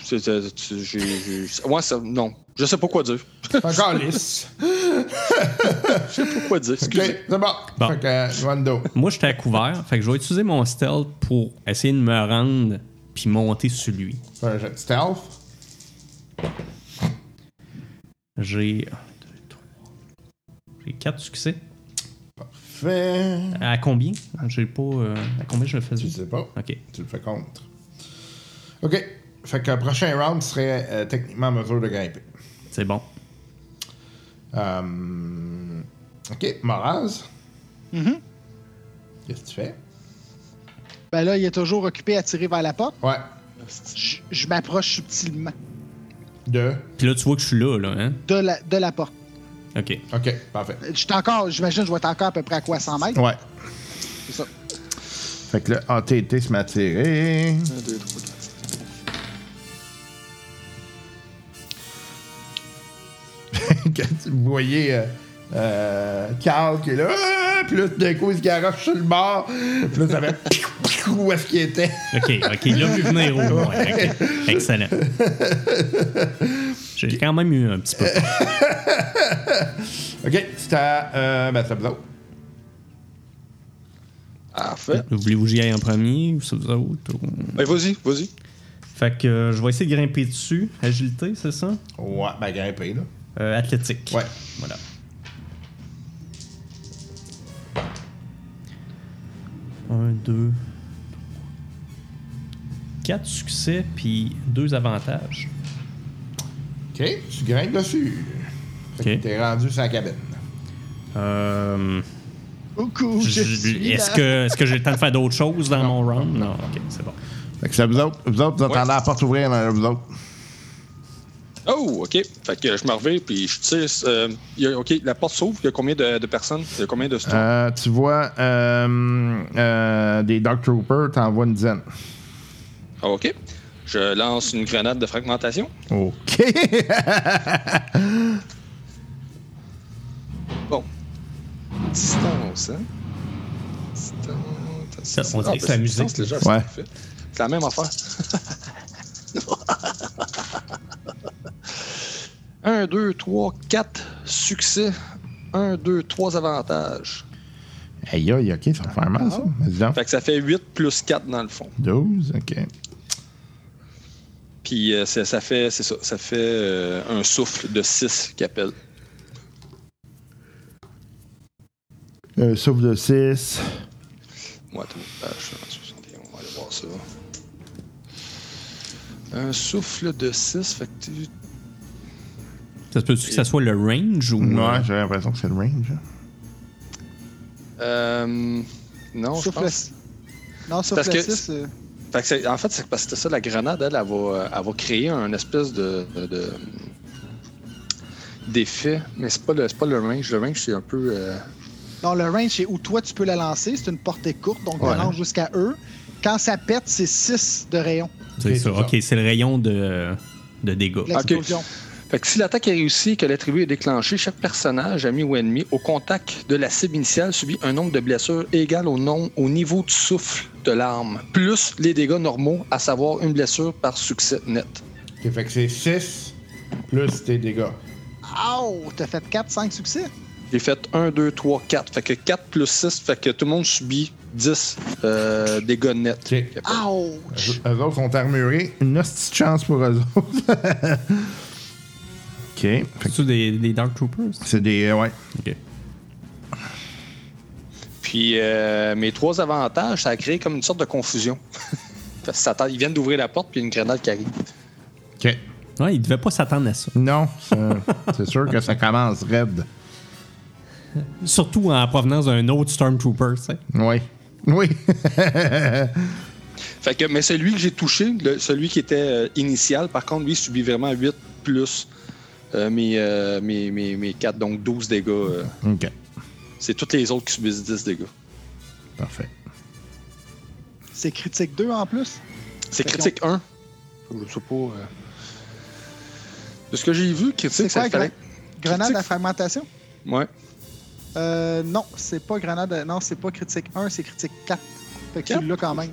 Speaker 5: c'est- c'est- tu- j'ai- j'ai- Ouais, ça. Non. Je sais pas quoi dire.
Speaker 2: C'est encore lisse.
Speaker 5: Je sais pas quoi dire.
Speaker 2: OK,
Speaker 5: Excusez.
Speaker 2: c'est bon.
Speaker 3: Bon.
Speaker 2: Fait que, euh, Wando.
Speaker 3: Moi, j'étais à couvert. Fait que je vais utiliser mon stealth pour essayer de me rendre puis monter sur lui.
Speaker 2: Fais un jet de stealth.
Speaker 3: J'ai. un, deux, trois. J'ai 4 succès.
Speaker 2: Fais...
Speaker 3: À combien J'ai pas. euh, à combien je le faisais
Speaker 2: Je sais pas.
Speaker 3: Ok.
Speaker 2: Tu le fais contre. OK. Fait que le prochain round serait euh, techniquement en mesure de grimper.
Speaker 3: C'est bon.
Speaker 2: Euh, OK, Moraz. Mm-hmm. Qu'est-ce que tu fais?
Speaker 6: Ben là, il est toujours occupé à tirer vers la porte.
Speaker 2: Ouais.
Speaker 6: Je, je m'approche subtilement
Speaker 2: Deux.
Speaker 3: Puis là, tu vois que je suis là, là, hein
Speaker 6: de la, de la porte.
Speaker 3: Ok.
Speaker 2: OK, parfait.
Speaker 6: Je suis encore, j'imagine, je vais être encore à peu près à quoi, 100 mètres?
Speaker 2: Ouais.
Speaker 6: C'est ça.
Speaker 2: Fait que le ATT se m'a tiré.
Speaker 5: Un, deux, trois, quatre.
Speaker 2: Quand tu voyais euh, euh, Carl qui est là, Ah! puis là, tout d'un coup, il se garoche sur le bord. Puis là, ça fait où est-ce qu'il était.
Speaker 3: Ok, ok. Il a vu venir au moins. Ok. Excellent. J'ai quand même eu un petit peu. peur.
Speaker 2: OK, c'est à. Euh, ben, c'est à vous autres.
Speaker 5: Parfait.
Speaker 3: Voulez-vous que j'y aille en premier ou c'est vous autres ou-
Speaker 5: Ben, vas-y, vas-y.
Speaker 3: Fait que euh, je vais essayer de grimper dessus. Agilité, c'est ça
Speaker 2: Ouais, ben, grimper, là.
Speaker 3: Euh, Athlétique.
Speaker 2: Ouais.
Speaker 3: Voilà. Un, deux. Quatre succès, puis deux avantages.
Speaker 2: OK, tu grimpes dessus. Fait
Speaker 3: OK.
Speaker 2: que t'es rendu sur la cabine.
Speaker 3: Euh,
Speaker 6: Coucou,
Speaker 3: je-
Speaker 6: je suis
Speaker 3: Est-ce
Speaker 6: là.
Speaker 3: que, est que j'ai le temps de faire d'autres choses dans mon round? Non, ok, c'est bon.
Speaker 2: Fait que c'est vous autres. Vous autres, vous entendez la porte ouvrir dans vous autres.
Speaker 5: Oh, OK. Fait que je me reviens, puis je tire. euh, y a- OK, la porte s'ouvre. Il y a combien de, de personnes? Il y a combien de...
Speaker 2: Euh, tu vois euh, euh, des Dark Troopers, t'en vois une dizaine.
Speaker 5: Ah, OK. Je lance une grenade de fragmentation.
Speaker 2: OK.
Speaker 5: Bon. Distance, hein? Distance.
Speaker 3: Ça, on dirait que c'est la
Speaker 5: ben,
Speaker 3: musique.
Speaker 5: distance, déjà,
Speaker 2: Ouais.
Speaker 5: c'est parfait. C'est la même affaire. 1, 2, 3, 4 succès. 1, 2, 3 avantages.
Speaker 2: Aïe, aïe, OK, ça va faire mal, ça. Vas-y donc.
Speaker 5: Fait que ça fait 8 plus 4 dans le fond.
Speaker 2: 12, OK.
Speaker 5: Puis euh, c'est- ça fait, c'est ça, ça fait euh, un souffle de 6 qui appelle.
Speaker 2: Euh, souffle de 6.
Speaker 5: Moi, tout ah, page 161, on va aller voir ça. Un souffle de 6, fait que tu...
Speaker 3: Ça se peut que ça soit le range ou. euh,
Speaker 2: Ouais, j'ai l'impression que c'est le range. hein.
Speaker 5: Euh, non, je
Speaker 6: Sauf le-
Speaker 5: pense.
Speaker 6: Non, sauf
Speaker 5: Parce
Speaker 6: le
Speaker 5: que-
Speaker 6: 6. euh,
Speaker 5: Fait que c'est- en fait, c'est parce que c'est ça, la grenade, elle, elle va, elle va créer un espèce de. de- de- d'effet, mais c'est pas, le, c'est pas le range. Le range, c'est un peu. euh,
Speaker 6: Non, le range, c'est où toi tu peux la lancer. C'est une portée courte, donc tu lances jusqu'à eux. Quand ça pète, c'est 6 de rayon.
Speaker 3: C'est ça. Ok, c'est le rayon de, de dégâts.
Speaker 6: de L'explosion.
Speaker 5: Fait que si l'attaque est réussie et que l'attribut est déclenché, chaque personnage, ami ou ennemi, au contact de la cible initiale, subit un nombre de blessures égal au, nom- au niveau du souffle de l'arme, plus les dégâts normaux, à savoir une blessure par succès net.
Speaker 2: Ok, fait que c'est 6 plus tes dégâts.
Speaker 6: Oh, t'as fait 4-5 succès.
Speaker 5: J'ai fait 1, 2, 3, 4. Fait que 4 plus 6, fait que tout le monde subit 10 euh, dégâts nets.
Speaker 2: Ok.
Speaker 6: Ouch!
Speaker 2: Eux eux autres sont armurés. Une hostie de chance pour eux autres. ok. Fait que
Speaker 3: C'est-tu des, des Dark Troopers?
Speaker 2: c'est des. euh, ouais.
Speaker 3: Ok.
Speaker 5: Puis euh, mes trois avantages, ça a créé comme une sorte de confusion. Parce que ça tente- ils viennent d'ouvrir la porte, puis il y a une grenade qui arrive.
Speaker 2: Ok.
Speaker 3: Ouais, ils devaient pas s'attendre à ça.
Speaker 2: Non, ça- c'est sûr que ça commence raide.
Speaker 3: Surtout en provenance d'un autre Stormtrooper, tu sais.
Speaker 2: Oui. Oui.
Speaker 5: Fait que, mais celui que j'ai touché, le- celui qui était euh, initial, par contre, lui, il subit vraiment 8 plus euh, mes, euh, mes, mes, 4, donc 12 dégâts. euh.
Speaker 2: ok.
Speaker 5: c'est toutes les autres qui subissent 10 dégâts.
Speaker 2: Parfait.
Speaker 6: C'est critique 2 en plus.
Speaker 5: C'est critique 1. Je sais pas. euh. De ce que j'ai vu, critique,
Speaker 6: C'est
Speaker 5: ça
Speaker 6: quoi,
Speaker 5: fallait.
Speaker 6: Grenade
Speaker 5: Critique.
Speaker 6: à fragmentation?
Speaker 5: Ouais.
Speaker 6: Euh, non, c'est pas grenade. à- Non, c'est pas critique 1, c'est critique 4. Fait que tu
Speaker 5: Quatre?
Speaker 6: l'as quand même.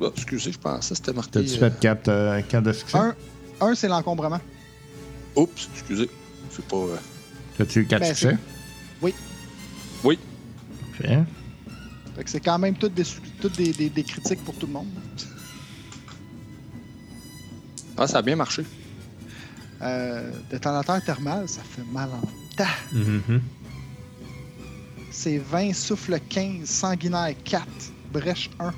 Speaker 5: Bah, excusez, je pensais que c'était marqué.
Speaker 2: T'as-tu
Speaker 5: euh,
Speaker 2: fait 4 de succès?
Speaker 6: 1, un c'est l'encombrement.
Speaker 5: Oups, excusez. C'est pas. euh,
Speaker 2: T'as-tu eu 4
Speaker 6: Ben,
Speaker 2: succès?
Speaker 6: oui.
Speaker 5: Oui.
Speaker 2: Parfait.
Speaker 6: Fait que c'est quand même toutes, des, su- toutes des, des- des critiques pour tout le monde.
Speaker 5: Ah, ça a bien marché.
Speaker 6: Euh, détonateur thermal, ça fait mal en tas. C'est 20, souffle 15, sanguinaire 4, brèche 1.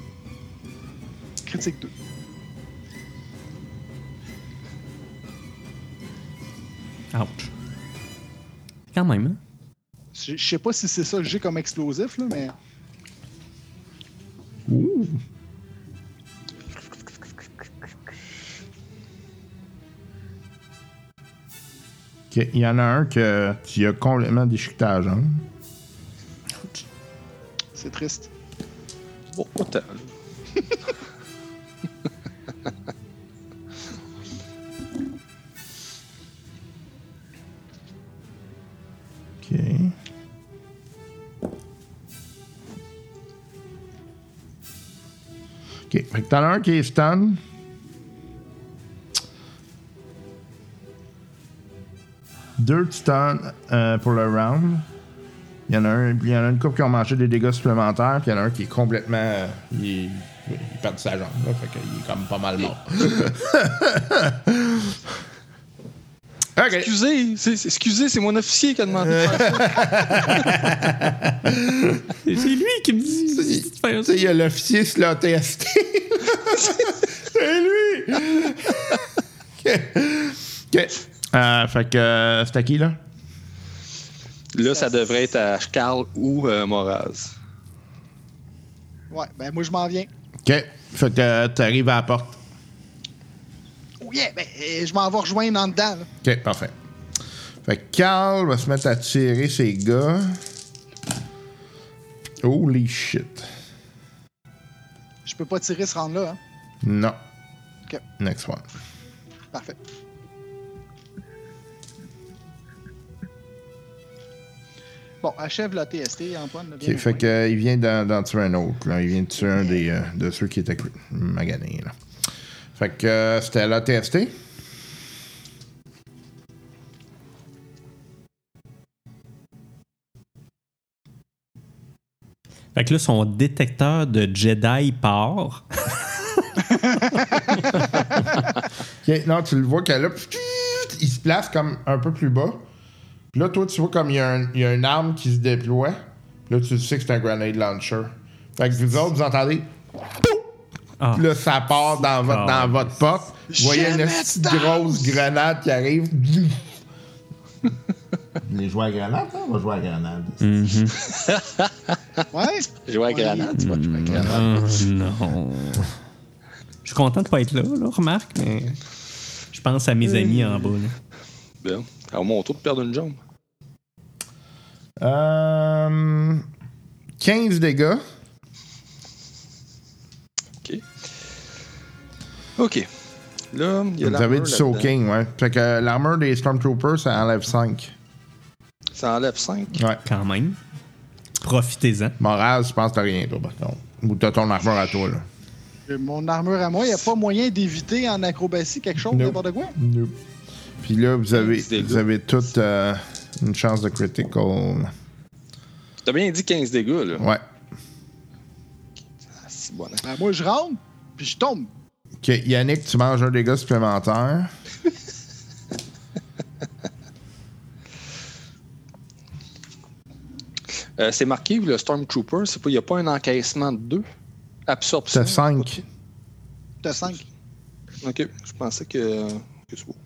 Speaker 6: Critique 2.
Speaker 3: Ouch. Quand même, hein?
Speaker 6: Je je sais pas si c'est ça que j'ai comme explosif, là, mais.
Speaker 2: Ok, Il y en a un que tu as complètement déchiqueté à la jambe.
Speaker 6: C'est triste.
Speaker 5: Bon, autant.
Speaker 2: Ok. Ok. Fait que t'en as un qui est stun. Deux de stun euh, pour le round. Il y en a un, puis il y en a une couple qui ont mangé des dégâts supplémentaires, puis il y en a un qui est complètement. euh, il, est- il perd sa jambe, là, fait qu'il est comme pas mal mort. ok.
Speaker 5: Excusez, c'est, c'est- excusez, c'est mon officier qui a demandé de faire ça.
Speaker 3: C'est lui qui me dit de faire
Speaker 2: Tu sais, il y a l'officier sur la TST. C'est lui! OK. OK. Euh, fait que euh, c'est à qui, là?
Speaker 5: Là, ça devrait être à Carl ou euh, Moraz.
Speaker 6: Ouais, ben moi je m'en viens.
Speaker 2: OK. Fait que euh, t'arrives à la porte.
Speaker 6: Oh yeah, ben euh, je m'en vais rejoindre en dedans. là.
Speaker 2: OK, parfait. Fait que Carl va se mettre à tirer ses gars. Holy shit.
Speaker 6: Je peux pas tirer ce round-là. Hein.
Speaker 2: Non.
Speaker 6: OK.
Speaker 2: Next one.
Speaker 6: Parfait. Bon, achève la TST, Antoine. là, viens
Speaker 2: OK,
Speaker 6: nous
Speaker 2: fait
Speaker 6: joindre.
Speaker 2: que, euh, il vient d'en, d'en tuer un autre. Là. Il vient de tuer un des, euh, de ceux qui étaient cru- maganés. Là. Fait que euh, c'était à la TST.
Speaker 3: Fait que là, son détecteur de Jedi part.
Speaker 2: Ok, non, tu le vois qu'elle a. Il se place comme un peu plus bas. Puis là, toi, tu vois comme il y, a un- il y a une arme qui se déploie. Puis là, tu sais que c'est un grenade launcher. Fait que vous autres, vous entendez.
Speaker 3: Ah.
Speaker 2: Puis là, ça part dans votre, dans votre porte. Vous voyez une
Speaker 6: Jamais
Speaker 2: petite
Speaker 6: de danse.
Speaker 2: grosse grenade qui arrive. Les joueurs à grenade, hein? on va jouer à grenade.
Speaker 6: Ouais,
Speaker 5: Jouer à granate, tu vois, jouer à granate.
Speaker 3: Ah, non. Je suis content de pas être là, là, remarque, mais je pense à mes amis en bas. là.
Speaker 5: Bien. Alors, mon tour de perdre une jambe.
Speaker 2: Euh, 15 dégâts.
Speaker 5: OK. OK. Là, il y a
Speaker 2: Vous avez
Speaker 5: l'armure
Speaker 2: du
Speaker 5: là-dedans.
Speaker 2: soaking, ouais. Fait que l'armure des Stormtroopers, ça enlève 5.
Speaker 5: Ça enlève 5.
Speaker 2: Ouais.
Speaker 3: Quand même. Profitez-en.
Speaker 2: Morale, je pense que t'as rien, toi, par contre. Ou t'as ton armure à toi, là.
Speaker 6: j'ai mon armure à moi, il n'y a pas moyen d'éviter en acrobatie quelque chose,
Speaker 2: Non.
Speaker 6: n'importe quoi.
Speaker 2: Puis là, vous avez,
Speaker 5: Dix dégâts.
Speaker 2: vous avez toutes euh, une chance de critical.
Speaker 5: T'as bien dit 15 dégâts, là.
Speaker 2: Ouais.
Speaker 5: Ah, c'est bon. hein.
Speaker 6: Ben, moi, je rentre, puis je tombe.
Speaker 2: Ok, Yannick, tu manges un dégât supplémentaire.
Speaker 5: Euh, c'est marqué, le Stormtrooper, c'est pas- il n'y a pas un encaissement de 2. Absorption.
Speaker 2: T'as 5.
Speaker 6: T'as 5.
Speaker 5: OK. Je pensais que... que c'est beau.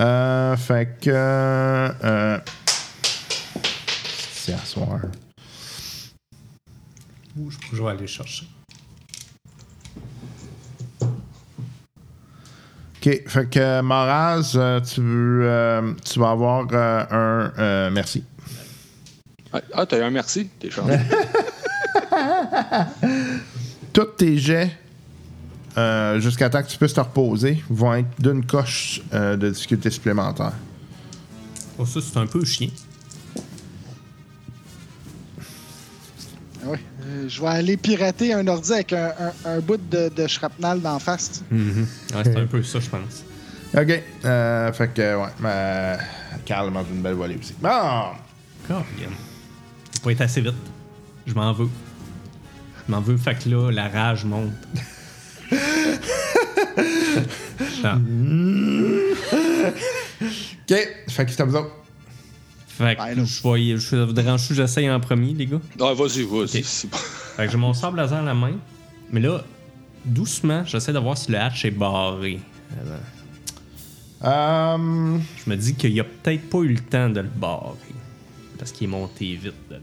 Speaker 2: Euh, fait que. Euh, c'est à soir.
Speaker 3: Je vais aller chercher.
Speaker 2: Ok, fait que Moraz, euh, tu, euh, tu vas avoir euh, un. euh, merci.
Speaker 5: Ah, ah, t'as eu un merci. T'es chanceux.
Speaker 2: Tous tes jets, euh, jusqu'à temps que tu puisses te reposer, vont être d'une coche euh, de difficulté supplémentaire.
Speaker 3: Oh, ça, c'est un peu chiant.
Speaker 6: Ah ouais. Euh, je vais aller pirater un ordi avec un, un- un bout de, de shrapnel d'en face. tu sais.
Speaker 3: Ouais, c'est un peu ça, je pense.
Speaker 2: Ok, euh, fait que, ouais. euh, Carl mange une belle volée aussi. Bon!
Speaker 3: Carrément. Faut pas être assez vite. Je m'en veux. Je m'en veux, fait que là, la rage monte. Ah.
Speaker 2: Ok, fait que c'est à vous autres.
Speaker 3: Fait que je vais. Je voudrais en chou, j'essaye en premier, les gars.
Speaker 5: Ah, vas-y, vas-y.
Speaker 3: Ok.
Speaker 5: c'est bon.
Speaker 3: Fait que j'ai mon sable laser à la main. Mais là, doucement, j'essaie de voir si le hatch est barré.
Speaker 2: Euh,
Speaker 3: Je me dis qu'il a peut-être pas eu le temps de le barrer. Parce qu'il est monté vite dedans.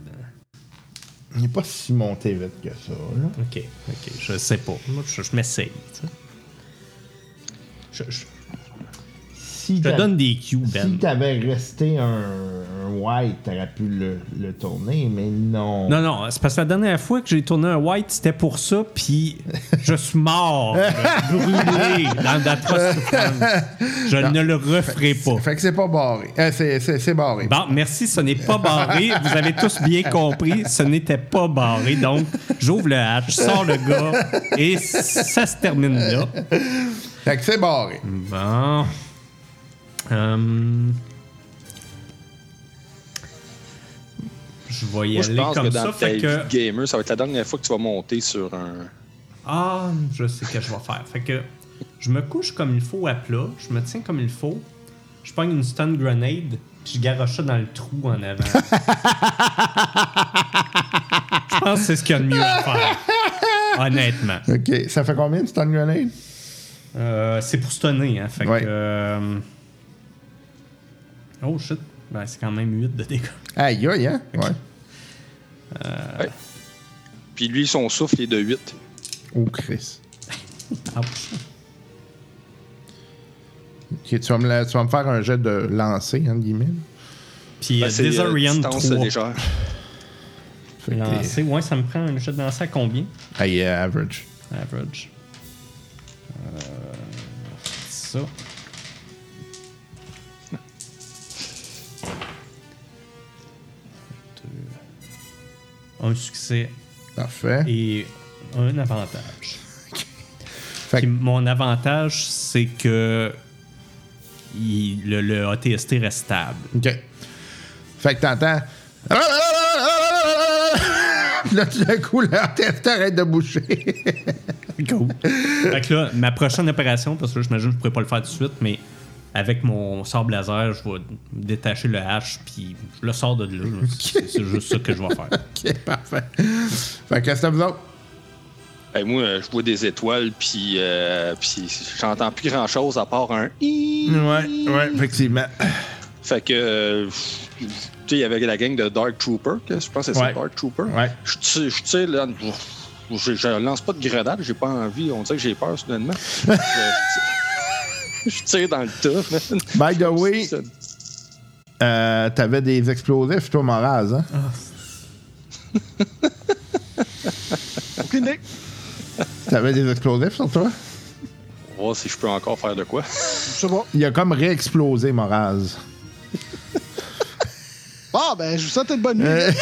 Speaker 2: il n'est pas si monté vite que ça, là.
Speaker 3: Ok, ok, je sais pas. Moi, je, je m'essaye. tu sais. Je- je-
Speaker 2: Si
Speaker 3: je te
Speaker 2: t'a-
Speaker 3: donne des cues,
Speaker 2: Si
Speaker 3: Ben.
Speaker 2: t'avais resté un, un white, t'aurais pu le, le tourner, mais non.
Speaker 3: Non, non, c'est parce que la dernière fois que j'ai tourné un white, c'était pour ça, puis je suis mort, brûlé dans d'atroces souffrances. Je ne le referai pas.
Speaker 2: Fait que c'est pas barré. Euh, c'est- c'est c'est barré.
Speaker 3: Bon, merci, ce n'est pas barré. Vous avez tous bien compris, ce n'était pas barré. Donc, j'ouvre le hatch, sors le gars, et ça se termine là.
Speaker 2: Fait que c'est barré.
Speaker 3: Bon. Hum. Je vais y
Speaker 5: Moi, je
Speaker 3: aller
Speaker 5: pense
Speaker 3: comme
Speaker 5: que dans
Speaker 3: ça.
Speaker 5: ta
Speaker 3: Fait
Speaker 5: vie
Speaker 3: que.
Speaker 5: de gamer, ça va être la dernière fois que tu vas monter sur un...
Speaker 3: Ah, je sais que je vais faire. Fait que je me couche comme il faut à plat, je me tiens comme il faut, je prends une stun grenade, puis je garoche ça dans le trou en avant. je pense que c'est ce qu'il y a de mieux à faire. Honnêtement.
Speaker 2: Ok, ça fait combien de stun grenade?
Speaker 3: Euh, c'est pour stunner, hein. Fait que.
Speaker 2: Ouais.
Speaker 3: euh, Oh shit. Ben, c'est quand même 8 de dégâts.
Speaker 2: Aïe, aïe, hein? Ouais.
Speaker 5: Puis lui, son souffle est de 8.
Speaker 2: Oh, Chris.
Speaker 3: Ouch.
Speaker 2: Ok, tu vas, me la- tu vas me faire un jet de lancer, entre guillemets.
Speaker 3: Puis
Speaker 5: Ben,
Speaker 3: euh,
Speaker 5: c'est, euh,
Speaker 3: Desaurian
Speaker 5: distance
Speaker 3: 3.
Speaker 5: légère.
Speaker 2: Fait que
Speaker 3: Lancer, ouais, ça me prend un jet de lancer à combien
Speaker 2: t'es- Aïe, euh, average.
Speaker 3: Average. Euh, ça. Deux. Un succès
Speaker 2: Parfait.
Speaker 3: et un avantage.
Speaker 2: Fait que,
Speaker 3: Puis mon avantage, c'est que il- le, le ATST reste stable.
Speaker 2: ok. Fait que t'entends. Puis là, tout d'un coup, la tête t'arrête de boucher.
Speaker 3: Cool. fait que là, ma prochaine opération, parce que là, j'imagine que je pourrais pas le faire tout de suite, mais avec mon sort laser, je vais détacher le hache, puis je le sors de là. là. C'est c'est juste ça que je vais faire.
Speaker 2: ok, parfait. Fait que c'est à vous autres.
Speaker 5: Hey, moi, euh, je vois des étoiles, puis, euh, puis j'entends plus grand-chose à part un... i.
Speaker 2: Ouais, ouais, effectivement.
Speaker 5: Fait que, euh, pff, tu sais, il y avait la gang de Dark Trooper, que je pense que c'est
Speaker 2: Ouais.
Speaker 5: ça, Dark Trooper.
Speaker 2: Ouais.
Speaker 5: Je tire, je tire, là, je, je lance pas de grenade, j'ai pas envie, on dirait que j'ai peur soudainement. je, je tire- je tire dans le tas, man.
Speaker 2: By the way, euh, t'avais des explosifs, toi, Moraz, hein?
Speaker 6: Aucune idée.
Speaker 2: T'avais des explosifs sur toi?
Speaker 5: On va voir si je peux encore faire de quoi.
Speaker 6: Je sais pas.
Speaker 2: Il a comme réexplosé, Moraz.
Speaker 6: Bon, ben, je vous souhaite une bonne nuit.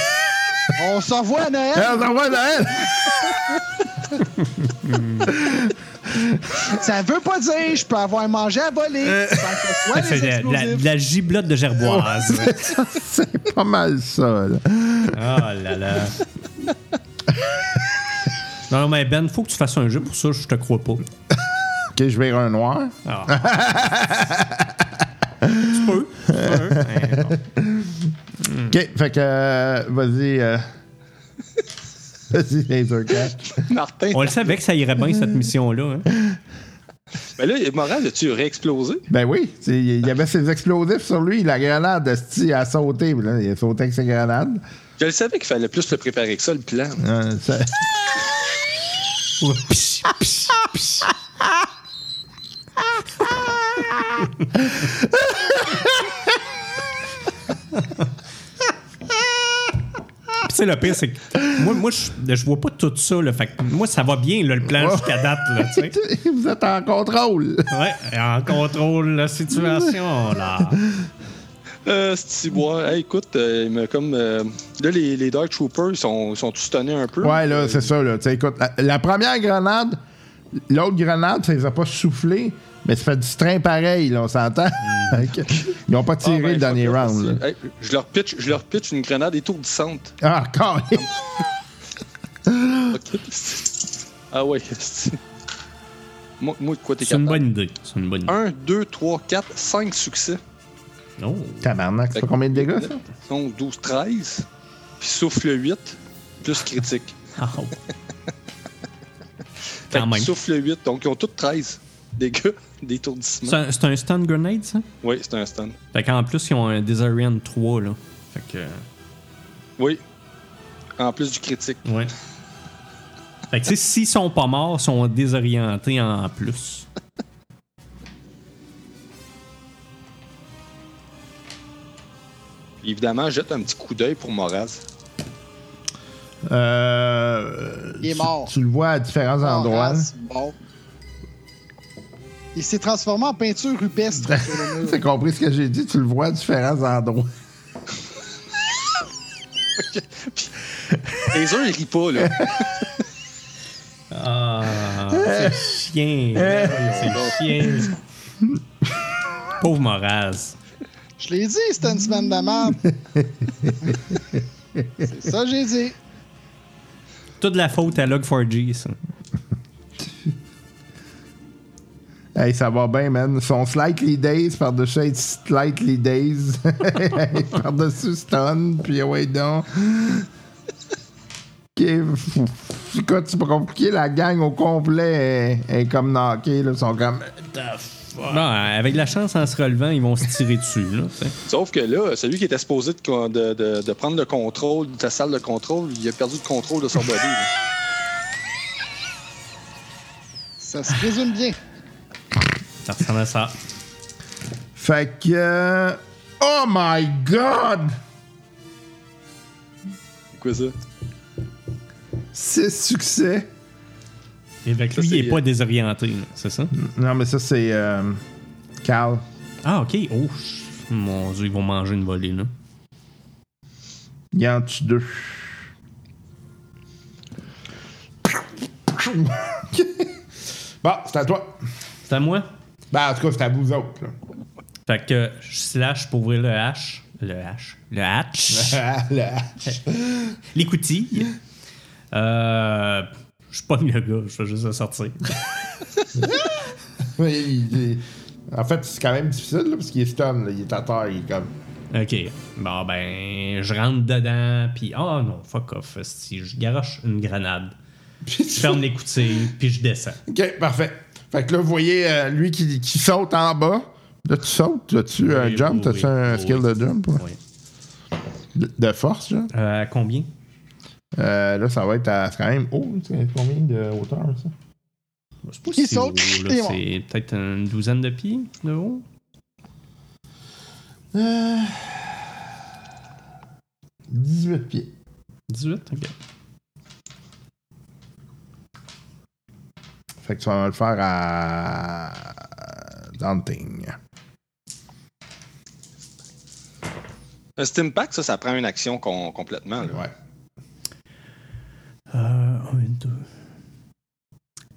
Speaker 6: On s'envoie à Noël.
Speaker 2: Eh, on envoie Noël!
Speaker 6: Ça veut pas dire je peux avoir mangé à voler. Ça fait soit
Speaker 3: C'est de
Speaker 6: des
Speaker 3: la,
Speaker 6: Ah, explosifs.
Speaker 3: de la giblotte de gerboise.
Speaker 2: C'est pas mal ça, là.
Speaker 3: oh là là. Non, mais Ben, faut que tu fasses un jeu pour ça, je te crois pas.
Speaker 2: Ok, je vais un noir.
Speaker 3: Ah. tu peux. Tu peux. Mais non.
Speaker 2: Ok, fait que, euh, vas-y. euh, Vas-y, laser catch.
Speaker 5: Martin.
Speaker 3: On le savait que ça irait bien, cette mission-là. hein.
Speaker 5: Mais ben là, Moral, as-tu réexplosé?
Speaker 2: Ben oui, c'est- il y avait ses explosifs sur lui, la grenade, esti, a sauté. puis là, il a sauté avec ses grenades.
Speaker 5: Je le savais qu'il fallait plus le préparer que ça, le plan.
Speaker 2: Euh, ça-
Speaker 3: Ouais, psh, psh, psh. Puis Tu sais, le pire, c'est que moi, moi je, je vois pas tout ça. Là, fait que moi, ça va bien, là, le plan jusqu'à date. Là, tu sais.
Speaker 2: Vous êtes en contrôle.
Speaker 3: ouais, en contrôle la situation. là.
Speaker 5: Euh, c'est bois. Hey, écoute, euh, il m'a comme. euh, là, les, les Dark Troopers, ils sont, ils sont tous tonnés un peu. Ah,
Speaker 2: Ouais, là, c'est ça, là. Tu sais, écoute, la, la première grenade, l'autre grenade, ça les a pas soufflé, mais ça fait du strain pareil, là, on s'entend. Fait que Ils n'ont pas
Speaker 5: Ah, ben,
Speaker 2: tiré le dernier
Speaker 5: fuck off,
Speaker 2: round, là.
Speaker 5: c'est- hey, je, leur pitch, je leur pitch une grenade étourdissante.
Speaker 2: Ah, quand
Speaker 5: Ok. ah ouais. c'est- Moi, moi, de quoi t'es
Speaker 3: C'est une
Speaker 5: capable?
Speaker 3: bonne idée. C'est une bonne idée.
Speaker 5: 1, 2, 3, 4, 5 succès.
Speaker 3: Non.
Speaker 2: Tabarnak, c'est pas combien de dégâts, ça?
Speaker 5: Donc 12, 13. Puis souffle 8, plus critique.
Speaker 3: Ah, oh.
Speaker 5: Fait
Speaker 3: Quand
Speaker 5: que
Speaker 3: même.
Speaker 5: souffle 8, donc ils ont tous 13 dégâts d'étourdissement.
Speaker 3: C'est un, c'est un stun grenade, ça?
Speaker 5: Oui, c'est un stun.
Speaker 3: Fait qu'en plus, ils ont un Desaurian 3, là. Fait que. euh,
Speaker 5: Oui. En plus du critique.
Speaker 3: Ouais. Fait que, tu sais, s'ils sont pas morts, ils sont désorientés en plus.
Speaker 5: Puis évidemment, jette un petit coup d'œil pour Moraz.
Speaker 2: Euh,
Speaker 6: Il est
Speaker 2: tu-
Speaker 6: mort.
Speaker 2: Tu, le vois à différents
Speaker 6: Bon,
Speaker 2: endroits. là.
Speaker 6: race, Ah, bon. Il s'est transformé en peinture rupestre sur le mur.
Speaker 2: T'as compris ce que j'ai dit? Tu le vois à différents endroits.
Speaker 5: Les uns, ils rient pas, là.
Speaker 3: Ah, c'est chien. C'est chien. Pauvre Moraz.
Speaker 6: Je l'ai dit, c'était une semaine de merde. C'est ça, que j'ai dit.
Speaker 3: Toute la faute à Log4G, ça.
Speaker 2: Hey, ça va bien, man. Son Slightly Days par-dessus être Slightly Days. par-dessus Stun, puis ouais, donc. Ok, fou. Écoute, c'est pas compliqué. La gang au complet est, est comme knockée. Là. Ils sont comme.
Speaker 3: Non, avec la chance, en se relevant, ils vont se tirer dessus, là. tu sais.
Speaker 5: Sauf que là, celui qui était supposé de, con- de- de- de prendre le contrôle de ta salle de contrôle, il a perdu le contrôle de son body. là.
Speaker 6: Ça se résume bien.
Speaker 3: Ça ressemble à ça.
Speaker 2: Fait que. Oh my god!
Speaker 5: C'est quoi ça?
Speaker 2: Six succès.
Speaker 3: Et avec lui,
Speaker 5: c'est-
Speaker 3: il Mm. est pas désorienté, là. C'est ça?
Speaker 2: Non, mais ça, c'est. euh, Cal.
Speaker 3: Ah, ok. Oh, ch- mon Dieu, ils vont manger une volée, là.
Speaker 2: Il y en tue deux. bon, c'est à toi.
Speaker 3: C'est à moi?
Speaker 2: Ben, en tout cas, c'est à vous autres. là.
Speaker 3: Fait que je slash pour ouvrir le H. Le H. Le hatch.
Speaker 2: Ah, là.
Speaker 3: L'écoutille. Euh. Je suis pas le gars, je vais juste le sortir.
Speaker 2: Mais il est- En fait, c'est quand même difficile là, parce qu'il est stun. là. Il est à terre. Il est comme.
Speaker 3: ok. Bon, ben, je rentre dedans, puis oh non, fuck off. Si je garoche une grenade, je ferme l'écoutille, puis je descends.
Speaker 2: Ok, parfait. Fait que là, vous voyez euh, lui qui, qui saute en bas. Là, tu sautes, as-tu un
Speaker 3: Oui,
Speaker 2: jump,
Speaker 3: oui,
Speaker 2: t'as-tu un
Speaker 3: oui,
Speaker 2: skill
Speaker 3: oui.
Speaker 2: de jump? ouais?
Speaker 3: Oui.
Speaker 2: De, de force, là?
Speaker 3: Euh, à combien
Speaker 2: Euh, là, ça va être à, c'est quand même haut. C'est combien de hauteur, ça?
Speaker 3: Je sais pas
Speaker 6: Il
Speaker 3: si Bah, c'est
Speaker 6: saute,
Speaker 3: haut,
Speaker 6: il
Speaker 3: là,
Speaker 6: est mort.
Speaker 3: C'est peut-être une douzaine de pieds de haut.
Speaker 2: Euh, 18 pieds.
Speaker 3: 18, ok.
Speaker 2: Fait que tu vas le faire à. Daunting.
Speaker 5: Un Steam Pack, ça, ça prend une action com- complètement. là.
Speaker 2: Ouais.
Speaker 3: Euh,
Speaker 2: Ah
Speaker 3: un, deux.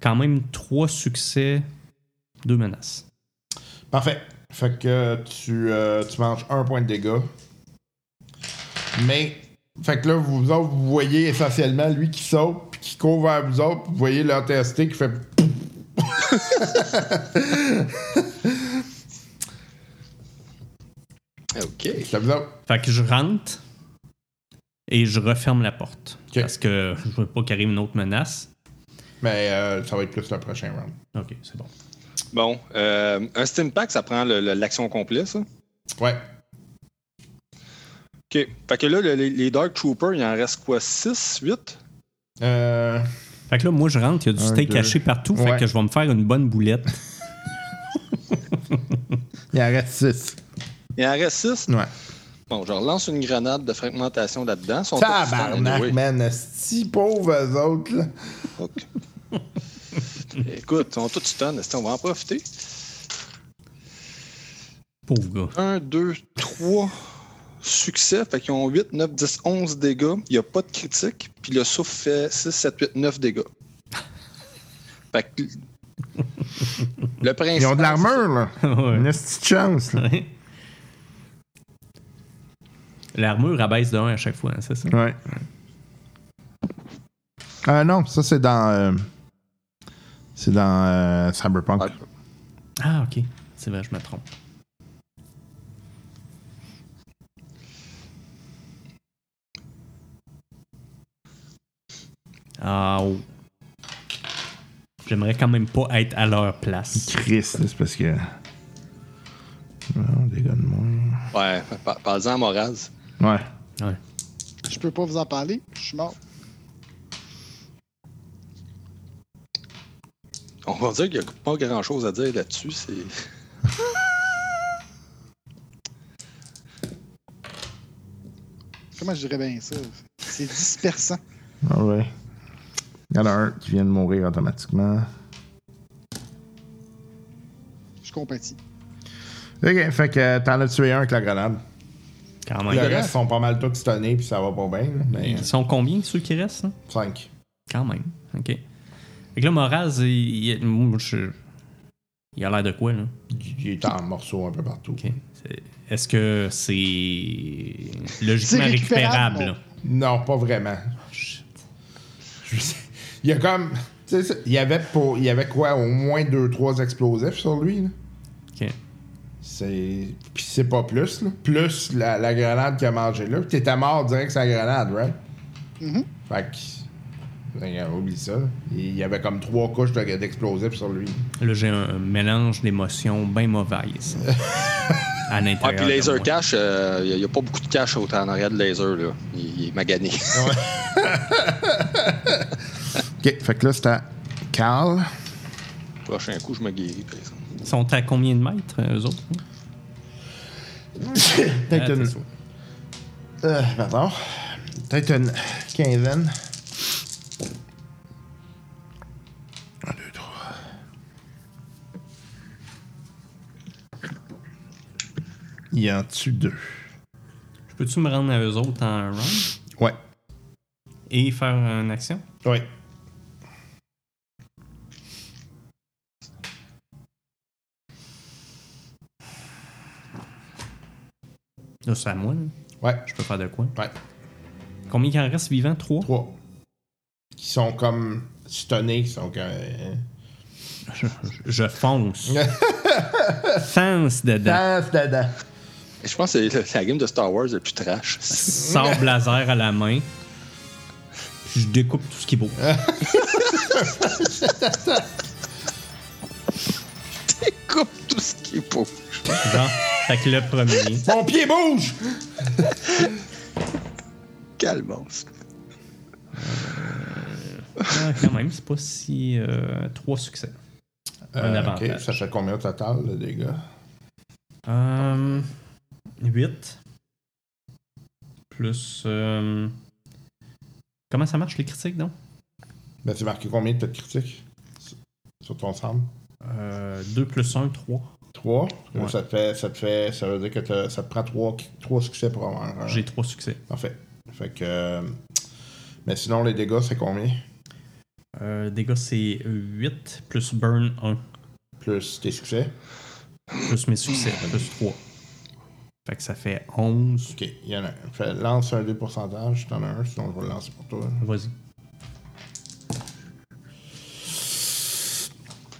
Speaker 3: Quand même trois succès, deux menaces.
Speaker 2: Parfait. Fait que tu, euh, tu manges un point de dégâts. Mais. Fait que là, vous autres, vous voyez essentiellement lui qui saute, puis qui court vers vous autres, puis vous voyez l'intensité qui fait.
Speaker 3: Ah,
Speaker 5: OK.
Speaker 2: C'est vous autres.
Speaker 3: Fait que je rentre et je referme la porte.
Speaker 2: Ok.
Speaker 3: Parce que je veux pas qu'arrive une autre menace.
Speaker 2: Mais euh, ça va être plus le prochain round.
Speaker 3: Ok, c'est bon.
Speaker 5: Bon, euh, un Steam Pack, ça prend le- le- l'action complète, ça.
Speaker 2: Ouais.
Speaker 5: OK. Fait que là, le- les, les Dark Troopers, il en reste quoi 6, 8
Speaker 2: Euh.
Speaker 3: Fait que là, moi, je rentre, il y a du
Speaker 2: Un,
Speaker 3: steak
Speaker 2: deux.
Speaker 3: caché partout.
Speaker 2: Ouais.
Speaker 3: Fait que je vais me faire une bonne boulette.
Speaker 2: Il en reste 6.
Speaker 5: Il en reste 6.
Speaker 2: Ouais.
Speaker 5: Bon, je relance une grenade de fragmentation là-dedans. Ils sont tous
Speaker 2: Tabarnak,
Speaker 5: titans, anyway.
Speaker 2: Ah, man. Si pauvres eux autres, là.
Speaker 5: OK. Écoute, ils sont tous stuns. est-ce qu'on va en profiter?
Speaker 3: Pauvre gars.
Speaker 5: 1, 2, 3 succès. Fait qu'ils ont 8, 9, 10, 11 dégâts. Il n'y a pas de critique. Puis le souffle fait 6, 7, 8, 9 dégâts. Fait que. Le principe.
Speaker 2: Ils ont de l'armure, là.
Speaker 3: Ouais.
Speaker 2: Une petite chance, là.
Speaker 3: Ouais. L'armure abaisse de 1 à chaque fois, hein, c'est ça?
Speaker 2: Ouais. Ah non, ça c'est dans. euh, c'est dans euh, Cyberpunk.
Speaker 5: Ouais.
Speaker 3: Ah, ok. C'est vrai, je me trompe. Ah, oh. J'aimerais quand même pas être à leur place.
Speaker 2: Christ, là, c'est parce que. Non, dégâts de moins.
Speaker 5: Ouais, par- parle-en à Moraz.
Speaker 2: Ouais.
Speaker 3: Ouais.
Speaker 6: Je peux pas vous en parler. Je suis mort.
Speaker 5: On va dire qu'il n'y a pas grand-chose à dire là-dessus. C'est.
Speaker 6: Comment je dirais bien ça? C'est dispersant.
Speaker 2: Ah ouais. Il y en a un qui vient de mourir automatiquement.
Speaker 6: Je compatis.
Speaker 2: Ok, fait que euh, t'en as tué un avec la grenade.
Speaker 3: Quand
Speaker 2: Le
Speaker 3: même.
Speaker 2: reste Mm. sont pas mal tous stunnés, puis ça va pas bien, là, mais
Speaker 3: Ils sont combien, ceux qui restent? hein?
Speaker 2: 5.
Speaker 3: Quand même. OK. Fait que là, Moraz, il, il- moi, je- il a l'air de quoi, là?
Speaker 2: Il est en morceaux un peu partout.
Speaker 3: OK. C'est- Est-ce que c'est logiquement
Speaker 6: C'est récupérable,
Speaker 3: récupérable, là?
Speaker 2: Non, pas vraiment. Je- Il y a comme. tu sais, ça- Il y avait pour. Il y avait quoi? Au moins deux, trois explosifs sur lui. là.
Speaker 3: OK.
Speaker 2: C'est. Puis c'est pas plus, là. Plus la, la grenade qu'il a mangé là. Puis t'étais mort direct sur la grenade, right? Mm-hmm. Fait que. ben, Oublie ça. là. Il y avait comme trois couches de- d'explosifs sur lui.
Speaker 3: Là, j'ai un mélange d'émotions bien mauvaises. à l'intérieur.
Speaker 5: Ouais, Ah, puis
Speaker 3: de
Speaker 5: Laser
Speaker 3: moi.
Speaker 5: Cash, il n'y a, pas beaucoup de cash au- en arrière de Laser. Là. Il, il est magané.
Speaker 2: Ok, fait que là, c'était Carl.
Speaker 5: Prochain coup, je me guéris, par exemple.
Speaker 3: Ils sont à combien de mètres, eux autres? hein?
Speaker 2: Peut-être
Speaker 3: Ah,
Speaker 2: une.
Speaker 3: t'es sûr.
Speaker 2: Euh, pardon. Peut-être une quinzaine. 1, 2, 3. Il en tue deux.
Speaker 3: Peux-tu me rendre à eux autres en round
Speaker 2: Ouais.
Speaker 3: et faire une action?
Speaker 2: Ouais.
Speaker 3: Là, c'est à moi, là.
Speaker 2: Ouais.
Speaker 3: Je peux faire de quoi?
Speaker 2: Ouais.
Speaker 3: Combien qu'il en reste vivant? Trois?
Speaker 2: Trois. Qui sont comme stunnés, qui sont comme. euh,
Speaker 3: Je, je fonce. Fonce Ah, dedans.
Speaker 2: Danse dedans.
Speaker 5: Je pense que c'est le- la game de Star Wars le plus trash.
Speaker 3: Sable laser à la main. Puis je découpe tout ce qui est beau.
Speaker 5: Coupe tout ce qui est beau.
Speaker 3: Genre, fait que le premier.
Speaker 10: Mon pied bouge!
Speaker 5: Calmos.
Speaker 3: Ah, quand même, c'est pas si. euh, trois succès. Un
Speaker 2: Euh,
Speaker 3: avantage.
Speaker 2: ok, Ça fait combien au total, le dégât?
Speaker 3: Ehm, 8. Plus. euh, comment ça marche les critiques, non
Speaker 2: Ben, c'est marqué combien de têtes critiques Sur- sur ton ensemble?
Speaker 3: 2 Euh, plus 1, 3.
Speaker 2: 3.
Speaker 3: Ouais.
Speaker 2: Ça, te fait, ça te fait. Ça veut dire que t'as- ça te prend 3, succès pour avoir. un.
Speaker 3: J'ai 3 succès.
Speaker 2: Parfait. Fait que. euh, Mais sinon, les dégâts, c'est combien
Speaker 3: Euh, dégâts, c'est 8 plus burn 1.
Speaker 2: Plus tes succès
Speaker 3: Plus mes succès, plus 3. Fait que ça fait 11.
Speaker 2: Ok, il y en a un. Fait, lance un 2 pourcentage, t'en as un, sinon je vais le lancer pour toi.
Speaker 3: Vas-y.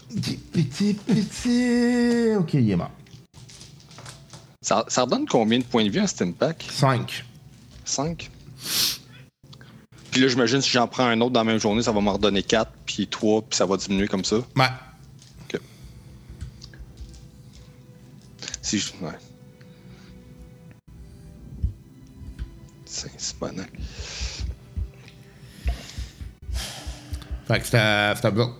Speaker 2: Petit, petit, petit. Ok, il est mort.
Speaker 5: Ça, ça redonne combien de points de vie à cet impact?
Speaker 2: 5.
Speaker 5: 5? Puis là, j'imagine si j'en prends un autre dans la même journée, ça va m'en redonner 4, puis 3, puis ça va diminuer comme ça.
Speaker 2: Ouais.
Speaker 5: Si je. Ouais. C'est c'est bon, hein?
Speaker 2: Fait que c'est à c'est à vous.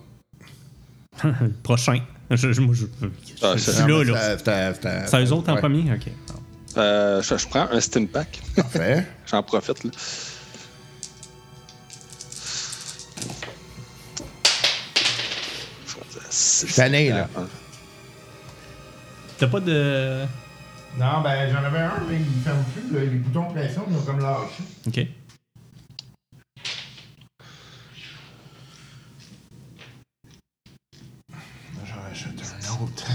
Speaker 3: Le Prochain. Je, je, moi, je, je
Speaker 5: Ah,
Speaker 3: suis
Speaker 5: c'est-
Speaker 3: là,
Speaker 2: C'est
Speaker 3: là.
Speaker 2: à- c'est à- c'est à-
Speaker 3: C'est eux autres en
Speaker 2: ouais,
Speaker 3: premier? Ok.
Speaker 5: Euh, je, je prends un Steam Pack.
Speaker 2: Parfait.
Speaker 5: J'en profite, là.
Speaker 2: tanné, là.
Speaker 3: T'as pas de.
Speaker 2: Non, ben j'en avais un, mais il ferme plus. là. Les boutons de pression, ils ont comme lâché.
Speaker 3: Ok.
Speaker 2: J'en rachète un autre.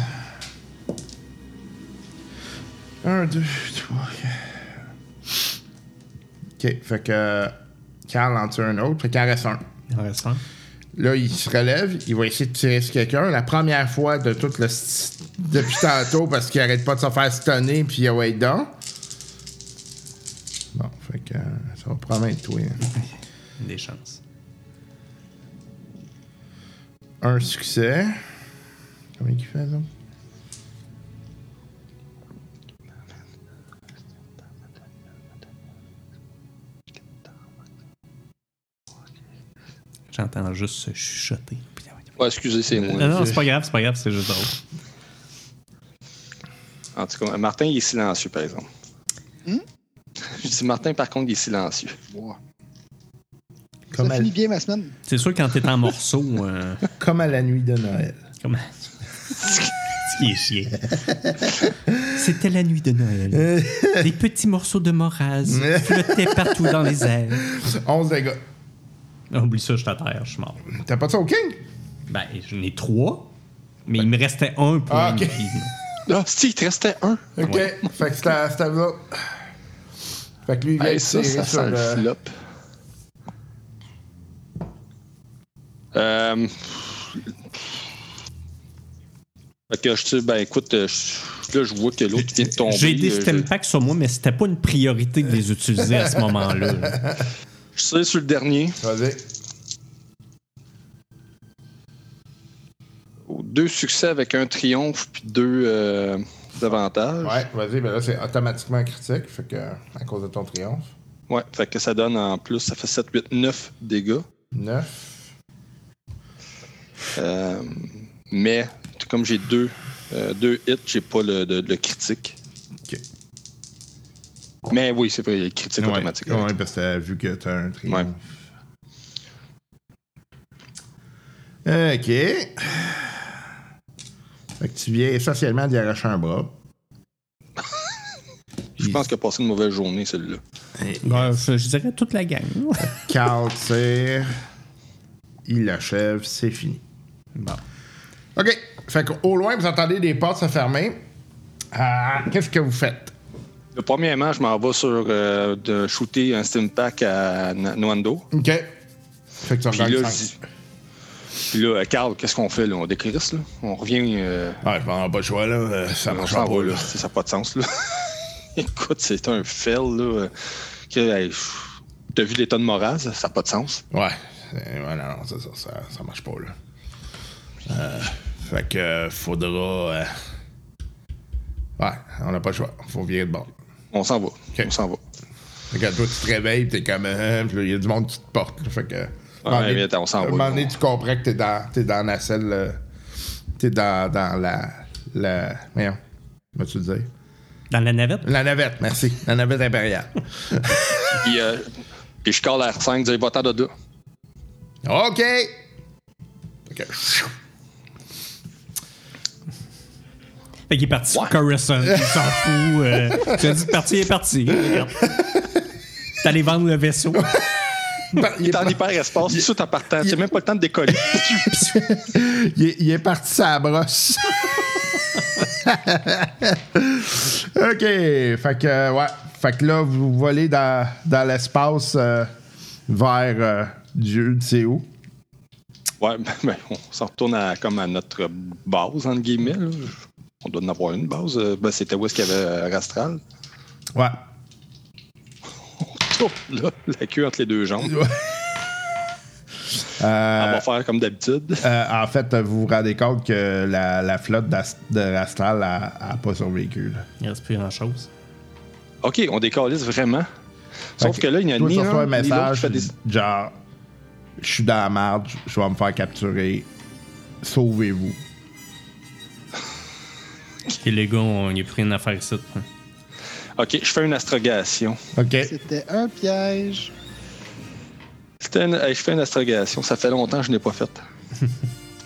Speaker 2: Un, deux, trois. quatre. Ok, fait que. Carl en tue un autre, fait qu'il en reste un.
Speaker 3: Il en reste un.
Speaker 2: Là, il se relève, il va essayer de tirer sur quelqu'un. La première fois de tout le. st- Depuis tantôt, parce qu'il arrête pas de se faire stunner, puis il a wait down. Bon, fait que. euh, Ça va probablement être toi. hein.
Speaker 3: Des chances.
Speaker 2: Un succès. Combien il fait, là?
Speaker 3: J'entends juste se chuchoter.
Speaker 5: Ouais, excusez, c'est
Speaker 3: Non,
Speaker 5: moi.
Speaker 3: non, c'est pas grave, c'est pas grave, c'est juste drôle.
Speaker 5: En tout cas, Martin, il est silencieux, par exemple.
Speaker 6: Hmm?
Speaker 5: Je dis Martin, par contre, il est silencieux.
Speaker 6: Wow.
Speaker 2: Comme
Speaker 6: Ça
Speaker 2: elle-
Speaker 6: finit bien ma semaine.
Speaker 3: C'est sûr, quand t'es en morceaux, euh,
Speaker 2: Comme à la nuit de Noël.
Speaker 3: comment. Ce qui est chier. C'était la nuit de
Speaker 2: Euh.
Speaker 3: Noël. Des petits morceaux de morasse flottaient partout dans les airs.
Speaker 2: 11 dégâts.
Speaker 3: Ah, Oublie ça, je suis à terre, je suis mort.
Speaker 2: T'as pas de ça au King?
Speaker 3: Ben, j'en ai trois, mais il me restait un point.
Speaker 2: Ah, ok.
Speaker 3: de vie.
Speaker 5: Là, Ah, si, il te restait un.
Speaker 2: Ok. Fait que c'est à c'est à vous autres. Fait que lui, il vient
Speaker 5: Hey, euh,
Speaker 2: de
Speaker 5: ça,
Speaker 2: tirer
Speaker 5: ça
Speaker 2: sur
Speaker 5: sent le
Speaker 2: le-
Speaker 5: flop. Euh... Fait que je tire, ben écoute, euh, je- là je vois que l'autre vient de tomber.
Speaker 3: J'ai des
Speaker 5: euh,
Speaker 3: stem packs sur moi, mais c'était pas une priorité de les utiliser à ce moment-là.
Speaker 5: Je je tire sur le dernier.
Speaker 2: Vas-y.
Speaker 5: Deux succès avec un triomphe puis deux euh, avantages.
Speaker 2: Ouais, vas-y. Ben là, c'est automatiquement critique. Fait que, à cause de ton triomphe.
Speaker 5: Ouais, fait que ça donne en plus, ça fait 7, 8, 9 dégâts.
Speaker 2: 9.
Speaker 5: Euh, mais t- comme j'ai deux, euh, deux hits, j'ai pas le, de- le critique.
Speaker 2: Ok.
Speaker 5: Mais oui, c'est vrai, il y a le critique automatique.
Speaker 2: Ouais, parce que t'as vu que t'as un triomphe. Ok. Fait que tu viens essentiellement d'y arracher un bras.
Speaker 5: Je pense qu'il a passé une mauvaise journée, celui-là.
Speaker 3: je, dirais toute la gang.
Speaker 2: Carl tire. Il l'achève. C'est fini.
Speaker 3: Bon.
Speaker 2: OK. Fait qu'au loin, vous entendez des portes se fermer. Ah, Qu'est-ce que vous faites?
Speaker 5: Le premièrement, je m'en vais sur euh, de shooter un steam pack à N- Nwando.
Speaker 2: OK. Fait que tu
Speaker 5: Puis
Speaker 2: regardes le
Speaker 5: là, je
Speaker 2: sens.
Speaker 5: dis. Puis là, euh, Carl, qu'est-ce qu'on fait là? On décrisse là? On revient. euh,
Speaker 2: Ouais, je m'en ai pas le choix, là. Euh, Ça
Speaker 5: on
Speaker 2: marche
Speaker 5: s'en
Speaker 2: pas,
Speaker 5: va
Speaker 2: là.
Speaker 5: là. Ça n'a pas de sens là. Écoute, c'est un fail là. euh, Que, hey, pff, T'as vu l'état de morale, ça n'a pas de sens.
Speaker 2: Ouais. C'est- ouais, non, non, c'est ça, ça. Ça marche pas, là. Euh, fait que euh, faudra. euh, Ouais, on n'a pas le choix. Faut virer de bord.
Speaker 5: On s'en va. On s'en va.
Speaker 2: Fait que toi, tu te réveilles, t'es comme. euh, puis là, il y a du monde qui te porte. là. Fait que.
Speaker 5: Ouais, mais attends, on s'en
Speaker 2: À un
Speaker 5: va,
Speaker 2: moment
Speaker 5: nous.
Speaker 2: donné, tu comprends que t'es dans, t'es dans la selle. euh, T'es dans, dans la. la voyons, tu dire?
Speaker 3: Dans la navette?
Speaker 2: La navette, merci. La navette impériale.
Speaker 5: Puis, euh, puis je colle à R5, dis va-t'en de là.
Speaker 2: OK! Fait que, chou,
Speaker 3: Fait qu'il est parti sur Coruscant, il s'en fout. euh, tu as dit de partir, il est parti. Regarde. T'es allé vendre le vaisseau.
Speaker 2: par-
Speaker 5: Ben, Il est en hyperespace, tout de suite en partant. C'est même pas le temps de décoller.
Speaker 2: Il est, il est parti sa brosse. OK. Fait que, euh, ouais. Fait que là, vous volez dans, dans l'espace euh, vers euh, Dieu, tu sais où.
Speaker 5: ouais, ben, ben, on s'en retourne à, comme à notre base, entre guillemets. là. On doit en avoir une base. Euh, Ben, C'était où est-ce qu'il y avait euh, Rastral?
Speaker 2: Ouais.
Speaker 5: Tourne, Oh, là, la queue entre les deux jambes. Euh, On va faire comme d'habitude.
Speaker 2: Euh, en fait, vous vous rendez compte que la, la flotte d'As- de Rastral n'a pas survécu. là.
Speaker 3: Il reste plus grand-chose.
Speaker 5: OK, on décalise vraiment. Sauf
Speaker 2: Fait
Speaker 5: que là, il y a
Speaker 2: toi,
Speaker 5: ni
Speaker 2: tu
Speaker 5: un,
Speaker 2: reçois un
Speaker 5: ni l'autre qui
Speaker 2: message
Speaker 5: fait des...
Speaker 2: genre, je suis dans la merde, je- je vais me faire capturer, sauvez-vous.
Speaker 3: Et les gars, on- il n'y a plus rien à faire ici.
Speaker 5: OK, je fais une astrogation.
Speaker 2: OK.
Speaker 6: C'était un piège.
Speaker 5: C'était une- hey, Je fais une astrogation. Ça fait longtemps que je n'ai pas faite.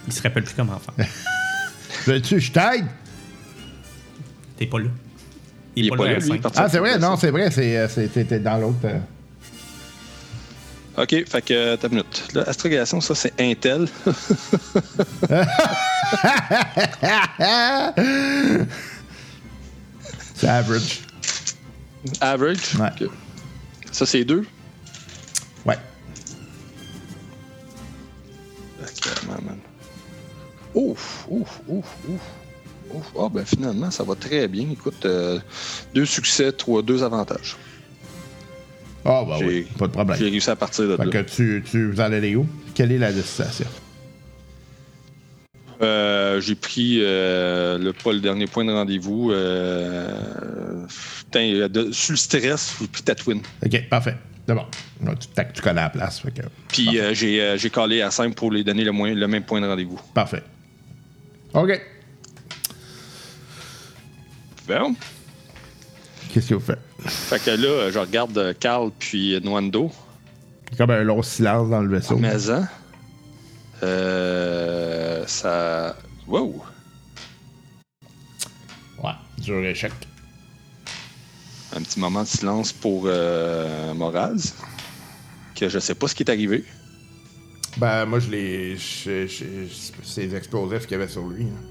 Speaker 3: Il se rappelle plus comment faire.
Speaker 2: Veux-tu, que je t'aide?
Speaker 3: T'es pas là.
Speaker 5: Il est pas
Speaker 3: R5.
Speaker 5: là, lui. il est parti
Speaker 2: Ah, c'est
Speaker 5: à
Speaker 2: vrai,
Speaker 5: la
Speaker 2: non, c'est vrai, c'est, euh, c'est- t'étais dans l'autre. euh.
Speaker 5: OK, fait que, euh, t'as une minute. Là, astrogation, ça, c'est Intel.
Speaker 2: C'est average.
Speaker 5: Average.
Speaker 2: Ouais.
Speaker 5: OK. Ça, c'est deux.
Speaker 2: Ouais.
Speaker 5: Sacrément, man. Ouf, ouf, ouf, ouf. Ouf. Ah, ben finalement, ça va très bien. Écoute, euh, deux succès, trois, deux avantages.
Speaker 2: Ah, bah
Speaker 5: J'ai-
Speaker 2: oui, pas de problème.
Speaker 5: J'ai réussi à partir de
Speaker 2: Fait
Speaker 5: là.
Speaker 2: que tu, tu, vous allez aller où? Quelle est la destination?
Speaker 5: Euh, j'ai pris euh, le, pas le dernier point de rendez-vous. Euh, putain, de- sur le stress, j'ai pris Tatooine.
Speaker 2: OK, parfait. D'abord, tu, tac, tu connais la place. Fait que,
Speaker 5: Puis euh, j'ai, euh, j'ai collé à 5 pour lui donner le, moins- le même point de rendez-vous.
Speaker 2: parfait. OK.
Speaker 5: Bon.
Speaker 2: Qu'est-ce que vous faites?
Speaker 5: Fait que là, euh, je regarde euh, Carl puis euh, Nwando.
Speaker 2: Il y a Comme un long silence dans le vaisseau.
Speaker 5: Mais hein, euh, ça. Wow!
Speaker 2: Ouais, dur échec.
Speaker 5: Un petit moment de silence pour euh, Moraz. Que je sais pas ce qui est arrivé.
Speaker 2: Ben, moi, je l'ai. je- je- je- C'est les explosifs qu'il y avait sur lui. hein.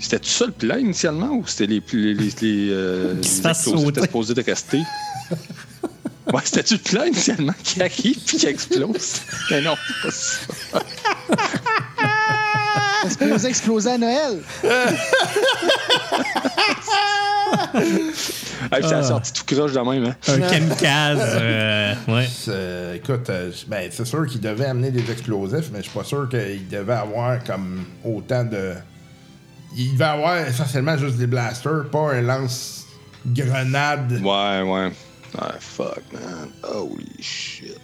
Speaker 5: C'était tout ça le plan initialement ou c'était les plus. Les, les, les, euh,
Speaker 3: Qui se
Speaker 5: les
Speaker 3: fasse
Speaker 5: explosifs
Speaker 3: sauter.
Speaker 5: étaient supposés de rester? ouais, c'était-tu le plan initialement qui arrive puis qui explose? Mais non, c'est pas ça.
Speaker 6: Ça se peut exploser à Noël.
Speaker 5: Ah, puis ça a sorti tout croche de même, hein?
Speaker 3: Un kamikaze. euh, ouais.
Speaker 2: C'est- écoute, euh, je- ben, c'est sûr qu'il devait amener des explosifs, mais je suis pas sûr qu'il devait avoir comme autant de. Il devait avoir essentiellement juste des blasters, pas un lance-grenade.
Speaker 5: Ouais, ouais. Ah, fuck, man. Holy shit.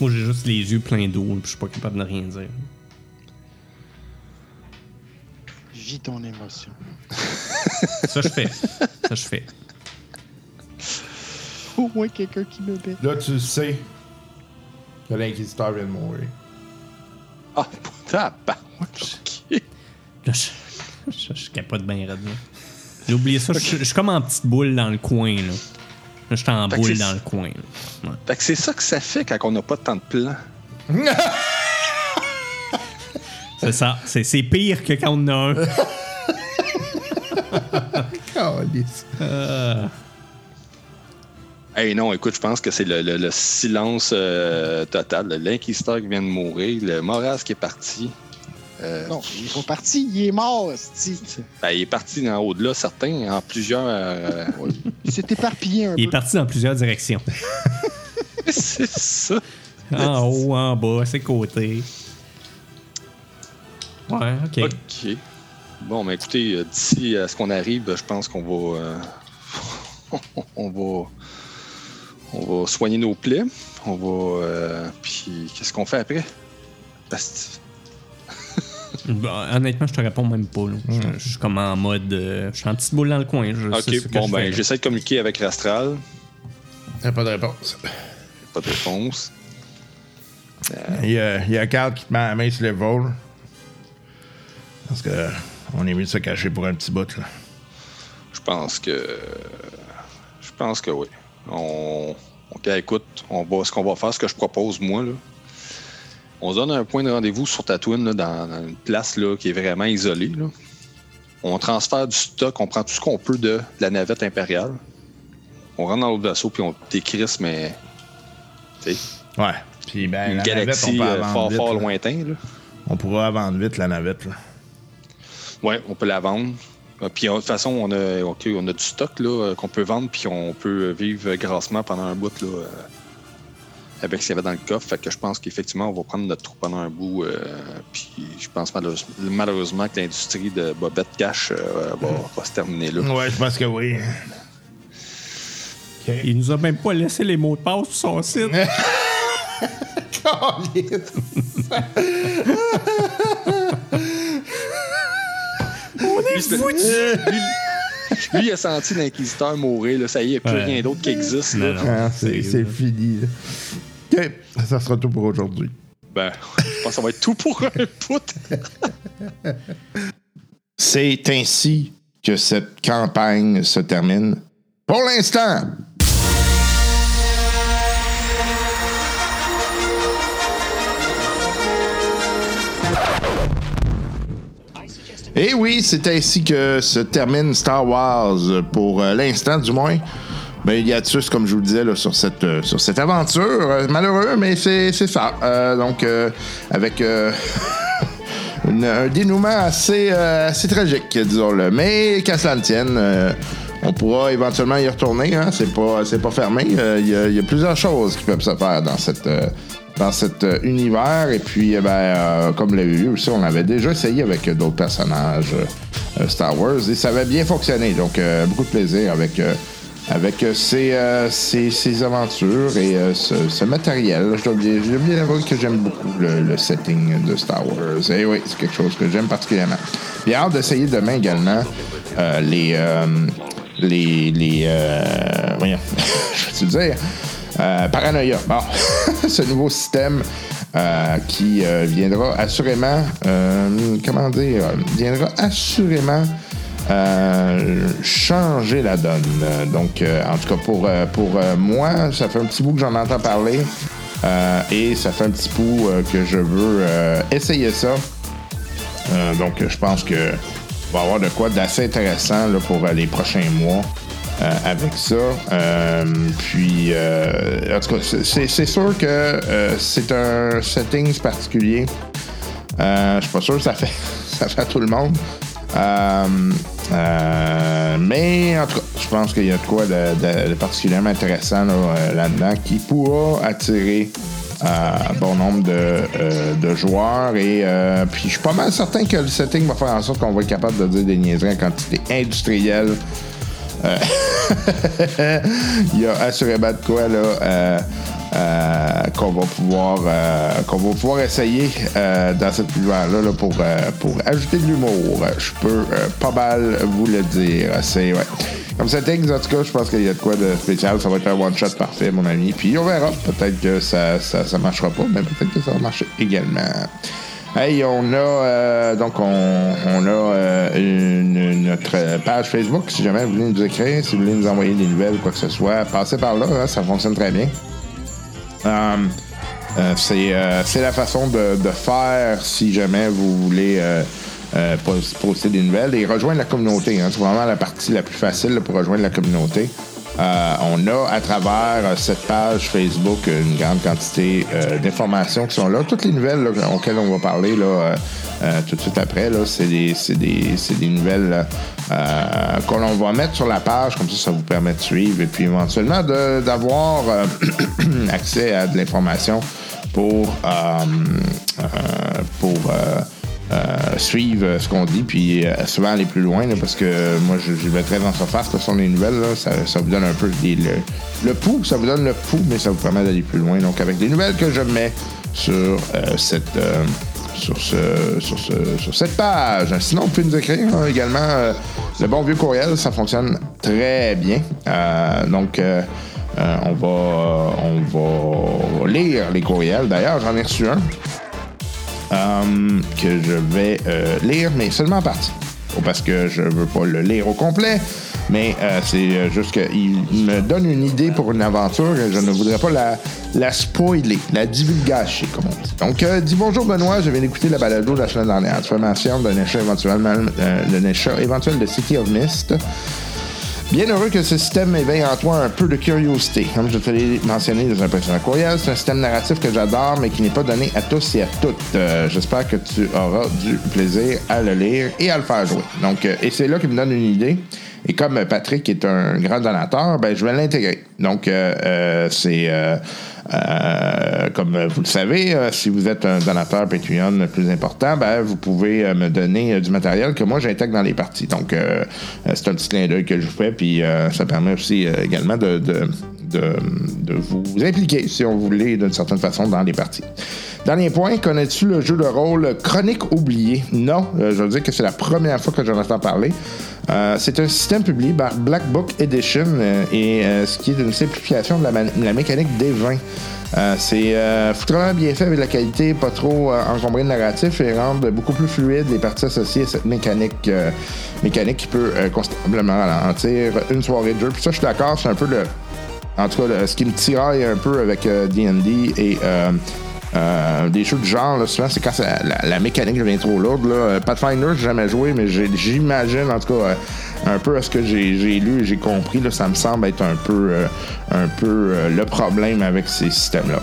Speaker 3: Moi, j'ai juste les yeux pleins d'eau, puis je suis pas capable de rien dire.
Speaker 6: Vis ton émotion.
Speaker 3: Ça, je fais. Ça, je fais.
Speaker 6: Au moins quelqu'un qui me bête.
Speaker 2: Là, tu sais que l'inquisiteur vient de mourir.
Speaker 5: Ah, putain, bah, ok.
Speaker 3: Là, je, je, je capote bien raide. là. J'ai oublié ça. Je, je suis comme en petite boule dans le coin. Là, là je suis en
Speaker 5: Fait que
Speaker 3: boule
Speaker 5: c'est-
Speaker 3: dans le coin. là. Ouais.
Speaker 5: Fait que c'est ça que ça fait quand on n'a pas tant de plans.
Speaker 3: C'est ça. C'est, c'est pire que quand on en a un.
Speaker 5: Eh non, écoute, je pense que c'est le, le- le silence euh, total. L'inquisiteur qui vient de mourir, le Moraz qui est parti. Euh,
Speaker 6: Non, il est pas parti, il est mort, sti.
Speaker 5: ben, il est parti dans haut de là, certains, en plusieurs. euh,
Speaker 6: Il s'est éparpillé un
Speaker 3: Il est
Speaker 6: peu.
Speaker 3: parti dans plusieurs directions.
Speaker 5: c'est ça.
Speaker 3: En haut, en bas, ses côtés. Ouais, ok.
Speaker 5: OK. Bon, mais écoutez, euh, d'ici à ce qu'on arrive, je pense qu'on va, euh, on va, on va soigner nos plaies. On va, euh, puis qu'est-ce qu'on fait après Basti.
Speaker 3: Bah, honnêtement, je te réponds même pas. là. Je, je suis comme en mode. euh, je suis en petite boule dans le coin. Je sais ce
Speaker 5: Ok.
Speaker 3: que
Speaker 5: Bon
Speaker 3: je
Speaker 5: ben,
Speaker 3: fais, là.
Speaker 5: j'essaie de communiquer avec Rastral.
Speaker 4: T'as pas de réponse.
Speaker 5: Pas de réponse.
Speaker 4: Il y, a, il y a Carl qui te met la main sur l'épaule. Parce que on est mieux de se cacher pour un petit bout, là.
Speaker 5: Je pense que, je pense que oui. On, ok, écoute, on va, ce qu'on va faire, ce que je propose moi là. On se donne un point de rendez-vous sur Tatooine, là, dans, dans une place là, qui est vraiment isolée. là. On transfère du stock, on prend tout ce qu'on peut de la navette impériale. On rentre dans l'autre vaisseau, puis on décrisse, mais
Speaker 4: Ouais. Puis ben,
Speaker 5: une
Speaker 4: la navette, on
Speaker 5: galaxie
Speaker 4: peut
Speaker 5: euh,
Speaker 4: la vendre
Speaker 5: fort,
Speaker 4: vite,
Speaker 5: fort
Speaker 4: là.
Speaker 5: lointaine. là.
Speaker 4: On pourra la vendre vite, la navette, là.
Speaker 5: Ouais, on peut la vendre. Euh, Puis euh, de toute façon, on a, ok, on a du stock là, euh, qu'on peut vendre, puis on peut vivre grassement pendant un bout là, euh, avec ce qu'il y avait dans le coffre. Fait que je pense qu'effectivement, on va prendre notre trou pendant un bout. euh, puis je pense malheureuse- malheureusement que l'industrie de Bobette Cash euh, va, va se terminer là.
Speaker 4: Ouais, je pense que oui.
Speaker 3: Il nous a même pas laissé les mots de passe sur son site.
Speaker 5: Lui, il a senti l'inquisiteur mourir. Là. Ça y est, il n'y a plus
Speaker 3: Ouais.
Speaker 5: rien d'autre qui existe. là.
Speaker 4: Ah, c'est c'est fini, là. OK. Ça sera tout pour aujourd'hui.
Speaker 5: Ben, je pense que ça va être tout pour un bout.
Speaker 2: C'est ainsi que cette campagne se termine. Pour l'instant, Et Eh oui, c'est ainsi que se termine Star Wars pour euh, l'instant, du moins. Ben, il y a tous, comme je vous le disais, là, sur, cette, euh, sur cette aventure. Euh, malheureux, mais c'est c'est ça. Euh, donc, euh, avec euh, une- un dénouement assez, euh, assez tragique, disons-le. Mais qu'à cela ne tienne, euh, on pourra éventuellement y retourner. Hein? C'est pas, c'est pas fermé. Euh, Il y a- il y, a plusieurs choses qui peuvent se faire dans cette. euh, dans cet euh, univers. Et puis, eh ben, euh, comme vous l'avez vu aussi, on avait déjà essayé avec euh, d'autres personnages euh, euh, Star Wars et ça avait bien fonctionné. Donc, euh, beaucoup de plaisir avec, euh, avec euh, ces, euh, ces- ces aventures et euh, ce, ce matériel. Je dois bien, je dois bien avouer que j'aime beaucoup le, le setting de Star Wars. Et oui, c'est quelque chose que j'aime particulièrement. Bien hâte d'essayer demain également euh, les. euh, les. les euh, voyons, je vais te le dire. Euh, Paranoia. Bon, ce nouveau système euh, qui euh, viendra assurément, euh, comment dire, euh, viendra assurément euh, changer la donne. Euh, Donc, euh, en tout cas, pour, euh, pour euh, moi, ça fait un petit bout que j'en entends parler euh, et ça fait un petit bout euh, que je veux euh, essayer ça. Euh, donc, je pense que on va avoir de quoi d'assez intéressant là, pour euh, les prochains mois euh, avec ça. Euh, puis, euh, en tout cas, c'est- c'est c'est sûr que euh, c'est un setting particulier. Euh, je suis pas sûr que ça fait, ça fait à tout le monde. Euh, euh, mais en tout cas, je pense qu'il y a de quoi de, de- de particulièrement intéressant là, euh, là-dedans qui pourra attirer euh, un bon nombre de, euh, de joueurs. Et euh, puis, je suis pas mal certain que le setting va faire en sorte qu'on va être capable de dire des niaiseries en quantité industrielle. Il y a assurément de quoi là, euh, euh, qu'on va pouvoir euh, qu'on va pouvoir essayer euh, dans cet univers-là là, pour, euh, pour ajouter de l'humour. Je peux euh, pas mal vous le dire. C'est ouais. Comme ça texte, en tout cas, je pense qu'il y a de quoi de spécial. Ça va être un one-shot parfait, mon ami. Puis on verra. Peut-être que ça, ça, ça marchera pas, mais peut-être que ça va marcher également. Hey, on a euh, donc on, on a euh, une- notre euh, page Facebook. Si jamais vous voulez nous écrire, si vous voulez nous envoyer des nouvelles ou quoi que ce soit, passez par là, hein, ça fonctionne très bien. Um, euh, c'est euh, c'est la façon de, de faire si jamais vous voulez euh, euh, pos- poster des nouvelles et rejoindre la communauté. hein. C'est vraiment la partie la plus facile là, pour rejoindre la communauté. Euh, on a à travers euh, cette page Facebook une grande quantité euh, d'informations qui sont là. Toutes les nouvelles là, auxquelles on va parler là, euh, euh, tout de suite après, là, c'est des, c'est des, c'est des nouvelles là, euh, que l'on va mettre sur la page. Comme ça, ça vous permet de suivre et puis éventuellement de- d'avoir euh, accès à de l'information pour, euh, euh, pour euh, euh, suivre ce qu'on dit, puis euh, souvent aller plus loin, là, parce que moi, je, je vais très en surface, ce sont les nouvelles, là, ça, ça vous donne un peu des- le, le pouls, ça vous donne le pouls, mais ça vous permet d'aller plus loin. Donc, avec les nouvelles que je mets sur euh, cette... euh, sur, ce, sur, ce- sur cette page. Sinon, vous pouvez nous écrire hein, également euh, le bon vieux courriel, ça fonctionne très bien. Euh, donc, euh, euh, on, va, euh, on va lire les courriels. D'ailleurs, j'en ai reçu un euh, que je vais euh, lire, mais seulement en partie. Oh, Parce que je veux pas le lire au complet, mais euh, c'est euh, juste qu'il me donne une idée pour une aventure et je ne voudrais pas la, la spoiler, la divulgacher, comme on dit. Donc, euh, dis bonjour Benoît, je viens d'écouter la balado de la semaine dernière. Tu fais mention d'un échec éventuel, euh, d'un échec éventuel de City of Mist. Bien heureux que ce système éveille en toi un peu de curiosité. Comme je te l'ai mentionné dans un précédent courriel, c'est un système narratif que j'adore, mais qui n'est pas donné à tous et à toutes. Euh, J'espère que tu auras du plaisir à le lire et à le faire jouer. Donc, euh, et c'est là qu'il me donne une idée. Et comme euh, Patrick est un grand donateur, ben, je vais l'intégrer. Donc, euh, euh, c'est... euh, euh, comme euh, vous le savez, euh, si vous êtes un donateur Patreon le plus important, ben, vous pouvez euh, me donner euh, du matériel que moi j'intègre dans les parties. Donc, euh, euh, c'est un petit clin d'œil que je vous fais, puis euh, ça permet aussi euh, également de, de- de- de vous impliquer, si on voulait, d'une certaine façon, dans les parties. Dernier point, connais-tu le jeu de rôle Chronique oubliée? Non, euh, je veux dire que c'est la première fois que j'en entends parler. Euh, c'est un système publié par Black Book Edition euh, et euh, ce qui est une simplification de la, man- la mécanique des vins. Euh, c'est euh, foutrement bien fait avec de la qualité, pas trop euh, encombré de narratif et rendre beaucoup plus fluide les parties associées à cette mécanique, euh, mécanique qui peut euh, considérablement ralentir une soirée de jeu. Puis ça, je suis d'accord, c'est un peu le, en tout cas, le- ce qui me tiraille un peu avec euh, D&D et euh, euh, des jeux du genre, là, souvent, c'est quand ça- la, la mécanique devient trop lourde. Là. Euh, Pathfinder, j'ai jamais joué, mais j'ai- j'imagine, en tout cas, euh, un peu à ce que j'ai j'ai lu et j'ai compris, là, ça me semble être un peu, euh, un peu euh, le problème avec ces systèmes-là.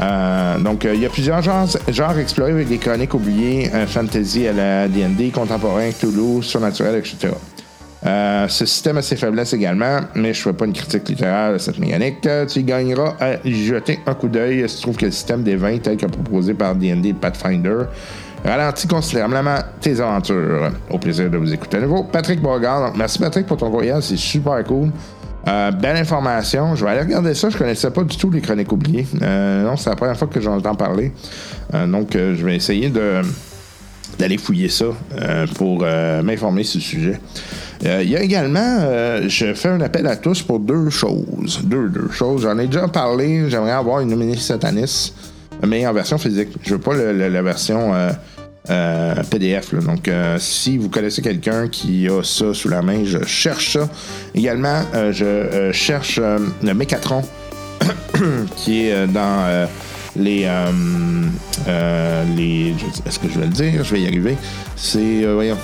Speaker 2: Euh, donc, euh, il y a plusieurs genres, genres explorés avec des chroniques oubliées, euh, fantasy à la D&D, contemporain, Cthulhu, surnaturel, etc. Euh, ce système a ses faiblesses également, mais je ne fais pas une critique littérale à cette mécanique. Euh, Tu y gagneras à y jeter un coup d'œil si tu trouves que le système des 20 tel que proposé par D&D et Pathfinder ralentit considérablement tes aventures. Au plaisir de vous écouter à nouveau. Patrick Bogard, donc, merci Patrick pour ton courriel, c'est super cool. Euh, belle information. Je vais aller regarder ça. Je connaissais pas du tout les chroniques oubliées. Euh, non, c'est la première fois que j'en entends parler. Euh, donc, euh, je vais essayer de, d'aller fouiller ça euh, pour euh, m'informer sur le sujet. Euh, Il y a également, euh, je fais un appel à tous pour deux choses. Deux, deux choses. J'en ai déjà parlé, j'aimerais avoir une mini satanis, mais en version physique. Je veux pas le- le- la version euh, euh, PDF. là. Donc, euh, si vous connaissez quelqu'un qui a ça sous la main, je cherche ça. Également, euh, je euh, cherche euh, le Mécatron qui est euh, dans euh, les, euh, euh, les je- est-ce que je vais le dire je vais y arriver c'est euh, voyons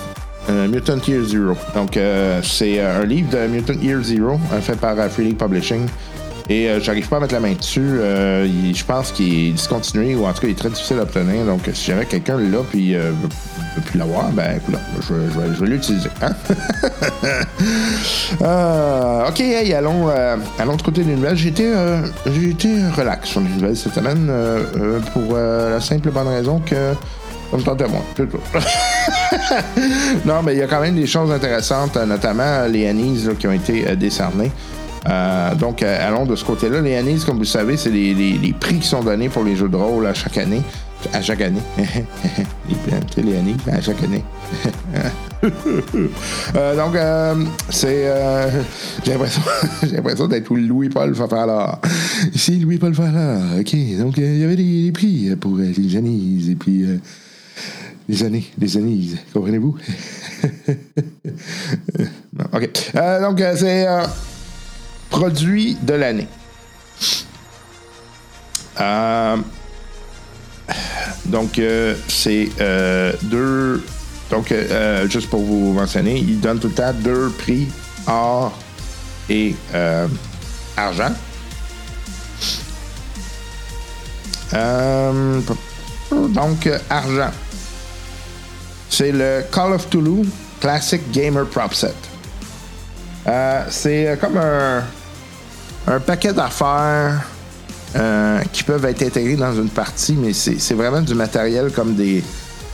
Speaker 2: euh, Mutant Year Zero donc euh, c'est euh, un livre de Mutant Year Zero euh, fait par euh, Free League Publishing et euh, j'arrive pas à mettre la main dessus Euh, il- je pense qu'il est discontinué ou en tout cas il est très difficile à obtenir donc euh, si jamais quelqu'un l'a puis euh, veut, veut plus l'avoir ben écoute je, je vais, je vais l'utiliser hein? Euh, ok, hey, allons, euh, allons de côté des nouvelles. J'ai été, euh, j'ai été relax sur les nouvelles cette semaine euh, euh, pour euh, la simple bonne raison que on me tentait moins. c'est tout. non, mais il y a quand même des choses intéressantes, euh, notamment euh, les Annies là, qui ont été euh, décernées. Euh, donc, euh, allons de ce côté-là. Les Annies, comme vous le savez, c'est les, les- les prix qui sont donnés pour les jeux de rôle à chaque année. À chaque année. les, tu sais, les Annies, à chaque année. Euh, donc, euh, c'est. euh, j'ai l'impression, j'ai l'impression d'être Louis-Paul Fafalard. Ici, Louis-Paul Fafalard. OK. Donc, euh, il y avait des, des prix euh, pour euh, les Annies et puis. euh, les années, les années, comprenez-vous? Non, OK. Euh, donc, euh, c'est euh, produit de l'année. Euh, donc, euh, c'est euh, deux. Donc, euh, euh, juste pour vous mentionner, ils donnent tout le temps deux prix or et euh, argent. Euh, donc, euh, argent. C'est le Call of Toulouse Classic Gamer Prop Set. Euh, c'est euh, comme un, un paquet d'affaires euh, qui peuvent être intégrés dans une partie, mais c'est c'est vraiment du matériel comme des,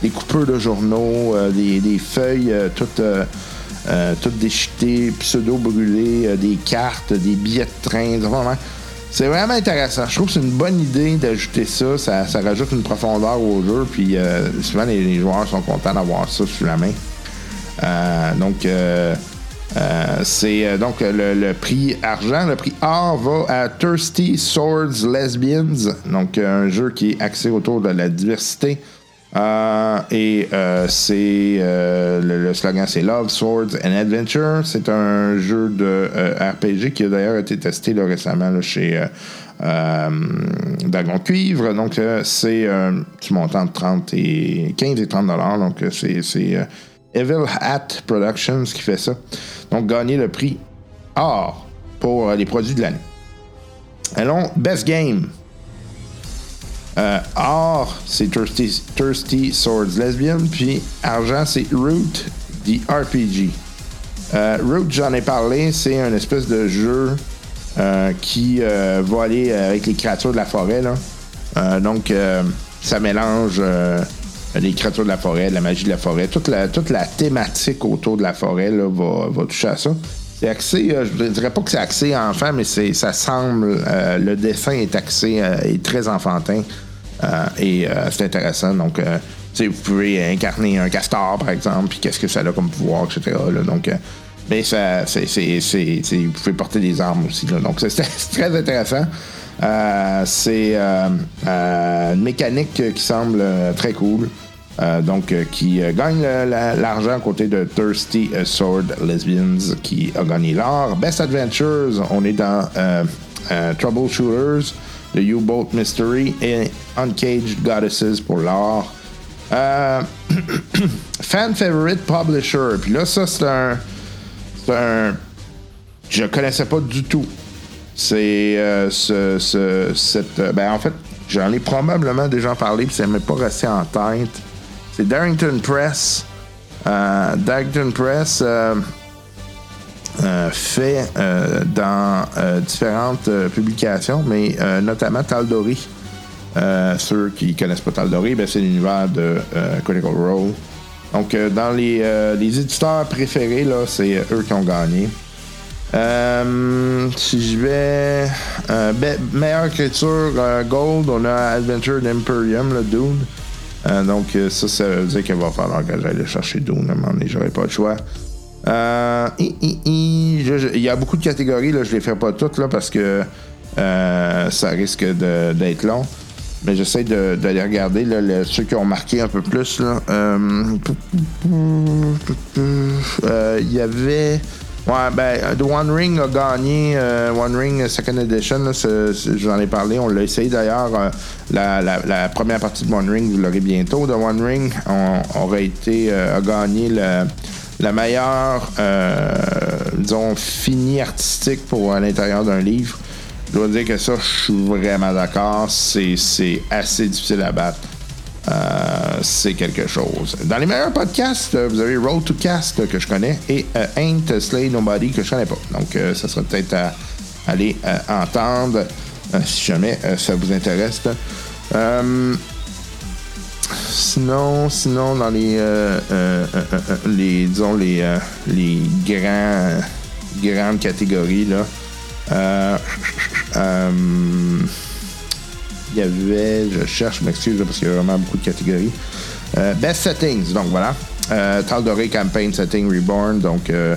Speaker 2: des coupeurs de journaux, euh, des, des feuilles euh, toutes, euh, euh, toutes déchiquetées, pseudo-brûlées, euh, des cartes, des billets de train, du- vraiment. C'est vraiment intéressant. Je trouve que c'est une bonne idée d'ajouter ça. ça. ça rajoute une profondeur au jeu. Puis euh, souvent, les, les joueurs sont contents d'avoir ça sous la main. Euh, donc, euh, euh, c'est euh, donc le, le prix argent. Le prix or va à Thirsty Swords Lesbians, donc euh, un jeu qui est axé autour de la diversité. Euh, et euh, c'est euh, le, le slogan c'est Love, Swords and Adventure. C'est un jeu de euh, RPG qui a d'ailleurs été testé là, récemment là, chez euh, euh, Dragon Cuivre. Donc euh, c'est euh, un petit montant de 30 et 15 et 30 dollars. Donc euh, c'est c'est, euh, Evil Hat Productions qui fait ça. Donc, gagner le prix or pour euh, les produits de l'année. Allons, Best Game. Euh, or, c'est Thirsty, Thirsty Swords Lesbian. Puis, argent, c'est Root, The RPG. Euh, Root, j'en ai parlé, c'est un espèce de jeu euh, qui euh, va aller avec les créatures de la forêt. Là. Euh, donc, euh, ça mélange euh, les créatures de la forêt, de la magie de la forêt. Toute la, toute la thématique autour de la forêt là, va, va toucher à ça. C'est axé, euh, je ne dirais pas que c'est axé enfant, mais c'est, ça semble, euh, le dessin est axé, euh, est très enfantin. Euh, et euh, c'est intéressant. Donc, euh, tu sais, vous pouvez incarner un castor, par exemple, puis qu'est-ce que ça a comme pouvoir, etc. là. donc, euh, mais ça, c'est, c'est- c'est- c'est- vous pouvez porter des armes aussi. là. donc, c'est, c'est- c'est très intéressant. Euh, c'est euh, euh, une mécanique euh, qui semble euh, très cool. Euh, donc, euh, qui euh, gagne le- la- l'argent à côté de Thirsty euh, Sword Lesbians, qui a gagné l'or. Best Adventures, on est dans euh, euh, Troubleshooters, The U-Boat Mystery et Uncaged Goddesses pour l'or. Euh, fan Favorite Publisher, puis là, ça, c'est un. C'est un. Je connaissais pas du tout. C'est. euh, ce, ce- cette, euh, ben, en fait, j'en ai probablement déjà parlé, puis ça m'est pas resté en tête. C'est Darrington Press. Euh, Darrington Press euh, euh, fait euh, dans euh, différentes euh, publications, mais euh, notamment Taldori. Euh, ceux qui connaissent pas Taldori, ben, c'est l'univers de euh, Critical Role. Donc, euh, dans les, euh, les éditeurs préférés, là, c'est eux qui ont gagné. Euh, si je vais. euh, be- meilleure écriture euh, Gold, on a Adventure d'Imperium, le Dune. Euh, donc, euh, ça, ça veut dire qu'il va falloir que j'aille le chercher Dune à un moment donné, j'aurai pas le choix. Euh, hi, hi, hi, je- je- Il y a beaucoup de catégories, là, je les fais pas toutes là, parce que euh, ça risque de- d'être long. Mais Ben, j'essaie de, de les regarder, là, le- ceux qui ont marqué un peu plus. là. Euh, euh, Il y avait. Ouais, ben, The One Ring a gagné euh, One Ring Second Edition. là, c'est- c'est- je vous en ai parlé. On l'a essayé d'ailleurs. euh, la, la- la première partie de One Ring, vous l'aurez bientôt. The One Ring on, aurait été euh, a gagné le- la meilleure, euh, disons, finie artistique pour à l'intérieur d'un livre. Je dois dire que ça, je suis vraiment d'accord. C'est c'est assez difficile à battre. Euh, c'est quelque chose. Dans les meilleurs podcasts, euh, vous avez Road to Cast euh, que je connais et euh, Ain't Slay Nobody que je connais pas. Donc, euh, ça serait peut-être à aller euh, entendre euh, si jamais euh, ça vous intéresse. Euh, sinon, sinon dans les, euh, euh, euh, euh, euh, les disons les euh, les grands grandes catégories là. euh, euh, il y avait, je cherche, je m'excuse parce qu'il y a vraiment beaucoup de catégories. Euh, best settings, donc voilà. Euh, Taldoré Campaign Setting Reborn, donc euh,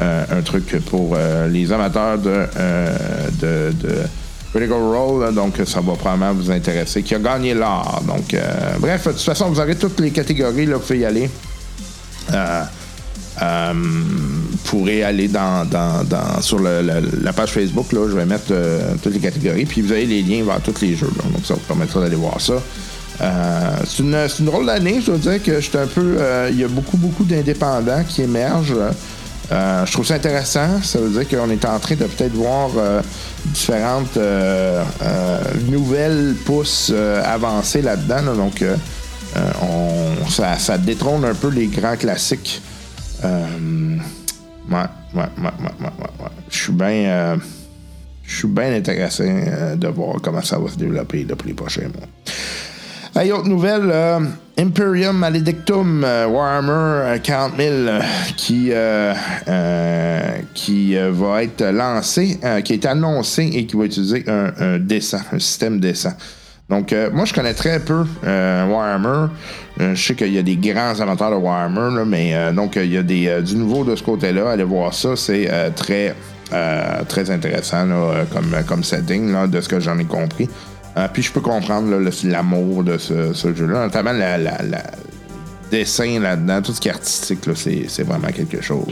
Speaker 2: euh, un truc pour euh, les amateurs de, euh, de, de Critical Role, là, donc ça va probablement vous intéresser, qui a gagné l'or. Donc, euh, bref, de toute façon, vous aurez toutes les catégories, là, vous pouvez y aller. Euh, euh, pourrez aller dans, dans- dans- sur le- le- la page Facebook. Là, je vais mettre euh, toutes les catégories. Puis vous avez les liens vers tous les jeux. là. donc ça vous permettra d'aller voir ça. Euh, c'est une, c'est une drôle d'année, je dois dire que j'étais un peu. euh, Il y a beaucoup, beaucoup d'indépendants qui émergent. Euh, je trouve ça intéressant. Ça veut dire qu'on est en train de peut-être voir euh, différentes euh, euh, nouvelles pousses euh, avancées là-dedans. là. donc euh, euh, on, ça, ça détrône un peu les grands classiques. Euh, ouais, ouais, ouais, ouais, ouais, ouais, ouais. Je suis bien. euh, Je suis bien intéressé euh, de voir comment ça va se développer là, pour les prochains mois. Hey, autre nouvelle, euh, Imperium Maledictum euh, Warhammer 40 000 euh, qui, euh, euh, qui euh, va être lancé, euh, qui est annoncé et qui va utiliser un, un dessin, un système dessin. Donc, euh, moi, je connais très peu euh, Warhammer. Euh, je sais qu'il y a des grands amateurs de Warhammer, là, mais euh, donc, il y a des, euh, du nouveau de ce côté-là. Allez voir ça, c'est euh, très, euh, très intéressant là, euh, comme, comme setting, là, de ce que j'en ai compris. Euh, puis je peux comprendre là, le- l'amour de ce, ce jeu-là, notamment la, la- la- le dessin là-dedans, tout ce qui est artistique, là, c'est c'est vraiment quelque chose.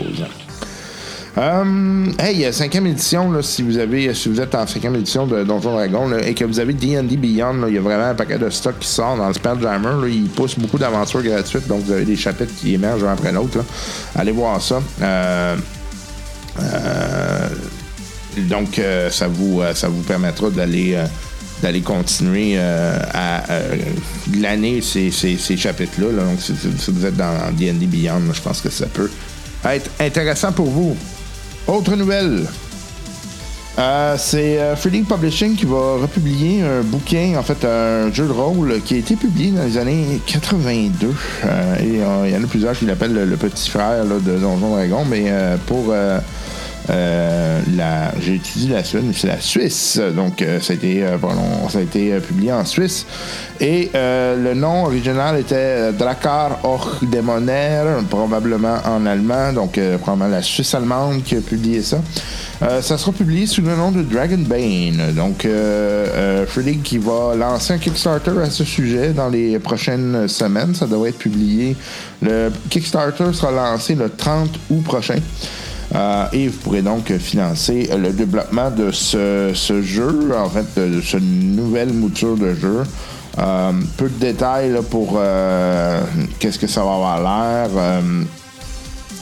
Speaker 2: Euh, hey, euh, cinquième édition, là, si vous avez, si vous êtes en cinquième édition de Donjon Dragon là, et que vous avez D&D Beyond, là, il y a vraiment un paquet de stocks qui sort dans le Spelljammer. Là, il pousse beaucoup d'aventures gratuites, donc vous avez des chapitres qui émergent un après l'autre. là. Allez voir ça. Euh, euh, donc, euh, ça vous, euh, ça vous permettra d'aller euh, d'aller continuer euh, à euh, glaner ces, ces- ces chapitres-là. là. Donc, si, si vous êtes dans D&D Beyond, là, je pense que ça peut être intéressant pour vous. Autre nouvelle. Euh, c'est euh, Free League Publishing qui va republier un bouquin, en fait un jeu de rôle qui a été publié dans les années 82. Euh, et euh, il y en a plusieurs qui l'appellent le, le petit frère là, de Donjon Dragon, mais euh, pour euh, euh, la, j'ai étudié la Suède, mais c'est la Suisse. Donc euh, ça a été, euh, pardon, ça a été euh, publié en Suisse. Et euh, le nom original était euh, Drakkar Demoner, probablement en allemand, donc euh, probablement la Suisse allemande qui a publié ça. Euh, ça sera publié sous le nom de Dragonbane. Donc, euh, euh, Free League qui va lancer un Kickstarter à ce sujet dans les prochaines semaines. Ça devrait être publié. Le Kickstarter sera lancé le 30 août prochain. Euh, et vous pourrez donc euh, financer euh, le développement de ce, ce jeu, en fait, de, de cette nouvelle mouture de jeu. Euh, peu de détails là, pour euh, qu'est-ce que ça va avoir l'air. euh,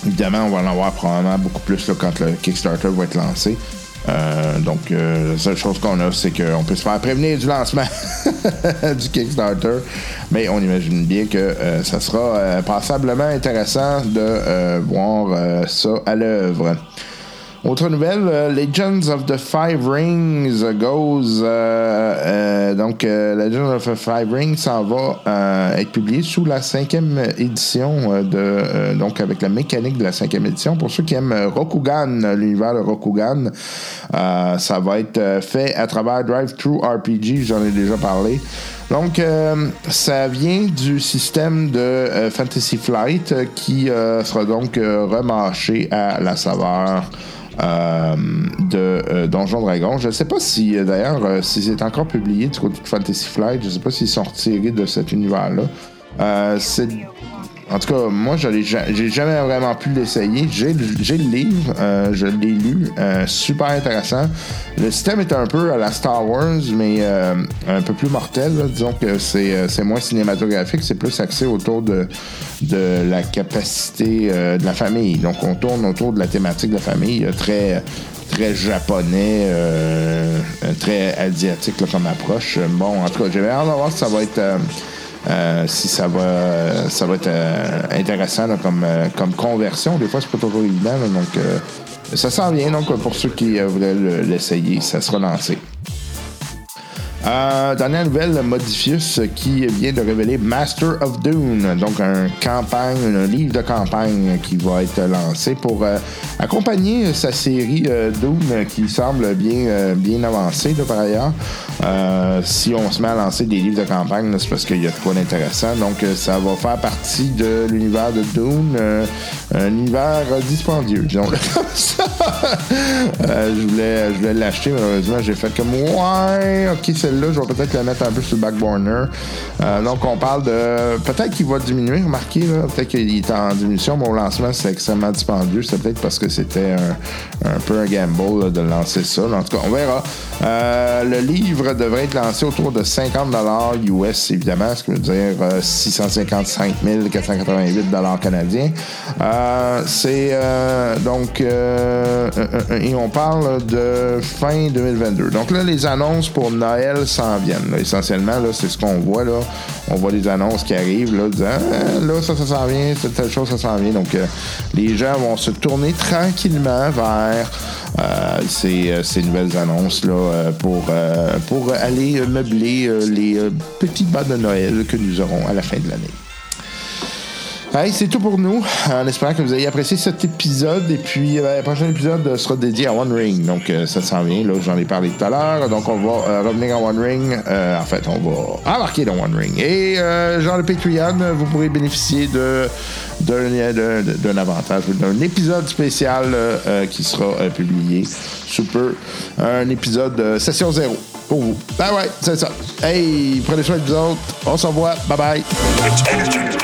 Speaker 2: Évidemment, on va en avoir probablement beaucoup plus là, quand le Kickstarter va être lancé. Euh, donc, euh, la seule chose qu'on a, c'est qu'on peut se faire prévenir du lancement du Kickstarter. Mais on imagine bien que euh, ça sera euh, passablement intéressant de euh, voir euh, ça à l'œuvre. Autre nouvelle, euh, Legends of the Five Rings goes. euh, euh, donc, euh, Legends of the Five Rings s'en va euh, être publié sous la cinquième édition euh, de. euh, donc, avec la mécanique de la cinquième édition. Pour ceux qui aiment euh, Rokugan, euh, l'univers de Rokugan, euh, ça va être euh, fait à travers Drive-Thru RPG, j'en ai déjà parlé. Donc, euh, ça vient du système de euh, Fantasy Flight euh, qui euh, sera donc euh, remarché à la saveur euh, de euh, Donjon Dragon. Je ne sais pas si, euh, d'ailleurs, euh, si c'est encore publié du côté de Fantasy Flight. Je ne sais pas s'ils sont retirés de cet univers-là. Euh, c'est- en tout cas, moi, je l'ai ja- j'ai jamais vraiment pu l'essayer. J'ai j'ai le livre, euh, je l'ai lu, euh, super intéressant. Le système est un peu à la Star Wars, mais euh, un peu plus mortel. là. Disons que c'est euh, c'est moins cinématographique, c'est plus axé autour de, de la capacité euh, de la famille. Donc, on tourne autour de la thématique de la famille, euh, très très japonais, euh, très asiatique là, comme approche. Bon, en tout cas, j'ai hâte de voir si ça va être... euh, euh, si ça va, ça va être euh, intéressant là, comme, euh, comme conversion. Des fois, c'est pas toujours évident. là, donc, euh, ça s'en vient. Donc, pour ceux qui euh, voudraient le- l'essayer, ça sera lancé. Euh, dernière nouvelle, Modifius euh, qui vient de révéler Master of Dune, donc un campagne, un livre de campagne qui va être lancé pour euh, accompagner sa série euh, Dune euh, qui semble bien, euh, bien avancée de par ailleurs. Euh, si on se met à lancer des livres de campagne, là, c'est parce qu'il y a de quoi d'intéressant. Donc euh, ça va faire partie de l'univers de Dune, euh, un univers euh, dispendieux, disons-le comme ça. Euh, je voulais, je voulais l'acheter, malheureusement, j'ai fait comme Ouais, ok, celle-là, je vais peut-être la mettre un peu sur le back burner. Euh, donc, on parle de. Peut-être qu'il va diminuer, remarquez, là, peut-être qu'il est en diminution. Mon lancement, c'était extrêmement dispendieux. C'est peut-être parce que c'était un, un peu un gamble là, de lancer ça. En tout cas, on verra. Euh, le livre devrait être lancé autour de 50 US, évidemment, ce qui veut dire euh, 655 488 canadiens. Euh, c'est euh, donc euh, euh, euh, et on parle de fin 2022. Donc là, les annonces pour Noël s'en viennent. là. Essentiellement, là, c'est ce qu'on voit là. On voit les annonces qui arrivent là, disant Ah, là ça, ça s'en vient, telle, telle chose, ça s'en vient. Donc euh, les gens vont se tourner tranquillement vers euh, ces, euh, ces nouvelles annonces là, euh, pour, euh, pour aller euh, meubler euh, les euh, petits bas de Noël que nous aurons à la fin de l'année. Hey, c'est tout pour nous, en espérant que vous ayez apprécié cet épisode. Et puis, euh, le prochain épisode euh, sera dédié à One Ring. Donc, euh, ça s'en vient, là, j'en ai parlé tout à l'heure. Donc, on va euh, revenir à One Ring. Euh, en fait, on va embarquer dans One Ring. Et, euh, genre le Patreon, vous pourrez bénéficier de d'un de- de- d'un avantage ou d'un épisode spécial euh, euh, qui sera euh, publié sous peu. Un épisode euh, session zéro pour Ben vous. Ah ouais, c'est ça. Hey, prenez soin de vous autres. On se revoit. Bye bye.
Speaker 11: It's energy.